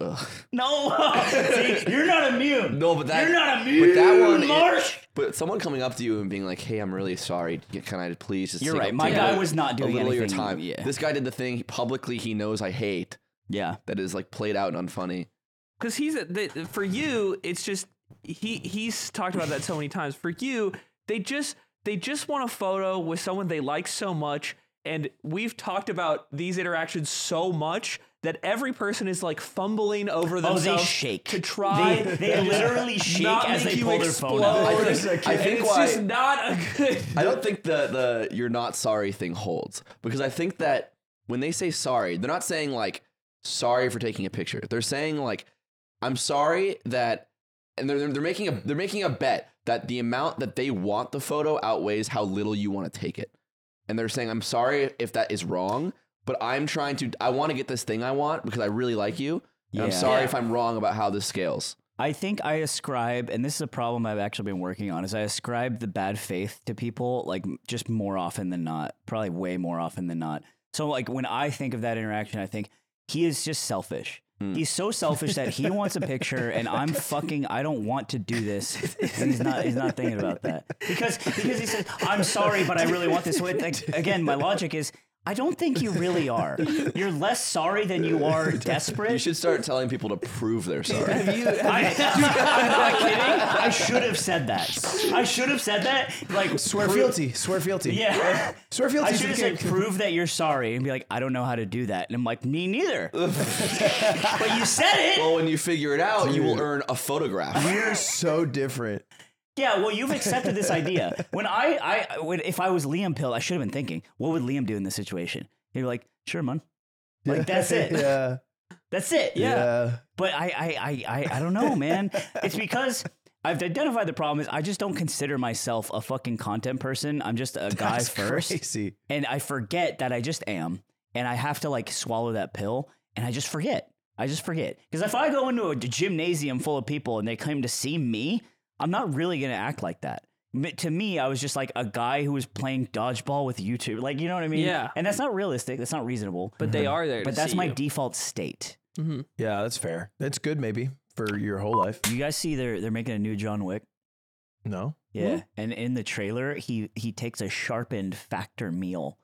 [SPEAKER 3] Ugh.
[SPEAKER 4] no. See, you're not immune.
[SPEAKER 3] no, but that
[SPEAKER 4] you're not immune.
[SPEAKER 3] but that one, it-
[SPEAKER 4] Marsh.
[SPEAKER 3] but someone coming up to you and being like, "Hey, I'm really sorry. Can I please just?"
[SPEAKER 4] You're
[SPEAKER 3] take
[SPEAKER 4] right.
[SPEAKER 3] up-
[SPEAKER 4] My
[SPEAKER 3] take
[SPEAKER 4] guy
[SPEAKER 3] up
[SPEAKER 4] was not doing
[SPEAKER 3] a little of your
[SPEAKER 4] anything,
[SPEAKER 3] time.
[SPEAKER 4] yeah.
[SPEAKER 3] This guy did the thing he- publicly. He knows I hate
[SPEAKER 4] yeah,
[SPEAKER 3] that is like played out and unfunny.
[SPEAKER 1] because he's a, the, for you it's just he he's talked about that so many times for you they just they just want a photo with someone they like so much and we've talked about these interactions so much that every person is like fumbling over
[SPEAKER 4] Oh, they
[SPEAKER 1] themselves
[SPEAKER 4] shake.
[SPEAKER 1] to try
[SPEAKER 4] They- they
[SPEAKER 1] and just
[SPEAKER 4] literally shake
[SPEAKER 1] not
[SPEAKER 4] as
[SPEAKER 1] make
[SPEAKER 4] they
[SPEAKER 1] you
[SPEAKER 4] pull their phone out.
[SPEAKER 1] explode.
[SPEAKER 3] I
[SPEAKER 2] a
[SPEAKER 3] think, I
[SPEAKER 2] second.
[SPEAKER 3] think
[SPEAKER 1] it's
[SPEAKER 3] why,
[SPEAKER 1] just not a good
[SPEAKER 3] I don't think the the you're not sorry thing holds because I think that when they say sorry, they're not saying like sorry for taking a picture. They're saying like I'm sorry that and they're, they're, they're making a they're making a bet that the amount that they want the photo outweighs how little you want to take it and they're saying i'm sorry if that is wrong but i'm trying to i want to get this thing i want because i really like you and i'm
[SPEAKER 4] Yeah.
[SPEAKER 3] sorry
[SPEAKER 1] Yeah.
[SPEAKER 3] if i'm wrong about how this scales
[SPEAKER 4] I think I ascribe, and this is a problem I've actually been working on, is I ascribe the bad faith to people like m- just more often than not, probably way more often than not. So like when I think of that interaction, I think he is just selfish. He's so selfish that he wants a picture, and I'm fucking. I don't want to do this. And he's not. He's not thinking about that because because he says, "I'm sorry, but I really want this." With like, again, my logic is, I don't think you really are. You're less sorry than you are desperate.
[SPEAKER 3] you should start telling people to prove they're sorry
[SPEAKER 4] I, am not kidding. I should have said that. I should have said that. Like,
[SPEAKER 2] Swear
[SPEAKER 4] prove-
[SPEAKER 2] fealty. Swear fealty.
[SPEAKER 4] Yeah.
[SPEAKER 2] Swear fealty.
[SPEAKER 4] I
[SPEAKER 2] to
[SPEAKER 4] should
[SPEAKER 2] the
[SPEAKER 4] have said,
[SPEAKER 2] king.
[SPEAKER 4] prove that you're sorry, and be like, I don't know how to do that. And I'm like, me neither. but you said it.
[SPEAKER 3] well when you figure it out you will earn a photograph
[SPEAKER 2] We're so different.
[SPEAKER 4] yeah. Well, you've accepted this idea. When I, I, when, if I was Liam Pill, I should have been thinking, what would Liam do in this situation? He'd be like, sure, man. Like that's it.
[SPEAKER 2] Yeah.
[SPEAKER 4] That's it.
[SPEAKER 2] Yeah.
[SPEAKER 4] But I, I, I, I, I don't know, man. it's because I've identified the problem is I just don't consider myself a fucking content person. I'm just a guy
[SPEAKER 2] That's
[SPEAKER 4] first,
[SPEAKER 2] crazy.
[SPEAKER 4] and I forget that I just am, and I have to like swallow that pill, and I just forget. I just forget because if I go into a gymnasium full of people and they claim to see me, I'm not really gonna act like that. M- To me, I was just like a guy who was playing dodgeball with YouTube, like you know what I mean?
[SPEAKER 1] Yeah.
[SPEAKER 4] And that's not realistic. That's not reasonable.
[SPEAKER 1] But they are there.
[SPEAKER 4] but
[SPEAKER 1] to
[SPEAKER 4] that's
[SPEAKER 1] see
[SPEAKER 4] my
[SPEAKER 1] you.
[SPEAKER 4] default state.
[SPEAKER 2] Yeah, that's fair. That's good, maybe for your whole life.
[SPEAKER 4] You guys see they're they're making a new John Wick.
[SPEAKER 2] No.
[SPEAKER 4] Yeah. And in the trailer, he he takes a sharpened factor meal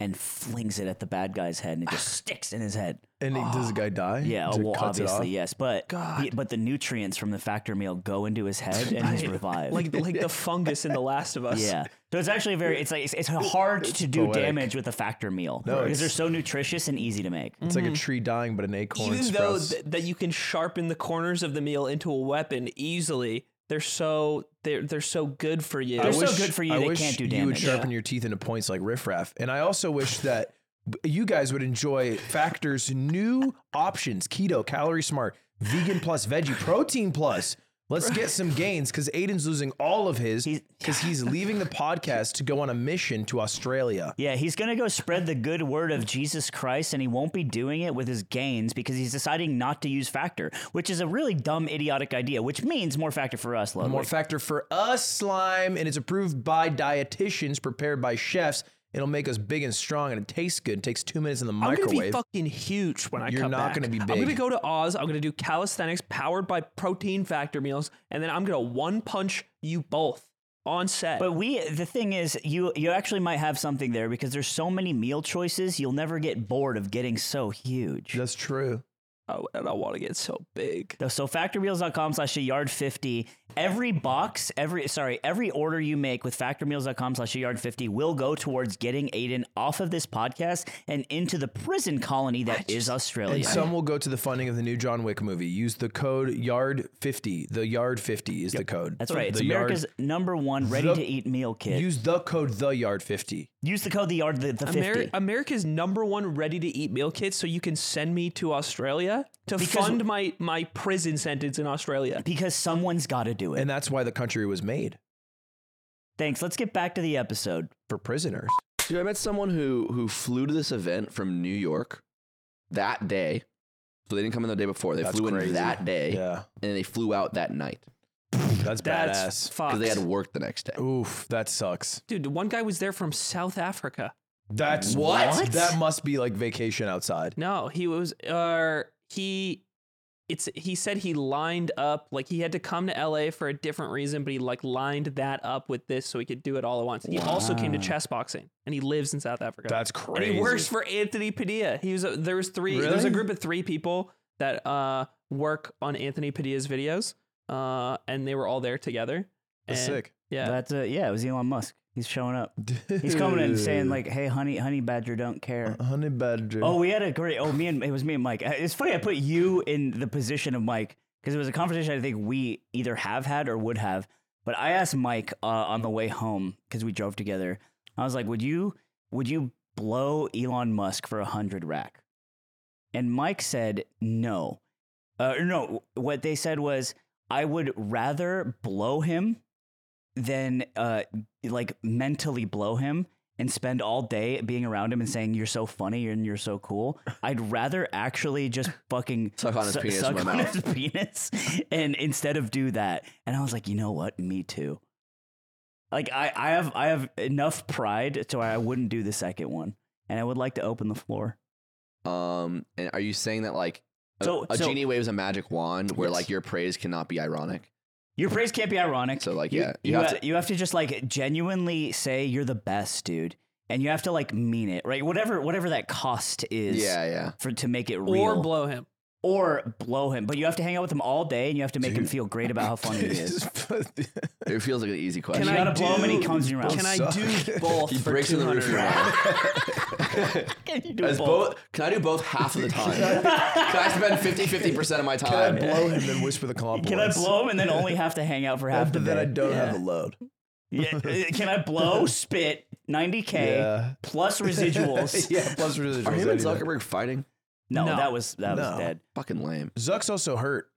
[SPEAKER 4] and flings it at the bad guy's head and it just sticks in his head.
[SPEAKER 2] And it- does the guy die?
[SPEAKER 4] Ah, Yeah,
[SPEAKER 2] Does it
[SPEAKER 4] well
[SPEAKER 2] cuts it
[SPEAKER 4] obviously,
[SPEAKER 2] off?
[SPEAKER 4] yes, but
[SPEAKER 1] God.
[SPEAKER 4] the- but the nutrients from the factor meal go into his head and he's revived.
[SPEAKER 1] like like the fungus in The Last of Us.
[SPEAKER 4] yeah. So it's actually very it's like it's, it's hard to do
[SPEAKER 2] poetic.
[SPEAKER 4] damage with a factor meal
[SPEAKER 2] No,
[SPEAKER 4] because they're
[SPEAKER 2] it's-
[SPEAKER 4] so nutritious and easy to make.
[SPEAKER 2] It's like a tree dying, but an acorn.
[SPEAKER 1] Even though
[SPEAKER 2] sprouts.
[SPEAKER 1] th- that you can sharpen the corners of the meal into a weapon easily, they're so they're they're so good for you.
[SPEAKER 4] They're
[SPEAKER 2] I
[SPEAKER 4] so
[SPEAKER 2] wish-
[SPEAKER 4] good for you,
[SPEAKER 2] I
[SPEAKER 4] they
[SPEAKER 2] wish
[SPEAKER 4] can't do
[SPEAKER 2] You would
[SPEAKER 4] damage.
[SPEAKER 2] sharpen your teeth into points like riffraff. And I also wish that b- you guys would enjoy Factor's new options: keto, calorie smart, vegan plus, veggie, protein plus. Let's get some gains because Aiden's losing all of his
[SPEAKER 4] He's-
[SPEAKER 2] because he's leaving the podcast to go on a mission to Australia.
[SPEAKER 4] Yeah, he's going to go spread the good word of Jesus Christ, and he won't be doing it with his gains because he's deciding not to use Factor, which is a really dumb, idiotic idea, which means more Factor for us, Ludwig.
[SPEAKER 2] More Factor for us, slime, and it's approved by dietitians, prepared by chefs. It'll make us big and strong, and it tastes good. It takes two minutes in the
[SPEAKER 1] I'm
[SPEAKER 2] microwave.
[SPEAKER 1] gonna be fucking huge when I
[SPEAKER 2] You're
[SPEAKER 1] come
[SPEAKER 2] not
[SPEAKER 1] back.
[SPEAKER 2] gonna be
[SPEAKER 1] I'm gonna
[SPEAKER 2] big.
[SPEAKER 1] go to Oz. I'm gonna do calisthenics powered by protein factor meals, and then I'm gonna one punch you both on set.
[SPEAKER 4] but we, the thing is, you you actually might have something there because there's so many meal choices, you'll never get bored of getting so huge.
[SPEAKER 2] That's true.
[SPEAKER 1] oh, and I want to get so big.
[SPEAKER 4] So factormeals.com slash a yard 50. Every box, every sorry, every order you make with factormeals.com slash a yard 50 will go towards getting Aiden off of this podcast and into the prison colony that is Australia.
[SPEAKER 2] And some will go to the funding of the new John Wick movie. Use the code YARD50. The YARD50 is the code.
[SPEAKER 4] That's right. It's
[SPEAKER 2] The
[SPEAKER 4] America's number one ready to eat meal
[SPEAKER 2] Yard,
[SPEAKER 4] kit. Use,
[SPEAKER 2] use the code the YARD50.
[SPEAKER 4] the code the yard the, the
[SPEAKER 1] Ameri-
[SPEAKER 4] fifty.
[SPEAKER 1] America's number one ready to eat meal kit, so you can send me to Australia to
[SPEAKER 4] Because-
[SPEAKER 1] fund my my prison sentence in Australia.
[SPEAKER 4] because someone's got to do it.
[SPEAKER 2] And that's why the country was made
[SPEAKER 4] Thanks. Let's get back to the episode.
[SPEAKER 2] for prisoners.
[SPEAKER 3] Dude, I met someone who who flew to this event from New York that day. So they didn't come in the day before. They
[SPEAKER 2] That's
[SPEAKER 3] flew
[SPEAKER 2] crazy.
[SPEAKER 3] in that day,
[SPEAKER 2] Yeah.
[SPEAKER 3] and they flew out that night
[SPEAKER 2] That's,
[SPEAKER 1] That's
[SPEAKER 2] badass.
[SPEAKER 1] fucked.
[SPEAKER 3] because they had to work the next day.
[SPEAKER 2] Oof, that sucks.
[SPEAKER 1] Dude, one guy was there from South Africa.
[SPEAKER 2] That's
[SPEAKER 3] What?
[SPEAKER 2] That must be like vacation outside.
[SPEAKER 1] No, he was uh he it's he said he lined up like he had to come to LA for a different reason, but he like lined that up with this so he could do it all at once. He also came to chess boxing and he lives in South Africa.
[SPEAKER 2] That's
[SPEAKER 1] and
[SPEAKER 2] crazy.
[SPEAKER 1] he works for Anthony Padilla. He was a, there was three there was a
[SPEAKER 2] Really?
[SPEAKER 1] group of three people that uh work on Anthony Padilla's videos. Uh and they were all there together.
[SPEAKER 2] That's
[SPEAKER 1] And-
[SPEAKER 2] sick.
[SPEAKER 1] Yeah.
[SPEAKER 4] That's uh, yeah. It was Elon Musk. He's showing up. He's coming in saying like, "Hey, honey, honey badger, don't care."
[SPEAKER 2] Honey badger.
[SPEAKER 4] Oh, we had a great. Oh, me and it was me and Mike. Uh, It's funny. I put you in the position of Mike because it was a conversation I think we either have had or would have. But I asked Mike uh, on the way home because we drove together. I was like, "Would you would you blow Elon Musk for a hundred rack?" And Mike said, "No, uh, no." What they said was, I would rather blow him than uh, like mentally blow him and spend all day being around him and saying you're so funny and you're so cool. I'd rather actually just fucking
[SPEAKER 3] Suck on his
[SPEAKER 4] su-
[SPEAKER 3] penis
[SPEAKER 4] suck
[SPEAKER 3] with my
[SPEAKER 4] on
[SPEAKER 3] mouth.
[SPEAKER 4] his penis, and instead of do that. And I was like, you know what? Me too. Like I, I have I have enough pride so I wouldn't do the second one. And I would like to open the floor.
[SPEAKER 3] Um, and are you saying that like a,
[SPEAKER 4] So-
[SPEAKER 3] a
[SPEAKER 4] so-
[SPEAKER 3] genie waves a magic wand where
[SPEAKER 4] Yes.
[SPEAKER 3] like your praise cannot be ironic?
[SPEAKER 4] Your praise can't be ironic.
[SPEAKER 3] So, like,
[SPEAKER 4] you,
[SPEAKER 3] yeah,
[SPEAKER 4] you,
[SPEAKER 3] you
[SPEAKER 4] have
[SPEAKER 3] have
[SPEAKER 4] to, you have to just like genuinely say you're the best, dude, and you have to like mean it, right? Whatever whatever that cost is,
[SPEAKER 3] Yeah, yeah.
[SPEAKER 4] for to make it real
[SPEAKER 1] or blow him.
[SPEAKER 4] or blow him. But you have to hang out with him all day, and you have to make him feel great about how funny he is.
[SPEAKER 3] It feels like an easy question.
[SPEAKER 4] You
[SPEAKER 1] I
[SPEAKER 4] gotta blow him, and he
[SPEAKER 1] do-
[SPEAKER 4] comes in your mouth.
[SPEAKER 1] Can I
[SPEAKER 2] suck.
[SPEAKER 1] do both
[SPEAKER 3] he
[SPEAKER 1] for
[SPEAKER 3] breaks in the roof.
[SPEAKER 1] 200
[SPEAKER 3] of your
[SPEAKER 1] rounds?
[SPEAKER 3] mouth.
[SPEAKER 4] Can you do
[SPEAKER 3] As both, can I do both half of the time? can I spend 50 50% of my
[SPEAKER 2] Can I
[SPEAKER 3] time?
[SPEAKER 2] blow him and whisper the compliments?
[SPEAKER 4] Can I blow him and then only have to hang out for half the
[SPEAKER 2] But then I
[SPEAKER 4] day?
[SPEAKER 2] don't have a load.
[SPEAKER 4] Yeah. uh, Can I blow, spit, 90K
[SPEAKER 2] Yeah.
[SPEAKER 4] plus residuals?
[SPEAKER 2] yeah, plus residuals.
[SPEAKER 3] Are him and
[SPEAKER 2] I do that.
[SPEAKER 3] Zuckerberg fighting?
[SPEAKER 4] no,
[SPEAKER 1] No.
[SPEAKER 4] that was that
[SPEAKER 2] No.
[SPEAKER 4] was dead.
[SPEAKER 3] Fucking lame.
[SPEAKER 2] Zuck's also hurt.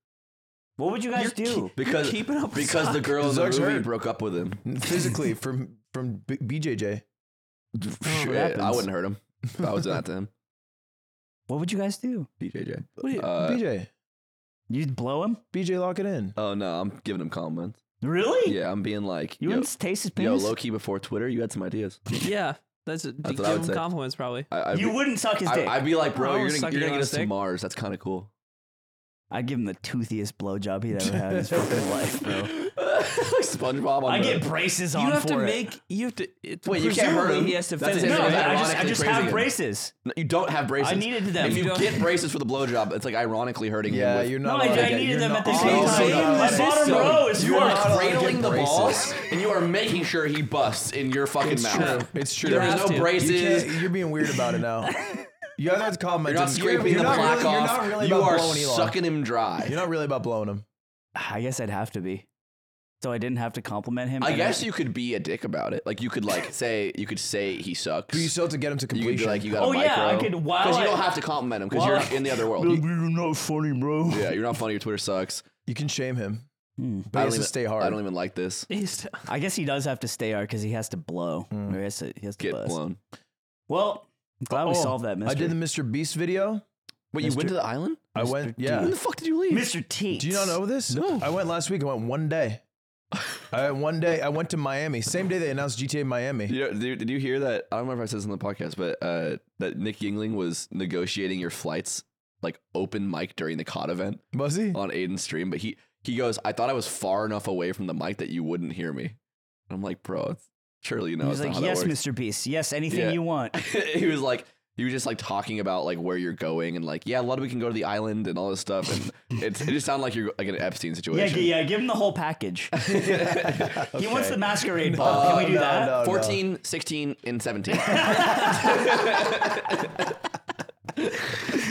[SPEAKER 4] What would you guys do?
[SPEAKER 3] Because
[SPEAKER 1] keeping up with
[SPEAKER 3] because the
[SPEAKER 1] Zuck.
[SPEAKER 3] girl in the
[SPEAKER 2] Zuck's
[SPEAKER 3] movie
[SPEAKER 2] hurt.
[SPEAKER 3] broke up with him.
[SPEAKER 2] physically from from B- BJJ.
[SPEAKER 3] Shit, I
[SPEAKER 4] happens.
[SPEAKER 3] wouldn't hurt him if I was not to him.
[SPEAKER 4] What would you guys do?
[SPEAKER 3] BJJ.
[SPEAKER 1] What do you-
[SPEAKER 3] Uh,
[SPEAKER 2] BJ,
[SPEAKER 4] You'd blow him?
[SPEAKER 2] BJ, lock it in.
[SPEAKER 3] oh no, I'm giving him compliments.
[SPEAKER 4] Really?
[SPEAKER 3] Yeah, I'm being like,
[SPEAKER 4] You
[SPEAKER 3] yo,
[SPEAKER 4] wouldn't taste his
[SPEAKER 3] yo
[SPEAKER 4] penis?
[SPEAKER 3] low key before Twitter, you had some ideas.
[SPEAKER 1] Yeah, that's, a,
[SPEAKER 3] That's what
[SPEAKER 1] give
[SPEAKER 3] I would
[SPEAKER 1] him
[SPEAKER 3] say.
[SPEAKER 1] compliments probably.
[SPEAKER 3] I, I'd
[SPEAKER 4] you
[SPEAKER 3] be-
[SPEAKER 4] wouldn't suck his
[SPEAKER 3] I,
[SPEAKER 4] dick. Oh,
[SPEAKER 3] I'd be like,
[SPEAKER 1] I
[SPEAKER 3] bro, you're
[SPEAKER 1] was
[SPEAKER 3] gonna,
[SPEAKER 1] sucking
[SPEAKER 3] you're gonna
[SPEAKER 1] on
[SPEAKER 3] get
[SPEAKER 1] his
[SPEAKER 3] us to
[SPEAKER 1] dick.
[SPEAKER 3] Mars. That's kind of cool.
[SPEAKER 4] I'd give him the toothiest blowjob he'd ever had in his fucking life, bro.
[SPEAKER 3] like SpongeBob on
[SPEAKER 4] I
[SPEAKER 3] the-
[SPEAKER 4] get braces on
[SPEAKER 1] You have to
[SPEAKER 4] for it.
[SPEAKER 1] make. You have to. It,
[SPEAKER 3] Wait, you can't hurt
[SPEAKER 1] presumably
[SPEAKER 3] him.
[SPEAKER 1] He has to
[SPEAKER 3] That's
[SPEAKER 1] finish.
[SPEAKER 3] his
[SPEAKER 4] No,
[SPEAKER 1] it,
[SPEAKER 3] It's
[SPEAKER 4] I
[SPEAKER 1] right?
[SPEAKER 4] just, I
[SPEAKER 3] ironically
[SPEAKER 4] just
[SPEAKER 3] crazy
[SPEAKER 4] have
[SPEAKER 3] again.
[SPEAKER 4] braces.
[SPEAKER 3] You don't have braces.
[SPEAKER 4] I needed them.
[SPEAKER 3] If you get braces for the blowjob, it's like ironically hurting him.
[SPEAKER 2] Yeah,
[SPEAKER 3] with-
[SPEAKER 2] you're
[SPEAKER 4] No,
[SPEAKER 2] not.
[SPEAKER 4] I,
[SPEAKER 2] allowed
[SPEAKER 4] I
[SPEAKER 2] to-
[SPEAKER 4] needed
[SPEAKER 2] you're
[SPEAKER 4] them
[SPEAKER 2] not
[SPEAKER 4] at the same
[SPEAKER 2] allowed to
[SPEAKER 1] Oh,
[SPEAKER 4] time.
[SPEAKER 2] get
[SPEAKER 1] no,
[SPEAKER 4] My
[SPEAKER 1] no,
[SPEAKER 4] bottom
[SPEAKER 1] no.
[SPEAKER 4] row is
[SPEAKER 3] You
[SPEAKER 4] full.
[SPEAKER 3] are
[SPEAKER 2] not allowed to
[SPEAKER 3] cradling
[SPEAKER 2] get
[SPEAKER 3] the
[SPEAKER 2] braces.
[SPEAKER 3] balls, and you are making sure he busts in your fucking
[SPEAKER 2] It's
[SPEAKER 3] mouth.
[SPEAKER 2] true. It's true.
[SPEAKER 3] There
[SPEAKER 1] You
[SPEAKER 3] is
[SPEAKER 1] have
[SPEAKER 3] no
[SPEAKER 1] to.
[SPEAKER 2] You
[SPEAKER 3] braces.
[SPEAKER 2] can't, you're being weird about it now. You have to comment.
[SPEAKER 3] You're not scraping
[SPEAKER 2] you're
[SPEAKER 3] the
[SPEAKER 2] not
[SPEAKER 3] plaque
[SPEAKER 2] really, You're
[SPEAKER 3] off.
[SPEAKER 2] not really
[SPEAKER 3] you
[SPEAKER 2] about
[SPEAKER 3] are
[SPEAKER 2] blowing Elon.
[SPEAKER 3] sucking him dry.
[SPEAKER 2] You're not really about blowing him.
[SPEAKER 4] I guess I'd have to be. So I didn't have to compliment him.
[SPEAKER 3] I
[SPEAKER 4] and
[SPEAKER 3] guess you could be a dick about it. Like you could like say you could say he sucks.
[SPEAKER 2] But you still have to get him to
[SPEAKER 3] You could be
[SPEAKER 2] completion.
[SPEAKER 3] like you got.
[SPEAKER 4] Oh,
[SPEAKER 3] a
[SPEAKER 4] yeah, I
[SPEAKER 3] micro.
[SPEAKER 4] could- while
[SPEAKER 3] you
[SPEAKER 4] I-
[SPEAKER 3] don't have to compliment him because
[SPEAKER 4] while
[SPEAKER 3] you're
[SPEAKER 4] I-
[SPEAKER 3] in the other world.
[SPEAKER 4] You're
[SPEAKER 3] You-
[SPEAKER 4] not funny, bro.
[SPEAKER 3] yeah, you're not funny. Your Twitter sucks.
[SPEAKER 2] you can shame him,
[SPEAKER 4] Hmm.
[SPEAKER 2] but
[SPEAKER 3] I
[SPEAKER 2] he
[SPEAKER 3] don't
[SPEAKER 2] has to
[SPEAKER 3] even
[SPEAKER 2] stay hard.
[SPEAKER 3] I don't even like this.
[SPEAKER 1] He's-
[SPEAKER 4] I guess he does have to stay hard because he has to blow.
[SPEAKER 2] Hmm.
[SPEAKER 4] Or he has to, he has to
[SPEAKER 3] Get
[SPEAKER 4] buzz.
[SPEAKER 3] blown.
[SPEAKER 4] Well, I'm glad we
[SPEAKER 2] Oh,
[SPEAKER 4] solved that mystery.
[SPEAKER 2] I did the Mr. Beast video.
[SPEAKER 3] Wait, you went to the island?
[SPEAKER 2] I went. Yeah.
[SPEAKER 3] When the fuck did you leave?
[SPEAKER 4] Mr. T.
[SPEAKER 2] Do you not know this? No. I went last week. I went one day. I went one day. I went to Miami. Same day they announced GTA Miami.
[SPEAKER 3] You know, did, did you hear that? I don't remember if I said this on the podcast, but uh, that Nick Yingling was negotiating your flights like open mic during the COD event
[SPEAKER 2] Was he?
[SPEAKER 3] on Aiden's stream. But he he goes, I thought I was far enough away from the mic that you wouldn't hear me. And I'm like, bro, it's, surely you know.
[SPEAKER 4] he was
[SPEAKER 3] it's
[SPEAKER 4] like,
[SPEAKER 3] not how
[SPEAKER 4] yes,
[SPEAKER 3] that works."
[SPEAKER 4] Mr. Beast. Yes, anything
[SPEAKER 3] Yeah.
[SPEAKER 4] you want.
[SPEAKER 3] he was like, he was just like talking about like where you're going and like, yeah, a lot of we can go to the island and all this stuff, and it's, it just sounded like you're like in an Epstein
[SPEAKER 4] Yeah,
[SPEAKER 3] situation.
[SPEAKER 4] g- yeah, give him the whole package. He wants the masquerade ball.
[SPEAKER 2] Oh,
[SPEAKER 4] Can we do
[SPEAKER 2] no,
[SPEAKER 4] that?
[SPEAKER 2] no, no.
[SPEAKER 3] 14, 16, and 17.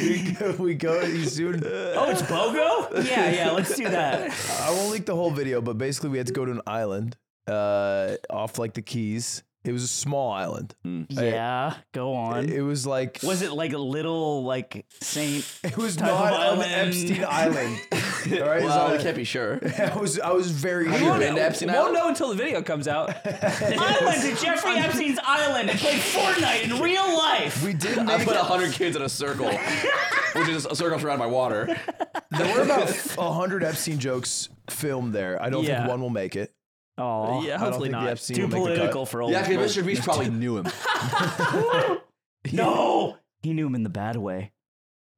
[SPEAKER 2] we go, we go to these soon.
[SPEAKER 4] Oh, it's BOGO? Yeah, yeah, let's do that.
[SPEAKER 2] I won't leak the whole video, but basically we had to go to an island uh, off like the Keys. It was a small island.
[SPEAKER 4] Hmm. Yeah, go on.
[SPEAKER 2] It was like
[SPEAKER 4] was it like a little like Saint?
[SPEAKER 2] it was
[SPEAKER 4] type of
[SPEAKER 2] not on
[SPEAKER 4] island?
[SPEAKER 2] Epstein Island. All right,
[SPEAKER 3] well,
[SPEAKER 2] it
[SPEAKER 3] we
[SPEAKER 2] was,
[SPEAKER 3] can't be sure.
[SPEAKER 2] on- I was I was very
[SPEAKER 1] You won't,
[SPEAKER 3] been
[SPEAKER 2] sure.
[SPEAKER 3] to Epstein
[SPEAKER 1] won't
[SPEAKER 3] Island?
[SPEAKER 1] know until the video comes out.
[SPEAKER 4] I went to Jeffrey Epstein's island and played Fortnite in real life.
[SPEAKER 2] We did
[SPEAKER 3] I
[SPEAKER 2] make
[SPEAKER 3] put 100 kids in a circle, which is a circle surrounded by water.
[SPEAKER 2] there were about hundred Epstein jokes filmed there. I don't
[SPEAKER 1] Yeah.
[SPEAKER 2] think one will make make it.
[SPEAKER 4] Oh,
[SPEAKER 1] yeah,
[SPEAKER 2] I don't
[SPEAKER 1] hopefully
[SPEAKER 2] think the
[SPEAKER 1] not.
[SPEAKER 2] Epstein
[SPEAKER 4] too
[SPEAKER 2] will make the cut.
[SPEAKER 4] political for old.
[SPEAKER 3] Yeah,
[SPEAKER 4] people.
[SPEAKER 3] because Mr. Beast probably knew him.
[SPEAKER 4] no, he knew him in the bad way.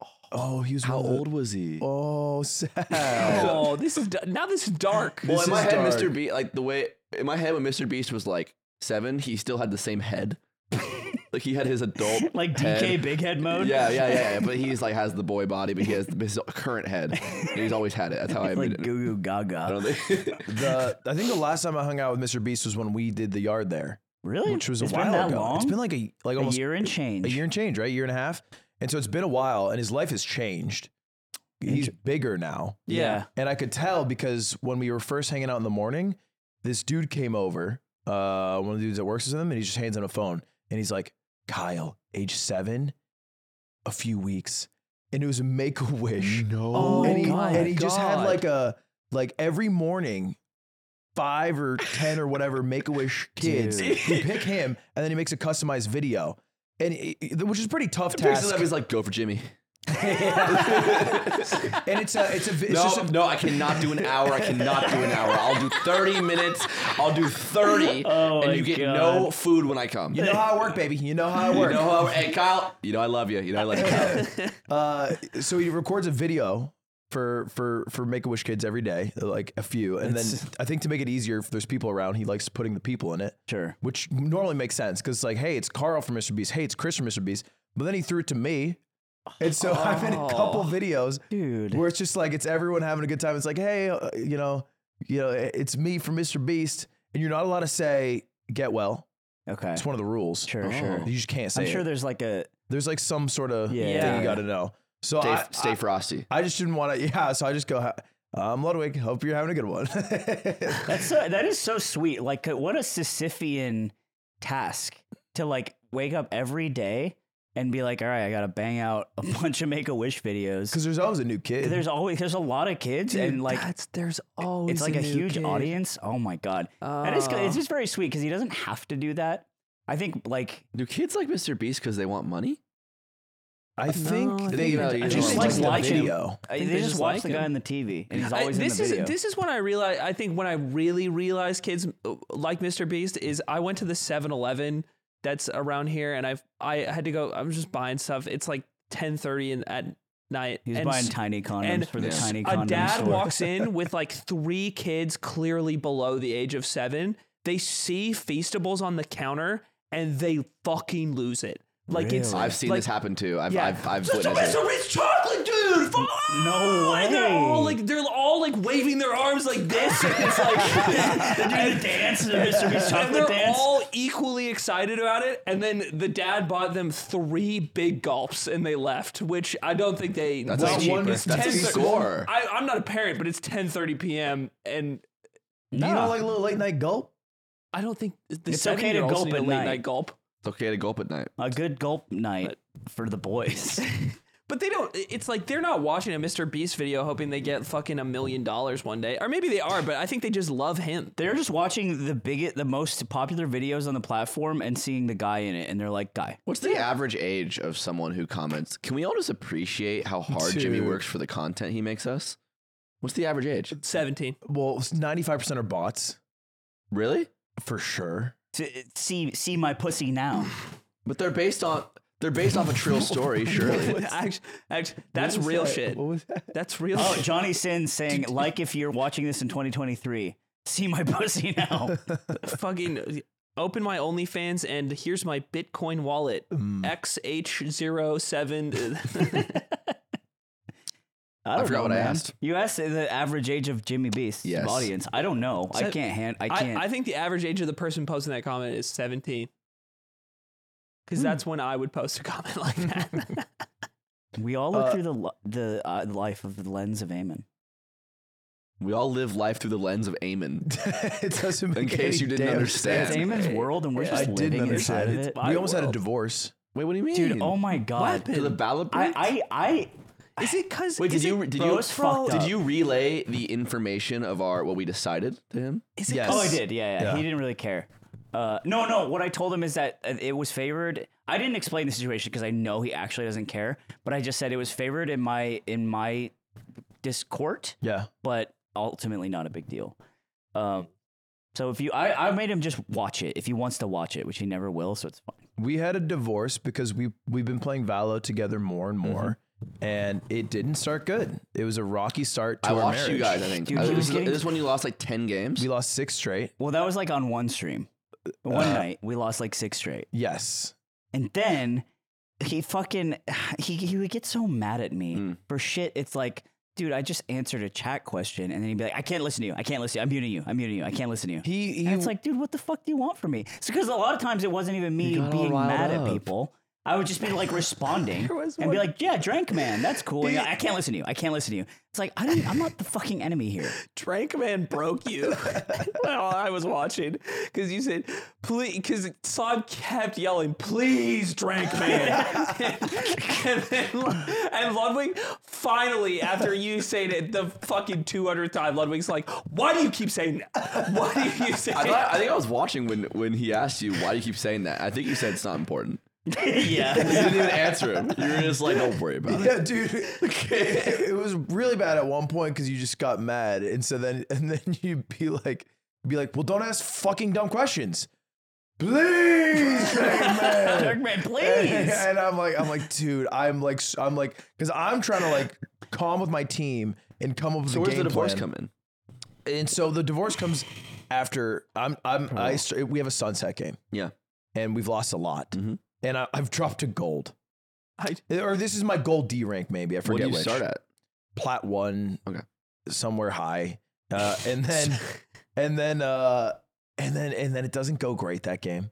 [SPEAKER 2] Oh, he was one of the-
[SPEAKER 3] was he?
[SPEAKER 2] Oh, sad.
[SPEAKER 1] Oh, this is da- now this is dark.
[SPEAKER 3] Well, in my
[SPEAKER 2] is
[SPEAKER 3] head,
[SPEAKER 2] dark.
[SPEAKER 3] Mr. Beast, like the way in my head when Mr. Beast was like seven, he still had the same head. like he had his adult,
[SPEAKER 4] Like
[SPEAKER 3] head.
[SPEAKER 4] DK Big Head mode.
[SPEAKER 3] Yeah, yeah, yeah, yeah. But he's like has the boy body, but he has his current head. And he's always had it. That's how I
[SPEAKER 4] like
[SPEAKER 3] made it.
[SPEAKER 4] Goo Goo
[SPEAKER 3] I
[SPEAKER 4] Gaga.
[SPEAKER 3] don't think.
[SPEAKER 2] the I think the last time I hung out with Mr. Beast was when we did the yard there,
[SPEAKER 4] Really?
[SPEAKER 2] which was
[SPEAKER 4] It's
[SPEAKER 2] a while
[SPEAKER 4] been that
[SPEAKER 2] ago.
[SPEAKER 4] Long?
[SPEAKER 2] It's been like a like
[SPEAKER 4] a
[SPEAKER 2] almost
[SPEAKER 4] year and change.
[SPEAKER 2] a year and change, right? Year and a half. And so it's been a while, and his life has changed. He's bigger now.
[SPEAKER 1] yeah.
[SPEAKER 2] And I could tell because when we were first hanging out in the morning, this dude came over, uh, one of the dudes that works with him, and he just hands him a phone. And he's like, Kyle, age seven, a few weeks. And it was a make a wish.
[SPEAKER 3] no.
[SPEAKER 1] Oh
[SPEAKER 2] and he,
[SPEAKER 1] my
[SPEAKER 2] and he just had
[SPEAKER 1] God.
[SPEAKER 2] like a like every morning, five or ten or whatever make a wish kids
[SPEAKER 5] Dude.
[SPEAKER 2] who pick him, and then he makes a customized video, and it, which is a pretty tough
[SPEAKER 3] Picks it
[SPEAKER 2] task.
[SPEAKER 3] up. He's like, go for Jimmy.
[SPEAKER 2] and it's a it's a it's
[SPEAKER 3] no,
[SPEAKER 2] just a,
[SPEAKER 3] no, I cannot do an hour. I cannot do an hour. I'll do 30 minutes. I'll do 30.
[SPEAKER 4] Oh my
[SPEAKER 3] and you get no
[SPEAKER 4] God.
[SPEAKER 3] food when I come.
[SPEAKER 2] you know how I work, baby. You know how I work.
[SPEAKER 3] You know how- hey, Kyle, you know I love you. You know I love you. Kyle.
[SPEAKER 2] Uh, so he records a video for for for Make a Wish kids every day, like a few, and then I think to make it easier, if there's people around, he likes putting the people in it,
[SPEAKER 4] Sure.
[SPEAKER 2] which normally makes sense because like, hey, it's Carl from Mr. Beast, hey, it's Chris from Mr. Beast, but then he threw it to me. And so I've had a couple videos
[SPEAKER 4] Oh. Dude.
[SPEAKER 2] where it's just like it's everyone having a good time. It's like, hey, uh, you know, you know, it's me from Mr. Beast, and you're not allowed to say get well.
[SPEAKER 4] Okay.
[SPEAKER 2] It's one of the rules.
[SPEAKER 4] Sure, sure.
[SPEAKER 2] You just can't say.
[SPEAKER 4] I'm sure
[SPEAKER 2] it.
[SPEAKER 4] there's like a
[SPEAKER 2] there's like some sort of
[SPEAKER 4] Yeah.
[SPEAKER 2] thing
[SPEAKER 1] Yeah.
[SPEAKER 2] you got to know. So
[SPEAKER 3] Stay,
[SPEAKER 2] I,
[SPEAKER 3] stay frosty.
[SPEAKER 2] I just didn't want to. Yeah, so I just go. I'm Ludwig. Hope you're having a good one.
[SPEAKER 4] that's so, that is so sweet. Like uh, what a Sisyphean task to like wake up every day and be like, all right, I gotta bang out a bunch of Make a Wish videos.
[SPEAKER 2] Because there's always a new kid.
[SPEAKER 4] There's always there's a lot of kids and like
[SPEAKER 1] that's there's always
[SPEAKER 4] it's like a
[SPEAKER 1] new
[SPEAKER 4] huge
[SPEAKER 1] kid.
[SPEAKER 4] audience. Oh my god, and it's
[SPEAKER 1] Oh.
[SPEAKER 4] it's just very sweet because he doesn't have to do that. I think like
[SPEAKER 3] Do kids like Mr. Beast because they want money?
[SPEAKER 2] I think
[SPEAKER 1] I think
[SPEAKER 2] they
[SPEAKER 3] you know,
[SPEAKER 2] I
[SPEAKER 3] you
[SPEAKER 2] think
[SPEAKER 3] just
[SPEAKER 2] they
[SPEAKER 3] like
[SPEAKER 2] just like the
[SPEAKER 4] watching-
[SPEAKER 2] video.
[SPEAKER 4] uh, they,
[SPEAKER 1] think
[SPEAKER 4] just,
[SPEAKER 1] they just
[SPEAKER 4] watch
[SPEAKER 1] like
[SPEAKER 4] the guy
[SPEAKER 1] him.
[SPEAKER 4] on the TV and he's
[SPEAKER 1] I-
[SPEAKER 4] always
[SPEAKER 1] this
[SPEAKER 4] in the
[SPEAKER 1] is
[SPEAKER 4] video.
[SPEAKER 1] this is when I realized I think when I really realized kids uh, like Mr. Beast is I went to the 7-Eleven that's around here and I've I had to go I was just buying stuff. It's like 10:30 in at night.
[SPEAKER 4] He's
[SPEAKER 1] and
[SPEAKER 4] buying
[SPEAKER 1] s-
[SPEAKER 4] tiny condoms
[SPEAKER 1] and
[SPEAKER 4] for the
[SPEAKER 3] s-
[SPEAKER 4] tiny condom
[SPEAKER 1] a dad
[SPEAKER 4] store.
[SPEAKER 1] walks in with like three kids clearly below the age of 7. They see feastables on the counter and they fucking lose it. Like it's
[SPEAKER 3] I've seen
[SPEAKER 1] like,
[SPEAKER 3] this happen too. I've,
[SPEAKER 1] yeah.
[SPEAKER 3] I've, I've
[SPEAKER 1] It's a-
[SPEAKER 3] witnessed
[SPEAKER 1] it's a
[SPEAKER 3] it.
[SPEAKER 1] rich chocolate, dude. Fuck!
[SPEAKER 4] no
[SPEAKER 1] And they're all
[SPEAKER 4] way.
[SPEAKER 1] like they're all like waving their arms like this, and it's like,
[SPEAKER 4] They're doing the dance, the Mr. Beast
[SPEAKER 1] and
[SPEAKER 4] chocolate
[SPEAKER 1] they're
[SPEAKER 4] dance.
[SPEAKER 1] all equally excited about it. And then the dad bought them three big gulps, and they left, which I don't think they.
[SPEAKER 3] That's
[SPEAKER 1] well,
[SPEAKER 3] like cheaper.
[SPEAKER 2] one is
[SPEAKER 3] That's a
[SPEAKER 1] 10 thir-
[SPEAKER 3] score.
[SPEAKER 1] I, I'm not a parent, but it's 10:30 p.m. and
[SPEAKER 2] You don't like a little late night gulp?
[SPEAKER 1] I don't think the
[SPEAKER 4] It's okay to
[SPEAKER 1] seven-year-olds
[SPEAKER 4] gulp
[SPEAKER 1] need a
[SPEAKER 4] at
[SPEAKER 1] late
[SPEAKER 4] night.
[SPEAKER 1] night gulp.
[SPEAKER 3] It's okay to gulp at night.
[SPEAKER 4] a good gulp night for the boys.
[SPEAKER 1] But they don't. It's like they're not watching a Mr. Beast video hoping they get fucking a million dollars one day, or maybe they are. But I think they just love him.
[SPEAKER 4] they're just watching the biggest, the most popular videos on the platform and seeing the guy in it, and they're like, "Guy,
[SPEAKER 3] What's the average age of someone who comments? Can we all just appreciate how hard Jimmy
[SPEAKER 2] Dude.
[SPEAKER 3] works for the content he makes us? What's the average age?
[SPEAKER 1] Seventeen.
[SPEAKER 2] Well, 95% are bots
[SPEAKER 3] Really?
[SPEAKER 2] for sure.
[SPEAKER 4] t- see see my pussy now."
[SPEAKER 3] But they're based on they're based off a true story, surely.
[SPEAKER 1] Act- act- that's real shit. That's real.
[SPEAKER 4] Oh,
[SPEAKER 1] shit.
[SPEAKER 4] Johnny Sin saying, "Like if you're watching this in 2023, see my pussy now."
[SPEAKER 1] fucking open my OnlyFans and here's my Bitcoin wallet. XH07.
[SPEAKER 4] I, don't
[SPEAKER 3] I forgot
[SPEAKER 4] know,
[SPEAKER 3] what I
[SPEAKER 4] man.
[SPEAKER 3] asked.
[SPEAKER 4] You asked the average age of Jimmy Beast's
[SPEAKER 3] Yes.
[SPEAKER 4] audience. I don't know. I
[SPEAKER 1] So-
[SPEAKER 4] can't hand. I
[SPEAKER 1] I,
[SPEAKER 4] can't.
[SPEAKER 1] I think the average age of the person posting that comment is 17. Because that's when I would post a comment like that.
[SPEAKER 4] we all look
[SPEAKER 2] Uh,
[SPEAKER 4] through the li- the uh, life of the lens of Amon.
[SPEAKER 3] We all live life through the lens of Eamon.
[SPEAKER 2] it doesn't make
[SPEAKER 3] In case
[SPEAKER 2] any
[SPEAKER 3] you didn't
[SPEAKER 2] damn
[SPEAKER 3] understand.
[SPEAKER 2] sense.
[SPEAKER 4] It's Amon's world, and we're
[SPEAKER 2] I
[SPEAKER 4] just living
[SPEAKER 2] didn't
[SPEAKER 4] inside
[SPEAKER 2] understand.
[SPEAKER 4] of
[SPEAKER 2] It's-
[SPEAKER 4] it.
[SPEAKER 2] we almost had a divorce.
[SPEAKER 3] Wait, what do you mean?
[SPEAKER 4] Dude, oh my god.
[SPEAKER 3] to the ballot.
[SPEAKER 4] I,
[SPEAKER 3] box?
[SPEAKER 4] I, I,
[SPEAKER 1] is it because.
[SPEAKER 3] Wait, did you did you
[SPEAKER 4] it's fucked
[SPEAKER 3] did
[SPEAKER 4] up.
[SPEAKER 3] you relay the information of our what we decided to him?
[SPEAKER 1] Is it
[SPEAKER 2] Yes.
[SPEAKER 1] 'cause-
[SPEAKER 4] oh, I did. Yeah, yeah.
[SPEAKER 2] Yeah.
[SPEAKER 4] He didn't really care. Uh, no, no. What I told him is that uh, it was favored. I didn't explain the situation because I know he actually doesn't care. But I just said it was favored in my in my dis- court,
[SPEAKER 2] Yeah.
[SPEAKER 4] but ultimately not a big deal. Um, so if you, I, I made him just watch it if he wants to watch it, which he never will. So it's fine.
[SPEAKER 2] we had a divorce because we we've been playing Valo together more and more,
[SPEAKER 4] Mm-hmm.
[SPEAKER 2] and it didn't start good. It was a rocky start to
[SPEAKER 3] I
[SPEAKER 2] our
[SPEAKER 3] watched
[SPEAKER 2] marriage.
[SPEAKER 3] you guys. I think
[SPEAKER 4] Dude,
[SPEAKER 3] Uh,
[SPEAKER 4] he was
[SPEAKER 3] this, is-
[SPEAKER 4] getting-
[SPEAKER 3] this one you lost like ten games.
[SPEAKER 2] We lost six straight.
[SPEAKER 4] Well, that was like on one stream, one night. We lost like six straight.
[SPEAKER 2] Yes,
[SPEAKER 4] And then he fucking he he would get so mad at me for shit. It's like, dude, I just answered a chat question, and then he'd be like, I can't listen to you. I can't listen. To you. I'm muting you. I'm muting you. I can't listen to you.
[SPEAKER 2] he he.
[SPEAKER 4] and it's like, dude, what the fuck do you want from me? It's because a lot of times it wasn't even me
[SPEAKER 3] got all
[SPEAKER 4] being
[SPEAKER 3] riled
[SPEAKER 4] mad at
[SPEAKER 3] up.
[SPEAKER 4] people. I would just be like responding
[SPEAKER 1] was
[SPEAKER 4] and be
[SPEAKER 1] one-
[SPEAKER 4] like, "Yeah, Drank Man, that's cool." And you're like, I can't listen to you. I can't listen to you. It's like I don't, I'm not the fucking enemy here.
[SPEAKER 1] Drank Man broke you while I was watching because you said, please, because Saab kept yelling, please, Drank Man. and, then, and Ludwig, finally, after you saying it the fucking 200th time, Ludwig's like, why do you keep saying that? Why do you keep saying
[SPEAKER 3] I,
[SPEAKER 1] that?
[SPEAKER 3] thought, I think I was watching when, when he asked you why do you keep saying that. I think you said it's not important.
[SPEAKER 4] yeah.
[SPEAKER 3] You didn't even answer him. You were just like, don't worry about it.
[SPEAKER 2] Yeah, dude. It, it was really bad at one point because you just got mad, and so then and then you'd be like, be like, well, don't ask fucking dumb questions, please, man.
[SPEAKER 4] Drank Man,
[SPEAKER 2] And,
[SPEAKER 4] please.
[SPEAKER 2] and I'm like, I'm like, dude, I'm like, s- I'm like, because I'm trying to like calm with my team and come up with
[SPEAKER 3] So
[SPEAKER 2] a
[SPEAKER 3] where's
[SPEAKER 2] game
[SPEAKER 3] the divorce
[SPEAKER 2] plan.
[SPEAKER 3] come in?
[SPEAKER 2] And so the divorce comes after I'm I'm I st- we have a sunset game
[SPEAKER 3] Oh, Yeah.
[SPEAKER 2] and we've lost a lot,
[SPEAKER 3] Mhm.
[SPEAKER 2] and I, I've dropped to gold.
[SPEAKER 1] I-
[SPEAKER 2] or this is my gold D rank, maybe I
[SPEAKER 3] What
[SPEAKER 2] forget
[SPEAKER 3] do you
[SPEAKER 2] which
[SPEAKER 3] start at?
[SPEAKER 2] plat one
[SPEAKER 3] Okay.
[SPEAKER 2] somewhere high uh, and then and then uh, and then and then it doesn't go great that game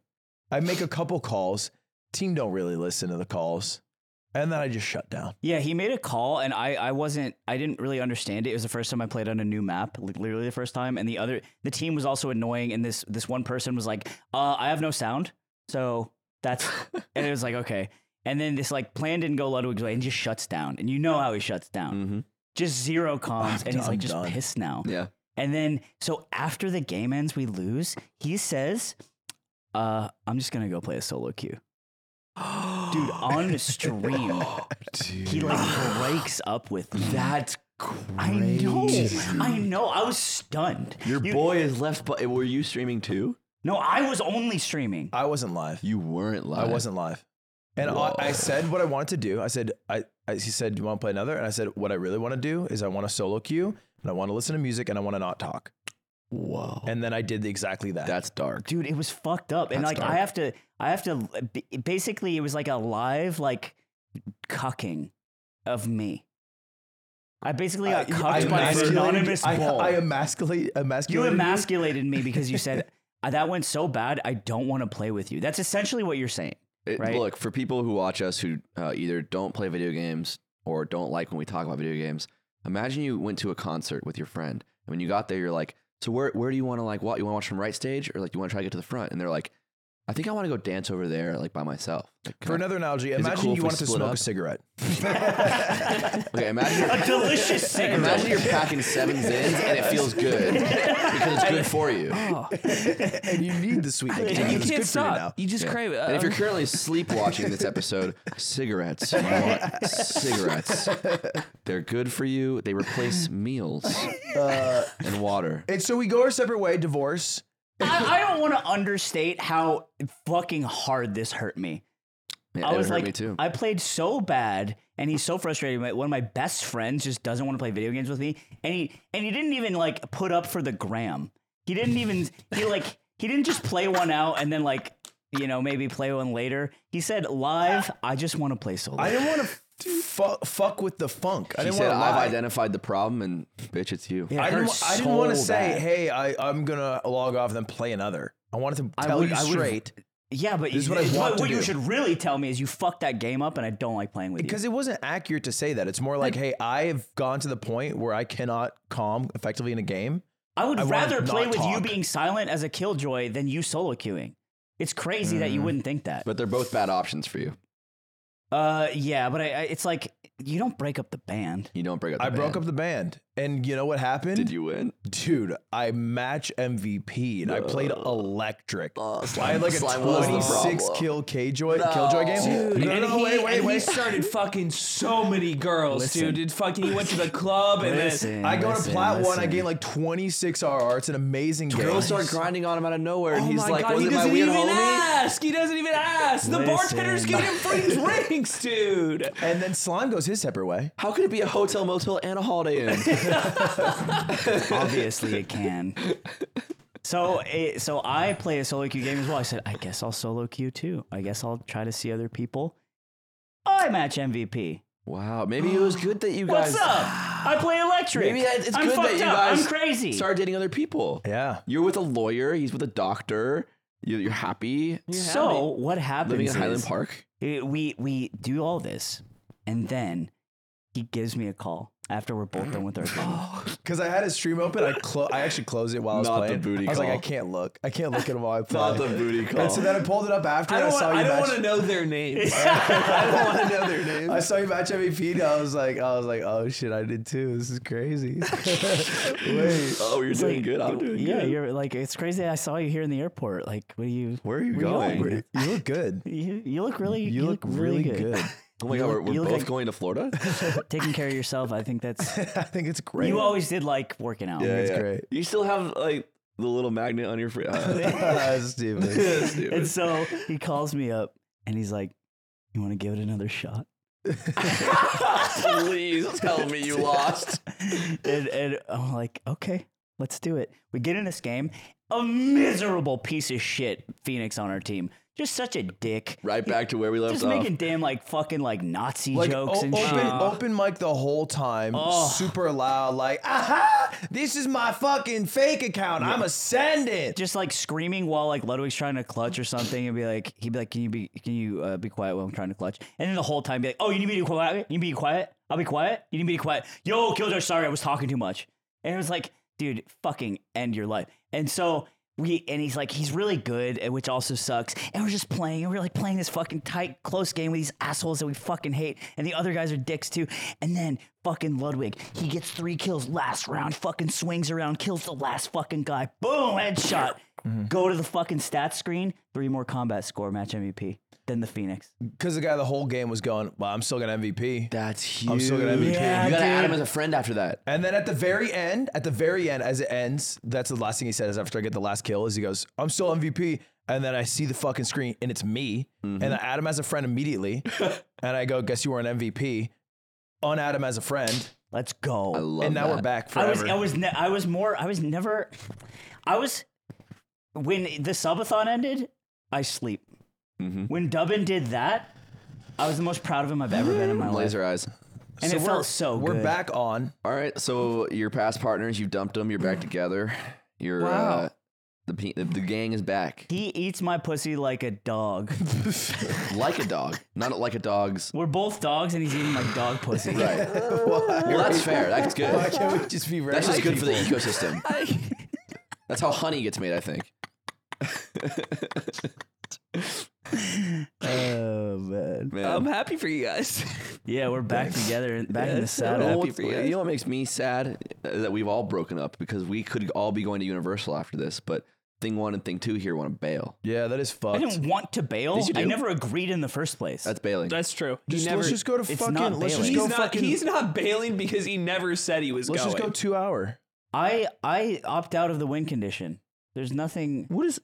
[SPEAKER 2] i make a couple calls team don't really listen to the calls and then i just shut down
[SPEAKER 4] Yeah, he made a call, and I, I wasn't, I didn't really understand it. It was the first time I played on a new map, li- literally the first time. And the other, the team was also annoying. And this, this one person was like, uh, "I have no sound," so that's, and it was like, okay. And then this like plan didn't go Ludwig's way, and just shuts down. And you know how he shuts down,
[SPEAKER 3] Mm-hmm.
[SPEAKER 4] just zero comms, and he's
[SPEAKER 2] I'm
[SPEAKER 4] like just
[SPEAKER 2] done.
[SPEAKER 4] pissed now.
[SPEAKER 3] Yeah.
[SPEAKER 4] And then, so after the game ends, we lose. He says, uh, "I'm just gonna go play a solo queue." Dude, on stream, he like breaks up with me.
[SPEAKER 3] That's
[SPEAKER 4] I know. I know. I was stunned.
[SPEAKER 3] Your
[SPEAKER 4] You-
[SPEAKER 3] boy is left. But were you streaming too?
[SPEAKER 4] No, I was only streaming.
[SPEAKER 2] i wasn't live
[SPEAKER 3] You weren't
[SPEAKER 2] i
[SPEAKER 3] live.
[SPEAKER 2] wasn't live and I, I said what i wanted to do i said I, I he said do you want to play another and i said what i really want to do is i want to solo queue and i want to listen to music and i want to not talk
[SPEAKER 3] Whoa.
[SPEAKER 2] and then i did exactly that
[SPEAKER 3] That's dark.
[SPEAKER 4] Dude, it was fucked up. And like
[SPEAKER 3] That's
[SPEAKER 4] I
[SPEAKER 3] dark.
[SPEAKER 4] have to I have to b- basically it was like a live like cucking of me. I basically got
[SPEAKER 2] I
[SPEAKER 4] cucked by an
[SPEAKER 2] emasculated,
[SPEAKER 4] anonymous
[SPEAKER 2] I,
[SPEAKER 4] bull.
[SPEAKER 2] I emasculate,
[SPEAKER 4] you
[SPEAKER 2] emasculated.
[SPEAKER 4] emasculated me because you said "Uh, that went so bad, I don't want to play with you. That's essentially what you're saying.
[SPEAKER 3] It-
[SPEAKER 4] right?
[SPEAKER 3] Look, for people who watch us who uh, either don't play video games or don't like when we talk about video games, imagine you went to a concert with your friend. And when you got there, you're like, so where, where do you want to like what? You want to watch from right stage or like you want to try to get to the front? And they're like, I think I want to go dance over there like by myself. Like, can
[SPEAKER 2] For
[SPEAKER 3] I-
[SPEAKER 2] another analogy,
[SPEAKER 3] it
[SPEAKER 2] imagine
[SPEAKER 3] cool if
[SPEAKER 2] you
[SPEAKER 3] we
[SPEAKER 2] wanted to
[SPEAKER 3] split
[SPEAKER 2] smoke a
[SPEAKER 3] up?
[SPEAKER 2] cigarette.
[SPEAKER 3] okay, imagine
[SPEAKER 4] A delicious cigarette.
[SPEAKER 3] Imagine you're packing seven zins and it feels good because it's good for you.
[SPEAKER 2] and you need the sweet nicotine.
[SPEAKER 1] and you
[SPEAKER 2] It's
[SPEAKER 1] can't
[SPEAKER 2] good for now.
[SPEAKER 1] stop. You just crave it.
[SPEAKER 3] And if
[SPEAKER 1] Uh,
[SPEAKER 3] you're currently sleep watching this episode, cigarettes. You want cigarettes. They're good for you. They replace meals and water.
[SPEAKER 2] And so we go our separate way, divorce.
[SPEAKER 4] I, I don't want to understate how fucking hard this hurt me.
[SPEAKER 3] Yeah,
[SPEAKER 4] I
[SPEAKER 3] it
[SPEAKER 4] was
[SPEAKER 3] hurt
[SPEAKER 4] like,
[SPEAKER 3] me too.
[SPEAKER 4] I played so bad, and he's so frustrated. My- One of my best friends just doesn't want to play video games with me, and he and he didn't even like put up for the gram. He didn't even he like he didn't just play one out and then like you know maybe play one later. He said live, I just want to play solo.
[SPEAKER 2] I didn't want to fu- fuck with the funk. I
[SPEAKER 3] He
[SPEAKER 2] didn't
[SPEAKER 3] said,
[SPEAKER 2] want to
[SPEAKER 3] I've
[SPEAKER 2] lie.
[SPEAKER 3] identified the problem and bitch, it's you.
[SPEAKER 4] Yeah, it
[SPEAKER 2] I didn't,
[SPEAKER 4] hurt
[SPEAKER 2] wa- I didn't
[SPEAKER 4] so
[SPEAKER 2] want to say,
[SPEAKER 4] bad.
[SPEAKER 2] hey, I, I'm going to log off and then play another. I wanted to
[SPEAKER 4] I
[SPEAKER 2] tell
[SPEAKER 4] would-
[SPEAKER 2] you
[SPEAKER 4] I would-
[SPEAKER 2] straight
[SPEAKER 4] yeah, but
[SPEAKER 2] This is
[SPEAKER 4] you-
[SPEAKER 2] what I
[SPEAKER 4] it's
[SPEAKER 2] want to
[SPEAKER 4] you
[SPEAKER 2] do.
[SPEAKER 4] should really tell me is you fucked that game up, and I don't like playing with you.
[SPEAKER 2] because it wasn't accurate to say that. It's more like, hey, I've gone to the point where I cannot calm effectively in a game.
[SPEAKER 4] I would
[SPEAKER 2] I wanna
[SPEAKER 4] rather
[SPEAKER 2] not
[SPEAKER 4] play with you
[SPEAKER 2] talk.
[SPEAKER 4] being silent as a killjoy than you solo queuing. It's crazy that you wouldn't think that.
[SPEAKER 3] Mm. But they're both bad options for you.
[SPEAKER 4] uh, yeah, but I, I, it's like you don't break up the band.
[SPEAKER 3] You don't break up. The
[SPEAKER 2] I broke up
[SPEAKER 3] band.
[SPEAKER 2] the band. And you know what happened?
[SPEAKER 3] Did you win?
[SPEAKER 2] Dude, I match MVP'd. I played electric. I had like a
[SPEAKER 3] slime was the
[SPEAKER 2] 26
[SPEAKER 3] problem.
[SPEAKER 2] kill Killjoy, Killjoy game.
[SPEAKER 1] Dude,
[SPEAKER 2] no, no,
[SPEAKER 1] and
[SPEAKER 2] no,
[SPEAKER 1] he,
[SPEAKER 2] wait, wait,
[SPEAKER 1] and he
[SPEAKER 2] wait.
[SPEAKER 1] started fucking so many girls, dude. Did fucking he went to the club and then
[SPEAKER 2] I go to plat one. I gain like 26 RR. It's an amazing game.
[SPEAKER 3] Girls start grinding on him out of nowhere, and
[SPEAKER 1] Oh
[SPEAKER 3] he's
[SPEAKER 1] my
[SPEAKER 3] like,
[SPEAKER 1] God,
[SPEAKER 3] "Was
[SPEAKER 1] he
[SPEAKER 3] it my
[SPEAKER 1] doesn't
[SPEAKER 3] weird
[SPEAKER 1] even
[SPEAKER 3] homie?"
[SPEAKER 1] ask. He doesn't even ask. The bartender's
[SPEAKER 4] Listen.
[SPEAKER 1] giving him free drinks, dude.
[SPEAKER 2] and then Slime goes his separate way.
[SPEAKER 3] How could it be a hotel, motel, and a Holiday Inn?
[SPEAKER 4] Obviously, it can. So, it, so I play a solo queue game as well. I said, I guess I'll solo queue too. I guess I'll try to see other people. I match MVP.
[SPEAKER 3] Wow, maybe it was good that you guys.
[SPEAKER 4] What's up? I play electric.
[SPEAKER 3] Maybe that, it's
[SPEAKER 4] I'm
[SPEAKER 3] good
[SPEAKER 4] fucked
[SPEAKER 3] that you
[SPEAKER 4] up.
[SPEAKER 3] guys
[SPEAKER 4] I'm crazy.
[SPEAKER 3] start dating other people.
[SPEAKER 2] Yeah.
[SPEAKER 3] You're with a lawyer. He's with a doctor. you- You're happy.
[SPEAKER 4] so what happens?
[SPEAKER 3] Living in Highland
[SPEAKER 4] is-
[SPEAKER 3] Park.
[SPEAKER 4] eh, we we do all this, and then he gives me a call after we're both done with our game.
[SPEAKER 2] Because I had a stream open, I clo- I actually closed it while I was
[SPEAKER 3] Not the
[SPEAKER 2] playing.
[SPEAKER 3] booty
[SPEAKER 2] I was like,
[SPEAKER 3] call.
[SPEAKER 2] I can't look. I can't look at him while I play.
[SPEAKER 3] Not the booty call.
[SPEAKER 2] And so then I pulled it up after.
[SPEAKER 1] I
[SPEAKER 2] and I,
[SPEAKER 1] don't, want,
[SPEAKER 2] saw you
[SPEAKER 1] I
[SPEAKER 2] match.
[SPEAKER 1] don't want to know their names.
[SPEAKER 2] I don't want to know their name. I saw you match MVP. And I was like, I was like, oh shit, I did too. This is crazy. Wait,
[SPEAKER 3] oh, you're doing good. I'm doing
[SPEAKER 4] yeah,
[SPEAKER 3] good.
[SPEAKER 4] you're like it's crazy. I saw you here in the airport. Like, what are you?
[SPEAKER 3] Where are you
[SPEAKER 4] going?
[SPEAKER 3] going?
[SPEAKER 4] Where-
[SPEAKER 2] you look good.
[SPEAKER 4] You, you look really
[SPEAKER 2] You, look, really good.
[SPEAKER 3] Oh my
[SPEAKER 4] You
[SPEAKER 3] god, we're,
[SPEAKER 4] look- you
[SPEAKER 3] we're
[SPEAKER 4] look
[SPEAKER 3] both
[SPEAKER 4] like-
[SPEAKER 3] going to Florida.
[SPEAKER 4] Taking care of yourself. I think that's
[SPEAKER 2] I think it's great.
[SPEAKER 4] you always did like working out.
[SPEAKER 2] it's great.
[SPEAKER 3] You still have like the little magnet on your fri- uh,
[SPEAKER 2] That's stupid.
[SPEAKER 3] that's stupid.
[SPEAKER 4] And so he calls me up and he's like, "You want to give it another shot?"
[SPEAKER 3] Please tell me you lost.
[SPEAKER 4] and, and I'm like, okay, let's do it. We get in this game, a miserable piece of shit Phoenix on our team. Just such a dick.
[SPEAKER 3] Right back to where we left
[SPEAKER 4] Just
[SPEAKER 3] off.
[SPEAKER 4] making damn like fucking like Nazi
[SPEAKER 2] Like
[SPEAKER 4] jokes
[SPEAKER 2] o-
[SPEAKER 4] and shit.
[SPEAKER 2] open, open mic the whole time,
[SPEAKER 4] Oh.
[SPEAKER 2] super loud. Like, aha! This is my fucking fake account. I'm ascendant.
[SPEAKER 4] Just like screaming while like Ludwig's trying to clutch or something, and be like, he'd be like, "Can you be, can you uh, be quiet while I'm trying to clutch?" And then the whole time be like, "Oh, you need me to be quiet? You need me to be quiet? I'll be quiet. You need me to be quiet? Yo, Killjoy, sorry, I was talking too much." And it was like, dude, fucking end your life. And so we, and he's like, he's really good, and which also sucks. And we're just playing, and we're like playing this fucking tight, close game with these assholes that we fucking hate. And the other guys are dicks too. And then fucking Ludwig, he gets three kills last round, fucking swings around, kills the last fucking guy. Boom, headshot.
[SPEAKER 3] Mm-hmm.
[SPEAKER 4] Go to the fucking stats screen, three more combat score, match MVP, then the Phoenix.
[SPEAKER 2] Because the guy the whole game was going, well, I'm still gonna MVP.
[SPEAKER 3] That's huge.
[SPEAKER 2] I'm still gonna MVP.
[SPEAKER 3] you gotta add
[SPEAKER 4] dude.
[SPEAKER 3] him as a friend after that.
[SPEAKER 2] And then at the very end, at the very end, as it ends, that's the last thing he says after I get the last kill is he goes, I'm still MVP. And then I see the fucking screen and it's me. And I add him as a friend immediately. and I go, guess you were an MVP. Unadd him as a friend.
[SPEAKER 4] Let's go.
[SPEAKER 3] I love
[SPEAKER 2] and now
[SPEAKER 3] that.
[SPEAKER 2] we're back
[SPEAKER 4] I
[SPEAKER 2] forever.
[SPEAKER 4] was, I was, ne- I was more, I was never, I was, when the subathon ended, I sleep.
[SPEAKER 3] Mm-hmm.
[SPEAKER 4] When Dubbin did that, I was the most proud of him I've ever been in my life.
[SPEAKER 3] Laser eyes.
[SPEAKER 4] And it
[SPEAKER 2] we're-
[SPEAKER 4] felt so
[SPEAKER 2] We're
[SPEAKER 4] good.
[SPEAKER 2] back on.
[SPEAKER 3] All right, so your past partners, you've dumped them. You're back together. You're uh, the, pe- the the gang is back
[SPEAKER 4] He eats my pussy like a dog.
[SPEAKER 3] like a dog, not like a dog's.
[SPEAKER 4] We're both dogs and he's eating like dog pussy.
[SPEAKER 3] Right. Well, that's fair. That's good.
[SPEAKER 2] Why can't we just be regular?
[SPEAKER 3] That's just good for
[SPEAKER 2] people?
[SPEAKER 3] the ecosystem. That's how honey gets made, I think.
[SPEAKER 4] Oh, man.
[SPEAKER 3] Man.
[SPEAKER 1] I'm happy for you guys.
[SPEAKER 4] Yeah, we're back together, and back in the
[SPEAKER 1] Yes.
[SPEAKER 3] You
[SPEAKER 4] saddle.
[SPEAKER 3] know,
[SPEAKER 1] Happy
[SPEAKER 3] what-
[SPEAKER 1] for you guys.
[SPEAKER 3] you know what makes me sad Uh, that we've all broken up because we could all be going to Universal after this, but thing one and thing two here want to bail.
[SPEAKER 2] Yeah, that is
[SPEAKER 4] I
[SPEAKER 2] fucked.
[SPEAKER 4] didn't want to bail.
[SPEAKER 3] Yes, you
[SPEAKER 4] I
[SPEAKER 3] do.
[SPEAKER 4] never agreed in the first place.
[SPEAKER 3] That's bailing.
[SPEAKER 1] That's true. He
[SPEAKER 2] Just-
[SPEAKER 1] never,
[SPEAKER 2] let's just go to
[SPEAKER 4] it's
[SPEAKER 2] fucking.
[SPEAKER 4] not
[SPEAKER 2] Let's
[SPEAKER 4] bailing.
[SPEAKER 2] just
[SPEAKER 1] he's,
[SPEAKER 2] go
[SPEAKER 1] not,
[SPEAKER 2] fucking.
[SPEAKER 1] he's not bailing because he never said he was
[SPEAKER 2] let's
[SPEAKER 1] going.
[SPEAKER 2] just go two hour.
[SPEAKER 4] I I opt out of the win condition. There's nothing.
[SPEAKER 1] what is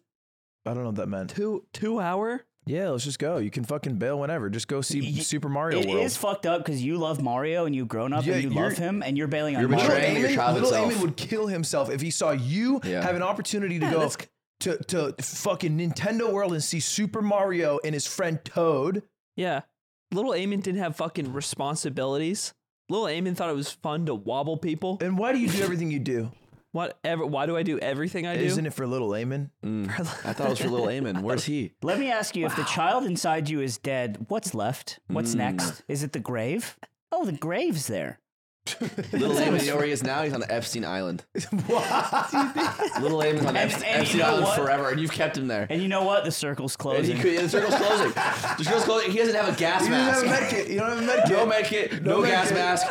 [SPEAKER 2] I don't know what that meant.
[SPEAKER 1] two two hour?
[SPEAKER 2] Yeah, let's just go. You can fucking bail whenever. Just go see
[SPEAKER 4] Y-
[SPEAKER 2] Super Mario
[SPEAKER 4] It
[SPEAKER 2] World.
[SPEAKER 4] is fucked up because you love Mario and you grown up
[SPEAKER 2] Yeah,
[SPEAKER 4] and you
[SPEAKER 2] you're-
[SPEAKER 4] love him and you're bailing on
[SPEAKER 3] you're
[SPEAKER 4] Mario.
[SPEAKER 2] Little
[SPEAKER 3] betraying your
[SPEAKER 2] Eamon-
[SPEAKER 3] childhood
[SPEAKER 2] Little
[SPEAKER 3] self.
[SPEAKER 2] Eamon would kill himself if he saw you
[SPEAKER 3] Yeah.
[SPEAKER 2] have an opportunity to go
[SPEAKER 1] that's c-
[SPEAKER 2] to, to fucking Nintendo World and see Super Mario and his friend Toad.
[SPEAKER 1] Yeah. Little Eamon didn't have fucking responsibilities. Little Eamon thought it was fun to wobble people.
[SPEAKER 2] And why do you do everything you do?
[SPEAKER 1] Whatever. Why do I do everything I do?
[SPEAKER 2] Isn't it for Little Eamon?
[SPEAKER 3] I thought it was for little Eamon. Where's he?
[SPEAKER 4] Let me ask you: If the child inside you is dead, what's left? What's next? Is it the grave? Oh, the grave's there.
[SPEAKER 3] Little Eamon, you know where he is now? He's on Epstein Island. little Eamon's on Epstein,
[SPEAKER 4] and you
[SPEAKER 3] Epstein
[SPEAKER 4] know
[SPEAKER 3] Island
[SPEAKER 4] what?
[SPEAKER 3] forever, and you've kept him there.
[SPEAKER 4] And you know what? The circle's
[SPEAKER 3] And he
[SPEAKER 4] closing.
[SPEAKER 3] could, the circle's closing. The circle's closing. He doesn't have a gas
[SPEAKER 2] You don't have a
[SPEAKER 3] mask.
[SPEAKER 2] med kit. You don't have a med kit.
[SPEAKER 3] No med kit, no,
[SPEAKER 2] med
[SPEAKER 3] gas
[SPEAKER 2] kit.
[SPEAKER 3] mask.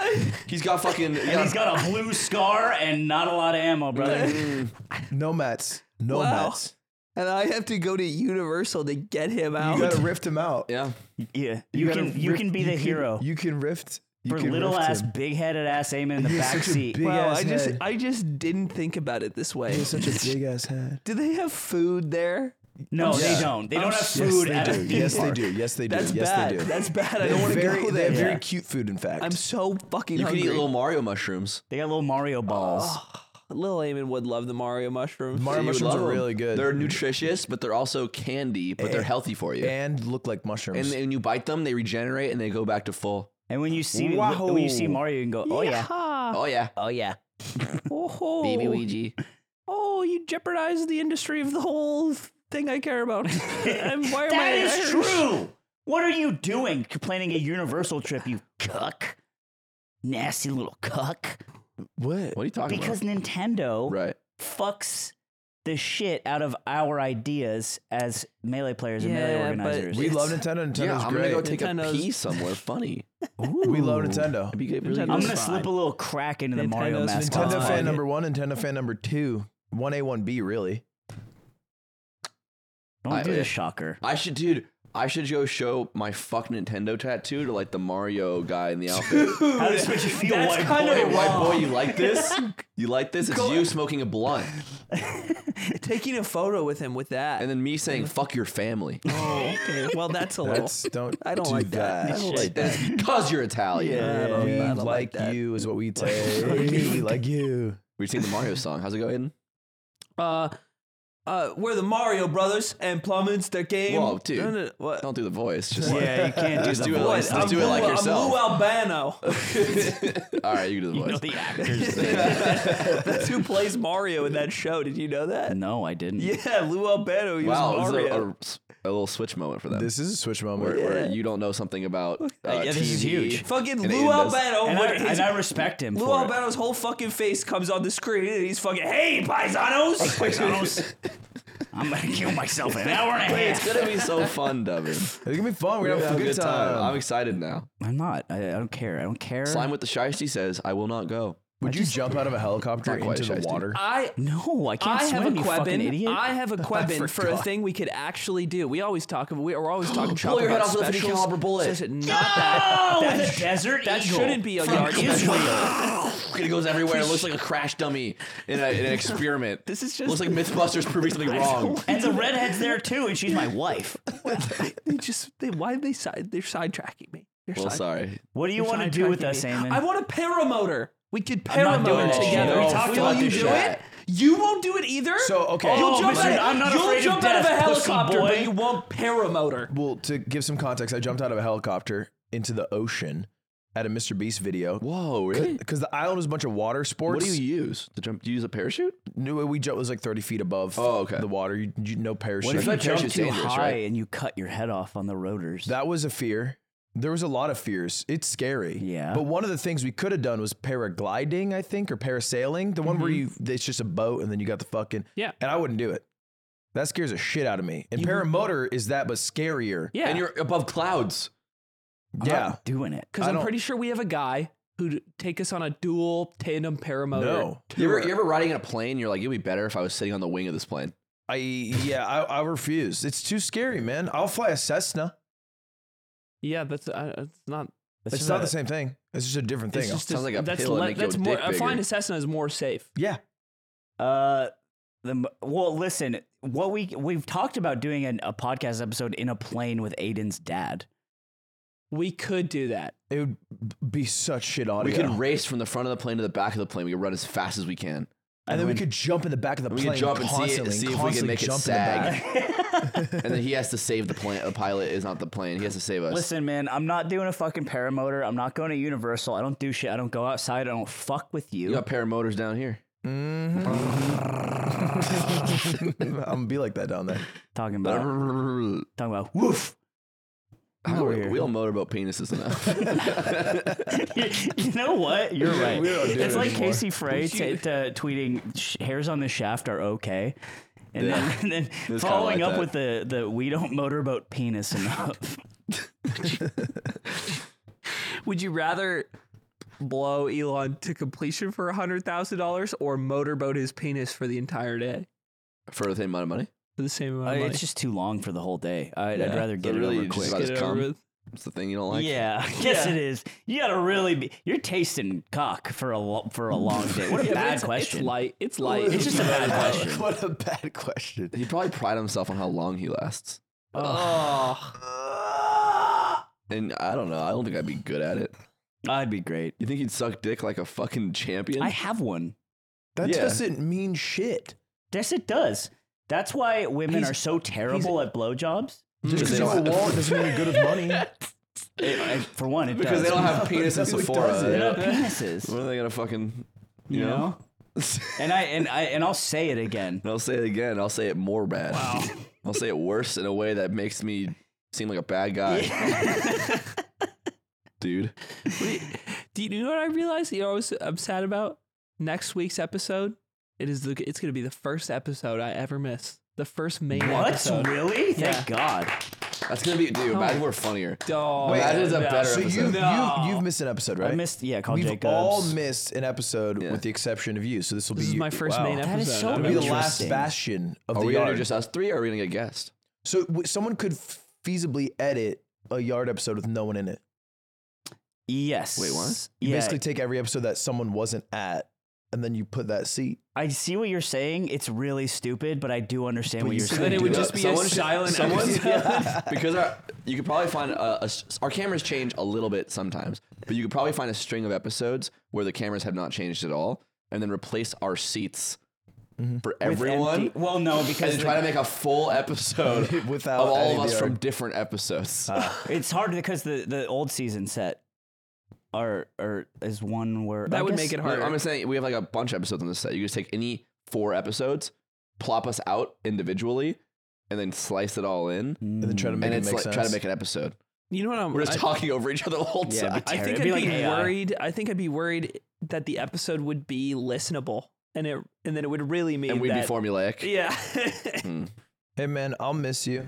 [SPEAKER 3] He's got fucking. He
[SPEAKER 4] and he's
[SPEAKER 3] got,
[SPEAKER 4] got a blue scar and not a lot of ammo, brother.
[SPEAKER 2] No mats. No
[SPEAKER 1] Wow.
[SPEAKER 2] mats.
[SPEAKER 1] and I have to go to Universal to get him out.
[SPEAKER 2] You gotta rift him out.
[SPEAKER 3] yeah.
[SPEAKER 4] yeah, you,
[SPEAKER 2] gotta
[SPEAKER 4] can you
[SPEAKER 2] rift-
[SPEAKER 4] can be the
[SPEAKER 2] you
[SPEAKER 4] hero
[SPEAKER 2] You can rift. You
[SPEAKER 4] for
[SPEAKER 2] can
[SPEAKER 4] little
[SPEAKER 2] rift
[SPEAKER 4] ass,
[SPEAKER 2] him.
[SPEAKER 4] big headed ass Eamon in the
[SPEAKER 2] He has
[SPEAKER 4] back
[SPEAKER 2] such a
[SPEAKER 4] seat.
[SPEAKER 2] big
[SPEAKER 1] wow,
[SPEAKER 2] ass
[SPEAKER 1] I just
[SPEAKER 2] head.
[SPEAKER 1] I just didn't think about it this way.
[SPEAKER 2] He has such a big ass head.
[SPEAKER 1] Do they have food there?
[SPEAKER 4] No,
[SPEAKER 2] Yeah.
[SPEAKER 4] they don't. They
[SPEAKER 1] I'm
[SPEAKER 4] don't have
[SPEAKER 1] s-
[SPEAKER 4] food
[SPEAKER 2] yes,
[SPEAKER 4] at
[SPEAKER 2] they
[SPEAKER 4] a
[SPEAKER 2] do.
[SPEAKER 4] theme
[SPEAKER 2] Yes, they
[SPEAKER 4] park.
[SPEAKER 2] do. Yes, they do.
[SPEAKER 1] That's
[SPEAKER 2] yes,
[SPEAKER 1] bad.
[SPEAKER 2] they do.
[SPEAKER 1] That's bad.
[SPEAKER 2] They
[SPEAKER 1] I don't
[SPEAKER 2] have
[SPEAKER 1] want to
[SPEAKER 2] very-
[SPEAKER 1] go
[SPEAKER 2] They
[SPEAKER 1] there.
[SPEAKER 2] have very
[SPEAKER 4] Yeah.
[SPEAKER 2] cute food, in fact.
[SPEAKER 1] I'm so fucking
[SPEAKER 3] You could
[SPEAKER 1] hungry.
[SPEAKER 3] eat little Mario mushrooms.
[SPEAKER 4] They got little Mario balls.
[SPEAKER 2] Oh.
[SPEAKER 1] Lil Eamon would love the Mario mushrooms.
[SPEAKER 2] Mario
[SPEAKER 3] You would
[SPEAKER 2] mushrooms
[SPEAKER 3] love
[SPEAKER 2] are
[SPEAKER 3] 'em.
[SPEAKER 2] really good.
[SPEAKER 3] They're nutritious, but they're also candy, but they're healthy for you.
[SPEAKER 2] and look like mushrooms.
[SPEAKER 3] And when you bite them, they regenerate and they go back to full.
[SPEAKER 4] And when you see
[SPEAKER 2] Wow.
[SPEAKER 4] when you see Mario, you can go, oh yeah,
[SPEAKER 3] Oh yeah,
[SPEAKER 4] oh yeah.
[SPEAKER 1] Oh,
[SPEAKER 3] baby Ouija.
[SPEAKER 1] Oh, you jeopardized the industry of the whole thing I care about. and why am I
[SPEAKER 4] That
[SPEAKER 1] I-
[SPEAKER 4] is true. What are you doing complaining a Universal trip, you cuck? Nasty little cuck.
[SPEAKER 2] What?
[SPEAKER 3] What are you talking
[SPEAKER 4] Because Nintendo
[SPEAKER 3] about? Right.
[SPEAKER 4] fucks the shit out of our ideas as melee players and melee
[SPEAKER 1] Yeah, but
[SPEAKER 4] organizers.
[SPEAKER 2] We
[SPEAKER 1] It's-
[SPEAKER 2] love Nintendo. Nintendo's
[SPEAKER 3] yeah, I'm
[SPEAKER 2] great.
[SPEAKER 3] gonna go take
[SPEAKER 1] Nintendo's-
[SPEAKER 3] a pee somewhere funny.
[SPEAKER 2] we love
[SPEAKER 3] It'd
[SPEAKER 2] Nintendo.
[SPEAKER 3] be good- really
[SPEAKER 1] Nintendo-
[SPEAKER 4] I'm
[SPEAKER 3] good.
[SPEAKER 4] gonna
[SPEAKER 1] That's
[SPEAKER 4] slip a
[SPEAKER 1] fine.
[SPEAKER 4] little crack into the Mario
[SPEAKER 1] Nintendo's
[SPEAKER 4] mascot.
[SPEAKER 2] Nintendo
[SPEAKER 1] Fine.
[SPEAKER 2] fan number one, Nintendo fan number two. 1A, 1B, really.
[SPEAKER 4] Don't do
[SPEAKER 3] I-
[SPEAKER 4] the shocker.
[SPEAKER 3] I should, dude. I should go show my fuck Nintendo tattoo to like the Mario guy in the outfit.
[SPEAKER 4] How does this make you feel, white
[SPEAKER 1] That's kinda
[SPEAKER 4] boy?
[SPEAKER 3] hey, white
[SPEAKER 1] wrong.
[SPEAKER 3] boy, you like this? You like this? It's you smoking a blunt,
[SPEAKER 1] Taking a photo with him with that.
[SPEAKER 3] and then me saying "fuck your family"
[SPEAKER 1] oh, okay. Well, that's a little.
[SPEAKER 2] That's don't.
[SPEAKER 1] I don't
[SPEAKER 2] do
[SPEAKER 1] like that.
[SPEAKER 2] I don't like that.
[SPEAKER 3] because you're Italian.
[SPEAKER 1] Yeah. I don't-
[SPEAKER 2] We
[SPEAKER 1] I don't
[SPEAKER 2] like,
[SPEAKER 1] like that.
[SPEAKER 2] you is what we say. we like you.
[SPEAKER 3] We sing the Mario song. How's it going?
[SPEAKER 1] Uh, uh, we're the Mario Brothers, and plummets the game.
[SPEAKER 3] Whoa, dude.
[SPEAKER 1] No, no, what?
[SPEAKER 3] Don't do the voice. Just
[SPEAKER 4] Yeah, you can't do
[SPEAKER 3] Just
[SPEAKER 4] the
[SPEAKER 3] do it
[SPEAKER 4] voice.
[SPEAKER 3] like,
[SPEAKER 1] I'm
[SPEAKER 3] just do it like
[SPEAKER 1] Lou- I'm Lou
[SPEAKER 3] yourself.
[SPEAKER 1] Albano.
[SPEAKER 3] All right, you can do the
[SPEAKER 4] You
[SPEAKER 3] voice.
[SPEAKER 4] know the actors.
[SPEAKER 1] That's who plays Mario in that show. Did you know that?
[SPEAKER 4] no, I didn't.
[SPEAKER 1] Yeah, Lou Albano. He
[SPEAKER 3] wow,
[SPEAKER 1] was
[SPEAKER 3] this is
[SPEAKER 1] Mario.
[SPEAKER 3] a, a s- a little switch moment for them.
[SPEAKER 2] This is a switch moment.
[SPEAKER 3] where, where you don't know something about uh,
[SPEAKER 4] yeah, this
[SPEAKER 3] TV.
[SPEAKER 4] is huge.
[SPEAKER 1] fucking
[SPEAKER 3] and
[SPEAKER 1] Lou
[SPEAKER 3] it does-
[SPEAKER 1] Albano.
[SPEAKER 4] And, I,
[SPEAKER 1] when
[SPEAKER 4] and
[SPEAKER 1] his-
[SPEAKER 4] I respect him.
[SPEAKER 1] Lou
[SPEAKER 4] for it.
[SPEAKER 1] Albano's whole fucking face comes on the screen, and he's fucking, "Hey, paisanos!"
[SPEAKER 4] Paisanos. I'm gonna kill myself in an hour and a
[SPEAKER 3] It's
[SPEAKER 4] half.
[SPEAKER 3] gonna be so fun, Devin.
[SPEAKER 2] It's gonna be fun. We're
[SPEAKER 3] We're
[SPEAKER 2] gonna have a good time.
[SPEAKER 3] I'm excited now.
[SPEAKER 4] I'm not. I, I don't care. I don't care.
[SPEAKER 3] Slime with the shiesty says, "I will not go."
[SPEAKER 2] Would you jump out of a helicopter
[SPEAKER 3] Not quite
[SPEAKER 2] into the
[SPEAKER 3] shiesty.
[SPEAKER 2] water?
[SPEAKER 1] I
[SPEAKER 4] no, I can't
[SPEAKER 1] I
[SPEAKER 4] swim.
[SPEAKER 1] have a
[SPEAKER 4] you fucking
[SPEAKER 1] quebbin.
[SPEAKER 4] idiot.
[SPEAKER 1] I have a quebbin for a thing we could actually do. We always talk. We're always talking.
[SPEAKER 3] Blow your head
[SPEAKER 1] about
[SPEAKER 3] off with a 50
[SPEAKER 1] specials.
[SPEAKER 3] caliber bullet.
[SPEAKER 1] Says it- Not that.
[SPEAKER 4] Oh,
[SPEAKER 1] that
[SPEAKER 4] with a
[SPEAKER 1] sh-
[SPEAKER 4] desert
[SPEAKER 1] that
[SPEAKER 4] eagle
[SPEAKER 1] shouldn't be a
[SPEAKER 4] from
[SPEAKER 1] yard special.
[SPEAKER 4] Israel.
[SPEAKER 3] It goes everywhere. It looks like a crash dummy in, a, in an experiment.
[SPEAKER 1] This is just-
[SPEAKER 3] looks like MythBusters proving something wrong.
[SPEAKER 4] and the redhead's there too, and she's my wife.
[SPEAKER 1] they just. They, why did they side? They're sidetracking me. They're
[SPEAKER 3] Well,
[SPEAKER 1] side-
[SPEAKER 3] sorry.
[SPEAKER 4] What do you want to do with us, Eamon?
[SPEAKER 1] I want a paramotor. We could
[SPEAKER 4] not doing
[SPEAKER 1] paramotor
[SPEAKER 4] that shit.
[SPEAKER 1] together.
[SPEAKER 4] We talked
[SPEAKER 1] Will
[SPEAKER 4] about
[SPEAKER 1] you
[SPEAKER 4] this
[SPEAKER 1] do
[SPEAKER 4] shit.
[SPEAKER 1] it? You won't do it either.
[SPEAKER 2] So, okay.
[SPEAKER 1] You'll
[SPEAKER 2] Oh,
[SPEAKER 1] jump,
[SPEAKER 4] Mr.
[SPEAKER 1] out,
[SPEAKER 4] I'm not
[SPEAKER 1] you'll
[SPEAKER 4] afraid of
[SPEAKER 1] jump out
[SPEAKER 4] death,
[SPEAKER 1] of a
[SPEAKER 4] pussy
[SPEAKER 1] helicopter,
[SPEAKER 4] boy.
[SPEAKER 1] but you won't paramotor.
[SPEAKER 2] Well, to give some context, I jumped out of a helicopter into the ocean at a Mr. Beast video.
[SPEAKER 3] Whoa,
[SPEAKER 2] Because the island was a bunch of water sports.
[SPEAKER 3] What do you use? To jump? Do you use a parachute?
[SPEAKER 2] No, we jumped it was like thirty feet above.
[SPEAKER 3] Oh, okay.
[SPEAKER 2] The water. You, you no parachute.
[SPEAKER 3] if you
[SPEAKER 4] you
[SPEAKER 3] That
[SPEAKER 4] jump
[SPEAKER 3] parachute's
[SPEAKER 4] too
[SPEAKER 3] dangerous,
[SPEAKER 4] high
[SPEAKER 3] right?
[SPEAKER 4] and you cut your head off on the rotors.
[SPEAKER 2] That was a fear. There was a lot of fears. It's scary.
[SPEAKER 4] Yeah.
[SPEAKER 2] But one of the things we could have done was paragliding, I think, or parasailing. The one where you it's just a boat and then you got the fucking
[SPEAKER 1] Yeah.
[SPEAKER 2] And I wouldn't do it. That scares the shit out of me. And paramotor is that, but scarier.
[SPEAKER 1] Yeah,
[SPEAKER 3] And you're above clouds.
[SPEAKER 4] I'm
[SPEAKER 2] Yeah.
[SPEAKER 4] not doing it.
[SPEAKER 1] because
[SPEAKER 2] I
[SPEAKER 1] I'm
[SPEAKER 2] don't-
[SPEAKER 1] pretty sure we have a guy who'd take us on a dual tandem paramotor.
[SPEAKER 2] No.
[SPEAKER 3] You
[SPEAKER 1] tour.
[SPEAKER 3] ever, you ever riding in a plane? You're like, it'd be better if I was sitting on the wing of this plane.
[SPEAKER 2] I yeah. I, I refuse. It's too scary, man. I'll fly a Cessna.
[SPEAKER 1] yeah, that's uh, it's not.
[SPEAKER 4] That's
[SPEAKER 2] It's,
[SPEAKER 4] just
[SPEAKER 2] not
[SPEAKER 4] a-
[SPEAKER 2] the same thing. It's just a different
[SPEAKER 1] It's
[SPEAKER 2] thing.
[SPEAKER 1] just
[SPEAKER 3] Sounds like a
[SPEAKER 1] that's
[SPEAKER 3] pill and make your
[SPEAKER 1] that's
[SPEAKER 3] dick
[SPEAKER 1] more.
[SPEAKER 3] bigger.
[SPEAKER 1] flying a Cessna is more safe.
[SPEAKER 2] yeah.
[SPEAKER 4] Uh, the m- well, listen. What we we've talked about doing an, a podcast episode in a plane with Aiden's dad.
[SPEAKER 1] We could do that.
[SPEAKER 2] It would be such shit audio.
[SPEAKER 3] We could race from the front of the plane to the back of the plane. We could run as fast as we can.
[SPEAKER 2] and then we could jump in the back of the
[SPEAKER 3] We could
[SPEAKER 2] plane
[SPEAKER 3] jump and see it-
[SPEAKER 2] constantly,
[SPEAKER 3] see if we
[SPEAKER 2] constantly
[SPEAKER 3] could make it
[SPEAKER 2] jump in the back.
[SPEAKER 3] sag. And then he has to save the plane. The pilot is not the plane. He has to save us.
[SPEAKER 4] Listen, man, I'm not doing a fucking paramotor. I'm not going to Universal. I don't do shit. I don't go outside. I don't fuck with you.
[SPEAKER 3] You got paramotors down here.
[SPEAKER 2] I'm gonna be like that down there.
[SPEAKER 4] Talking
[SPEAKER 3] How
[SPEAKER 4] about
[SPEAKER 3] do
[SPEAKER 4] talking about woof.
[SPEAKER 3] we, we don't motorboat penises enough.
[SPEAKER 4] you know what? You're right.
[SPEAKER 2] we don't do
[SPEAKER 4] it's
[SPEAKER 2] it
[SPEAKER 4] like
[SPEAKER 2] anymore.
[SPEAKER 4] Casey Frey t- t- tweeting sh- hairs on the shaft are okay. And
[SPEAKER 3] Yeah.
[SPEAKER 4] then, and then
[SPEAKER 3] It's kinda
[SPEAKER 4] following
[SPEAKER 3] like
[SPEAKER 4] up
[SPEAKER 3] that.
[SPEAKER 4] with the, the we don't motorboat penis enough.
[SPEAKER 1] Would you rather blow Elon to completion for hundred thousand dollars or motorboat his penis for the entire day
[SPEAKER 3] For the same amount of money.
[SPEAKER 1] for the same amount
[SPEAKER 4] Uh,
[SPEAKER 1] of money?
[SPEAKER 4] it's just too long for the whole day. I, I'd
[SPEAKER 3] Yeah.
[SPEAKER 4] rather
[SPEAKER 3] So
[SPEAKER 4] get it
[SPEAKER 3] really you
[SPEAKER 4] over
[SPEAKER 3] just
[SPEAKER 4] quick.
[SPEAKER 3] gotta
[SPEAKER 1] Get it over
[SPEAKER 3] cum.
[SPEAKER 1] with.
[SPEAKER 3] It's the thing you don't like.
[SPEAKER 4] Yeah, yes, it is. You gotta really be. You're tasting cock for a lo- for a long day. What a
[SPEAKER 1] Yeah, but
[SPEAKER 4] bad
[SPEAKER 1] it's,
[SPEAKER 4] question.
[SPEAKER 1] It's light. It's light.
[SPEAKER 4] It's just a bad question.
[SPEAKER 2] what a bad question.
[SPEAKER 3] He probably pride himself on how long he lasts.
[SPEAKER 1] Oh.
[SPEAKER 3] And I don't know. I don't think I'd be good at it.
[SPEAKER 4] I'd be great.
[SPEAKER 3] You think he'd suck dick like a fucking champion?
[SPEAKER 4] I have one.
[SPEAKER 2] That
[SPEAKER 3] Yeah.
[SPEAKER 2] doesn't mean shit.
[SPEAKER 4] Yes, it does. That's why women
[SPEAKER 2] He's-
[SPEAKER 4] are so terrible at blowjobs.
[SPEAKER 2] Just because you have a wallet doesn't mean you're good with money.
[SPEAKER 4] It- it- for one, it
[SPEAKER 3] because
[SPEAKER 4] does.
[SPEAKER 3] they don't have penis in
[SPEAKER 2] That's what
[SPEAKER 3] Sephora.
[SPEAKER 2] does it.
[SPEAKER 3] They
[SPEAKER 4] They're
[SPEAKER 3] don't-
[SPEAKER 4] not penises.
[SPEAKER 3] What are they gonna fucking? You,
[SPEAKER 4] You
[SPEAKER 3] know?
[SPEAKER 4] know. and I and I and I'll say it again.
[SPEAKER 3] And I'll say it again. I'll say it more bad. I'll say it worse in a way that makes me seem like a bad guy. Dude,
[SPEAKER 1] Do you know what I realized? You know, what I was I'm sad about next week's episode. It is the. It's gonna be the first episode I ever miss. The first main
[SPEAKER 4] What?
[SPEAKER 1] episode.
[SPEAKER 4] Really?
[SPEAKER 1] Yeah.
[SPEAKER 4] Thank God.
[SPEAKER 3] that's gonna be dude. Imagine we're funnier.
[SPEAKER 1] Oh,
[SPEAKER 3] Wait, that is a
[SPEAKER 1] no.
[SPEAKER 3] better
[SPEAKER 2] So you,
[SPEAKER 3] episode.
[SPEAKER 1] No.
[SPEAKER 2] you you've missed an episode, right?
[SPEAKER 4] I missed. Yeah, call
[SPEAKER 2] We've
[SPEAKER 4] Jacobs.
[SPEAKER 2] all missed an episode
[SPEAKER 3] Yeah.
[SPEAKER 2] with the exception of you. So this will
[SPEAKER 1] This
[SPEAKER 2] be
[SPEAKER 1] is my first
[SPEAKER 2] wow.
[SPEAKER 1] main episode.
[SPEAKER 4] That is so
[SPEAKER 1] I'm
[SPEAKER 2] It'll be the
[SPEAKER 4] Interesting.
[SPEAKER 2] last bastion of
[SPEAKER 3] Are
[SPEAKER 2] the
[SPEAKER 3] we gonna
[SPEAKER 2] yard.
[SPEAKER 3] do just us three? Or are we gonna get a guest?
[SPEAKER 2] so w- someone could f- feasibly edit a yard episode with no one in it.
[SPEAKER 4] Yes.
[SPEAKER 3] Wait, what?
[SPEAKER 2] You
[SPEAKER 4] Yeah,
[SPEAKER 2] basically take every episode that someone wasn't at, and then you put that seat.
[SPEAKER 4] I see what you're saying. It's really stupid, but I do understand what
[SPEAKER 2] you
[SPEAKER 4] you're
[SPEAKER 2] said
[SPEAKER 1] So then
[SPEAKER 4] saying.
[SPEAKER 1] it would
[SPEAKER 3] Dude,
[SPEAKER 1] just be a
[SPEAKER 3] someone should-
[SPEAKER 1] silent
[SPEAKER 3] someone-
[SPEAKER 1] episode.
[SPEAKER 3] because our, you could probably find a, a s- our cameras change a little bit sometimes, but you could probably find a string of episodes where the cameras have not changed at all, and then replace our seats
[SPEAKER 2] Mm-hmm.
[SPEAKER 3] for
[SPEAKER 4] With
[SPEAKER 3] everyone,
[SPEAKER 4] empty- Well, no,
[SPEAKER 3] and
[SPEAKER 4] because
[SPEAKER 3] then try to
[SPEAKER 4] the-
[SPEAKER 3] make a full episode
[SPEAKER 2] Without any
[SPEAKER 3] of all
[SPEAKER 2] of
[SPEAKER 3] of
[SPEAKER 2] the
[SPEAKER 3] us from
[SPEAKER 2] art. Ah.
[SPEAKER 3] different episodes.
[SPEAKER 4] it's hard because the, the old season set are are is one where
[SPEAKER 1] That
[SPEAKER 4] I
[SPEAKER 1] would
[SPEAKER 4] guess-
[SPEAKER 1] make it
[SPEAKER 3] No,
[SPEAKER 1] harder.
[SPEAKER 3] I'm just saying we have like a bunch of episodes on this set. You just take any four episodes, plop us out individually, and then slice it all in,
[SPEAKER 4] Hmm.
[SPEAKER 2] And then try to make
[SPEAKER 3] and
[SPEAKER 2] it
[SPEAKER 3] it's
[SPEAKER 2] make
[SPEAKER 3] like
[SPEAKER 2] sense.
[SPEAKER 3] try to make an episode.
[SPEAKER 1] you know what I'm.
[SPEAKER 3] We're just
[SPEAKER 1] Um, I-
[SPEAKER 3] talking over each other the whole
[SPEAKER 4] Yeah,
[SPEAKER 3] time.
[SPEAKER 4] it'd be
[SPEAKER 1] I
[SPEAKER 4] It'd
[SPEAKER 1] think
[SPEAKER 4] be
[SPEAKER 1] I'd be,
[SPEAKER 4] like AI.
[SPEAKER 1] worried. I think I'd be worried that the episode would be listenable, and it and then it would really mean
[SPEAKER 3] and we'd
[SPEAKER 1] that,
[SPEAKER 3] be formulaic. Hmm.
[SPEAKER 1] Yeah,
[SPEAKER 2] Hey man, I'll miss you.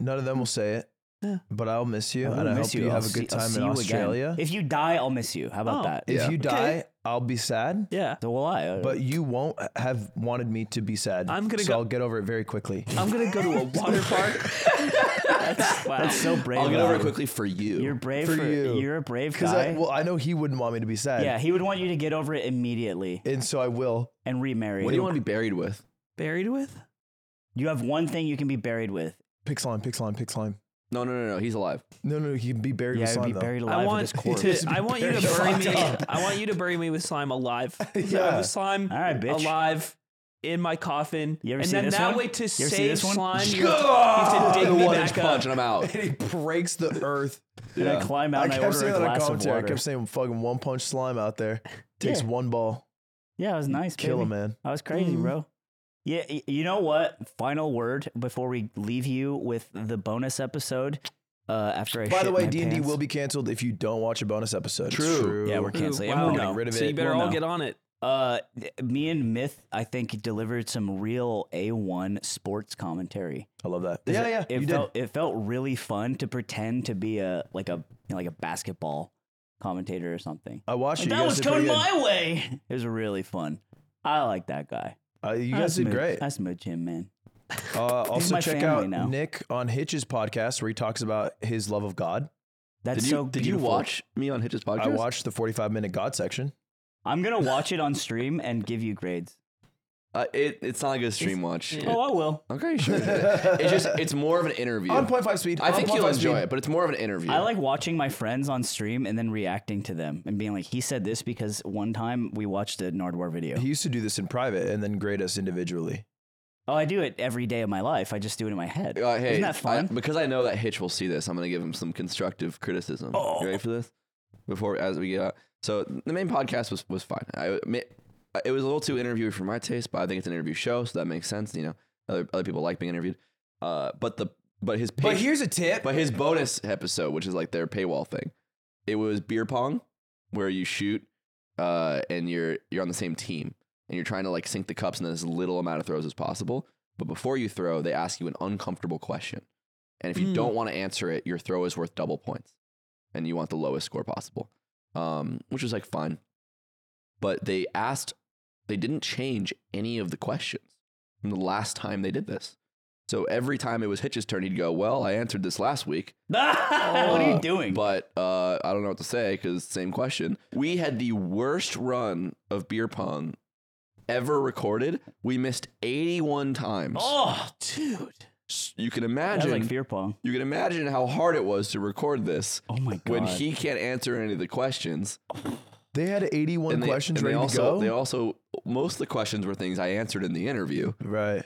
[SPEAKER 2] None of them will say it,
[SPEAKER 1] Yeah.
[SPEAKER 2] but I'll miss you,
[SPEAKER 4] I will
[SPEAKER 2] and I
[SPEAKER 4] miss
[SPEAKER 2] hope you
[SPEAKER 4] I'll
[SPEAKER 2] have a
[SPEAKER 4] see-
[SPEAKER 2] good
[SPEAKER 4] I'll
[SPEAKER 2] time
[SPEAKER 4] see
[SPEAKER 2] in
[SPEAKER 4] you again.
[SPEAKER 2] Australia.
[SPEAKER 4] If you die, I'll miss you. How about
[SPEAKER 1] Oh.
[SPEAKER 4] that?
[SPEAKER 2] If
[SPEAKER 3] Yeah.
[SPEAKER 2] you die, I'll be sad,
[SPEAKER 1] yeah.
[SPEAKER 4] So will I.
[SPEAKER 2] but you won't uh, have wanted me to be sad.
[SPEAKER 1] I'm gonna
[SPEAKER 2] so
[SPEAKER 1] go-
[SPEAKER 2] I'll get over it very quickly.
[SPEAKER 1] I'm gonna go to a water park. That's, wow.
[SPEAKER 4] that's so brave.
[SPEAKER 3] I'll get
[SPEAKER 4] of
[SPEAKER 3] over
[SPEAKER 4] you.
[SPEAKER 3] it quickly for you.
[SPEAKER 4] You're brave
[SPEAKER 2] For
[SPEAKER 4] for,
[SPEAKER 2] you.
[SPEAKER 4] you. are a brave
[SPEAKER 2] Because
[SPEAKER 4] guy.
[SPEAKER 2] I, well, I know he wouldn't want me to be sad.
[SPEAKER 4] yeah, he would want you to get over it immediately
[SPEAKER 2] and so I will.
[SPEAKER 4] and remarry.
[SPEAKER 3] what do you want to be buried with?
[SPEAKER 1] buried with.
[SPEAKER 4] You have one thing you can be buried with.
[SPEAKER 2] Pick slime, pick slime, pick slime.
[SPEAKER 3] No, no, no, no. He's alive.
[SPEAKER 2] No, no, he can be buried
[SPEAKER 4] Yeah,
[SPEAKER 2] with
[SPEAKER 4] I would
[SPEAKER 2] slime
[SPEAKER 4] be
[SPEAKER 2] though.
[SPEAKER 4] buried alive
[SPEAKER 1] I
[SPEAKER 4] with
[SPEAKER 1] want
[SPEAKER 4] this corpse.
[SPEAKER 1] to, I want you to bury me.
[SPEAKER 2] Fucked
[SPEAKER 1] I want you to bury me with slime alive.
[SPEAKER 2] Yeah.
[SPEAKER 1] with slime
[SPEAKER 4] All right, Ah, bitch.
[SPEAKER 1] alive in my coffin.
[SPEAKER 4] You ever
[SPEAKER 1] and
[SPEAKER 4] seen
[SPEAKER 1] then
[SPEAKER 4] this
[SPEAKER 1] that
[SPEAKER 4] one?
[SPEAKER 1] way to
[SPEAKER 4] You ever seen
[SPEAKER 1] save
[SPEAKER 4] this one?
[SPEAKER 1] slime, you have to- you have to dig me
[SPEAKER 3] One inch
[SPEAKER 1] back up.
[SPEAKER 3] punch, and I'm out.
[SPEAKER 2] And he breaks the earth.
[SPEAKER 4] And I climb out
[SPEAKER 2] I
[SPEAKER 4] and I
[SPEAKER 2] kept
[SPEAKER 4] order
[SPEAKER 2] saying
[SPEAKER 4] a
[SPEAKER 2] that on
[SPEAKER 4] glass of
[SPEAKER 2] commentary. I
[SPEAKER 4] water.
[SPEAKER 2] kept saying fucking one punch slime out there. Takes
[SPEAKER 4] Yeah.
[SPEAKER 2] one ball.
[SPEAKER 4] Yeah, it was nice.
[SPEAKER 2] Kill
[SPEAKER 4] baby.
[SPEAKER 2] him, man.
[SPEAKER 4] I was crazy, bro. Yeah, y- you know what? Final word before we leave you with the bonus episode. Uh, after I
[SPEAKER 2] By the
[SPEAKER 4] shit
[SPEAKER 2] way,
[SPEAKER 4] my
[SPEAKER 2] D and D
[SPEAKER 4] pants.
[SPEAKER 2] will be canceled if you don't watch a bonus episode. It's
[SPEAKER 3] True.
[SPEAKER 4] Yeah, we're
[SPEAKER 1] Ooh,
[SPEAKER 4] canceling.
[SPEAKER 1] wow.
[SPEAKER 4] Everyone
[SPEAKER 2] Getting
[SPEAKER 4] know.
[SPEAKER 2] rid of
[SPEAKER 1] So
[SPEAKER 2] it.
[SPEAKER 1] you better
[SPEAKER 4] Well,
[SPEAKER 1] all
[SPEAKER 4] no.
[SPEAKER 1] get on it.
[SPEAKER 4] Uh, me and Myth, I think, delivered some real A1 sports commentary.
[SPEAKER 2] I love that. Yeah, yeah.
[SPEAKER 4] It
[SPEAKER 2] you
[SPEAKER 4] felt it felt really fun to pretend to be a like a you know, like a basketball commentator or something.
[SPEAKER 2] did. I watched you.
[SPEAKER 4] that
[SPEAKER 2] you guys
[SPEAKER 4] was
[SPEAKER 2] did
[SPEAKER 4] coming
[SPEAKER 2] pretty good.
[SPEAKER 4] my way. It was really fun. I like that guy.
[SPEAKER 2] Uh, you
[SPEAKER 4] I
[SPEAKER 2] guys did
[SPEAKER 4] smooch-
[SPEAKER 2] great.
[SPEAKER 4] I smooch him, man.
[SPEAKER 2] Uh, also
[SPEAKER 4] my
[SPEAKER 2] check
[SPEAKER 4] family
[SPEAKER 2] out
[SPEAKER 4] now.
[SPEAKER 2] Nick on Hitch's podcast where he talks about his love of God.
[SPEAKER 4] That's
[SPEAKER 3] Did you,
[SPEAKER 4] so.
[SPEAKER 3] did you
[SPEAKER 4] beautiful.
[SPEAKER 3] watch me on Hitch's podcast?
[SPEAKER 2] I watched the 45 minute God section.
[SPEAKER 4] I'm gonna watch it on stream and give you grades.
[SPEAKER 3] Uh, it, it's not like a stream watch.
[SPEAKER 4] Oh, I will.
[SPEAKER 3] Okay, sure. it's just it's more of an interview.
[SPEAKER 2] On point five speed.
[SPEAKER 3] I
[SPEAKER 2] on
[SPEAKER 3] think
[SPEAKER 2] point
[SPEAKER 3] you'll
[SPEAKER 2] five
[SPEAKER 3] enjoy
[SPEAKER 2] speed.
[SPEAKER 3] it, but it's more of an interview.
[SPEAKER 4] I like watching my friends on stream and then reacting to them and being like, "He said this because one time we watched a Nardwar video."
[SPEAKER 2] He used to do this in private and then grade us individually.
[SPEAKER 4] Oh, I do it every day of my life. I just do it in my head.
[SPEAKER 3] Uh, hey,
[SPEAKER 4] Isn't that fun?
[SPEAKER 3] I- because I know that Hitch will see this, I'm going to give him some constructive criticism.
[SPEAKER 4] Oh.
[SPEAKER 3] You ready for this? Before as we get out. So the main podcast was was fine. I admit, it was a little too interviewy for my taste, but I think it's an interview show, so that makes sense. You know, other, other people like being interviewed. Uh, but the but his
[SPEAKER 2] But
[SPEAKER 3] page-
[SPEAKER 2] here's a tip.
[SPEAKER 3] but his bonus episode, which is like their paywall thing, it was beer pong, where you shoot, uh, and you're you're on the same team, and you're trying to like sink the cups in as little amount of throws as possible. But before you throw, they ask you an uncomfortable question, and if you
[SPEAKER 1] Mm.
[SPEAKER 3] don't want to answer it, your throw is worth double points, and you want the lowest score possible, um, which was like fun. But they asked, they didn't change any of the questions from the last time they did this. So every time it was Hitch's turn, he'd go, "Well, I answered this last week,
[SPEAKER 4] what are
[SPEAKER 3] uh,
[SPEAKER 4] you doing?
[SPEAKER 3] but uh, I don't know what to say because same question. We had the worst run of beer pong ever recorded. We missed 81 times.
[SPEAKER 1] Oh, dude.
[SPEAKER 3] S- You can
[SPEAKER 4] That's
[SPEAKER 3] imagine.
[SPEAKER 4] like fear pong.
[SPEAKER 3] you can imagine how hard it was to record this
[SPEAKER 4] Oh my god.
[SPEAKER 3] when he can't answer any of the questions.
[SPEAKER 2] They had 81
[SPEAKER 3] they-
[SPEAKER 2] questions
[SPEAKER 3] and
[SPEAKER 2] ready
[SPEAKER 3] they also,
[SPEAKER 2] to go.
[SPEAKER 3] They also most of the questions were things I answered in the interview,
[SPEAKER 2] right.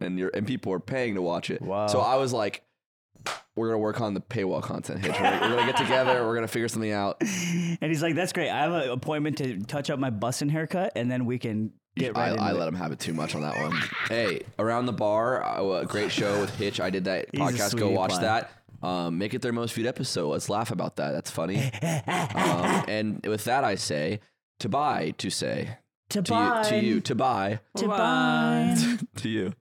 [SPEAKER 3] and you're and people were paying to watch it.
[SPEAKER 2] Wow.
[SPEAKER 3] So I was like. We're gonna work on the paywall content. Hitch. We're, we're gonna get together. We're gonna figure something out.
[SPEAKER 4] and he's like, "That's great. I have an appointment to touch up my bussin' haircut, and then we can get right
[SPEAKER 3] I,
[SPEAKER 4] into
[SPEAKER 3] I
[SPEAKER 4] it."
[SPEAKER 3] let him have it too much on that one. hey, around the bar, uh, a great show with Hitch. I did that
[SPEAKER 4] He's a
[SPEAKER 3] podcast. Go
[SPEAKER 4] sweetie
[SPEAKER 3] watch
[SPEAKER 4] pie.
[SPEAKER 3] that. Um, make it their most viewed episode. Let's laugh about that. That's funny. um, and with that, I say to buy, to say,
[SPEAKER 4] To
[SPEAKER 3] to you, to you, to buy,
[SPEAKER 1] Bye.
[SPEAKER 3] to you.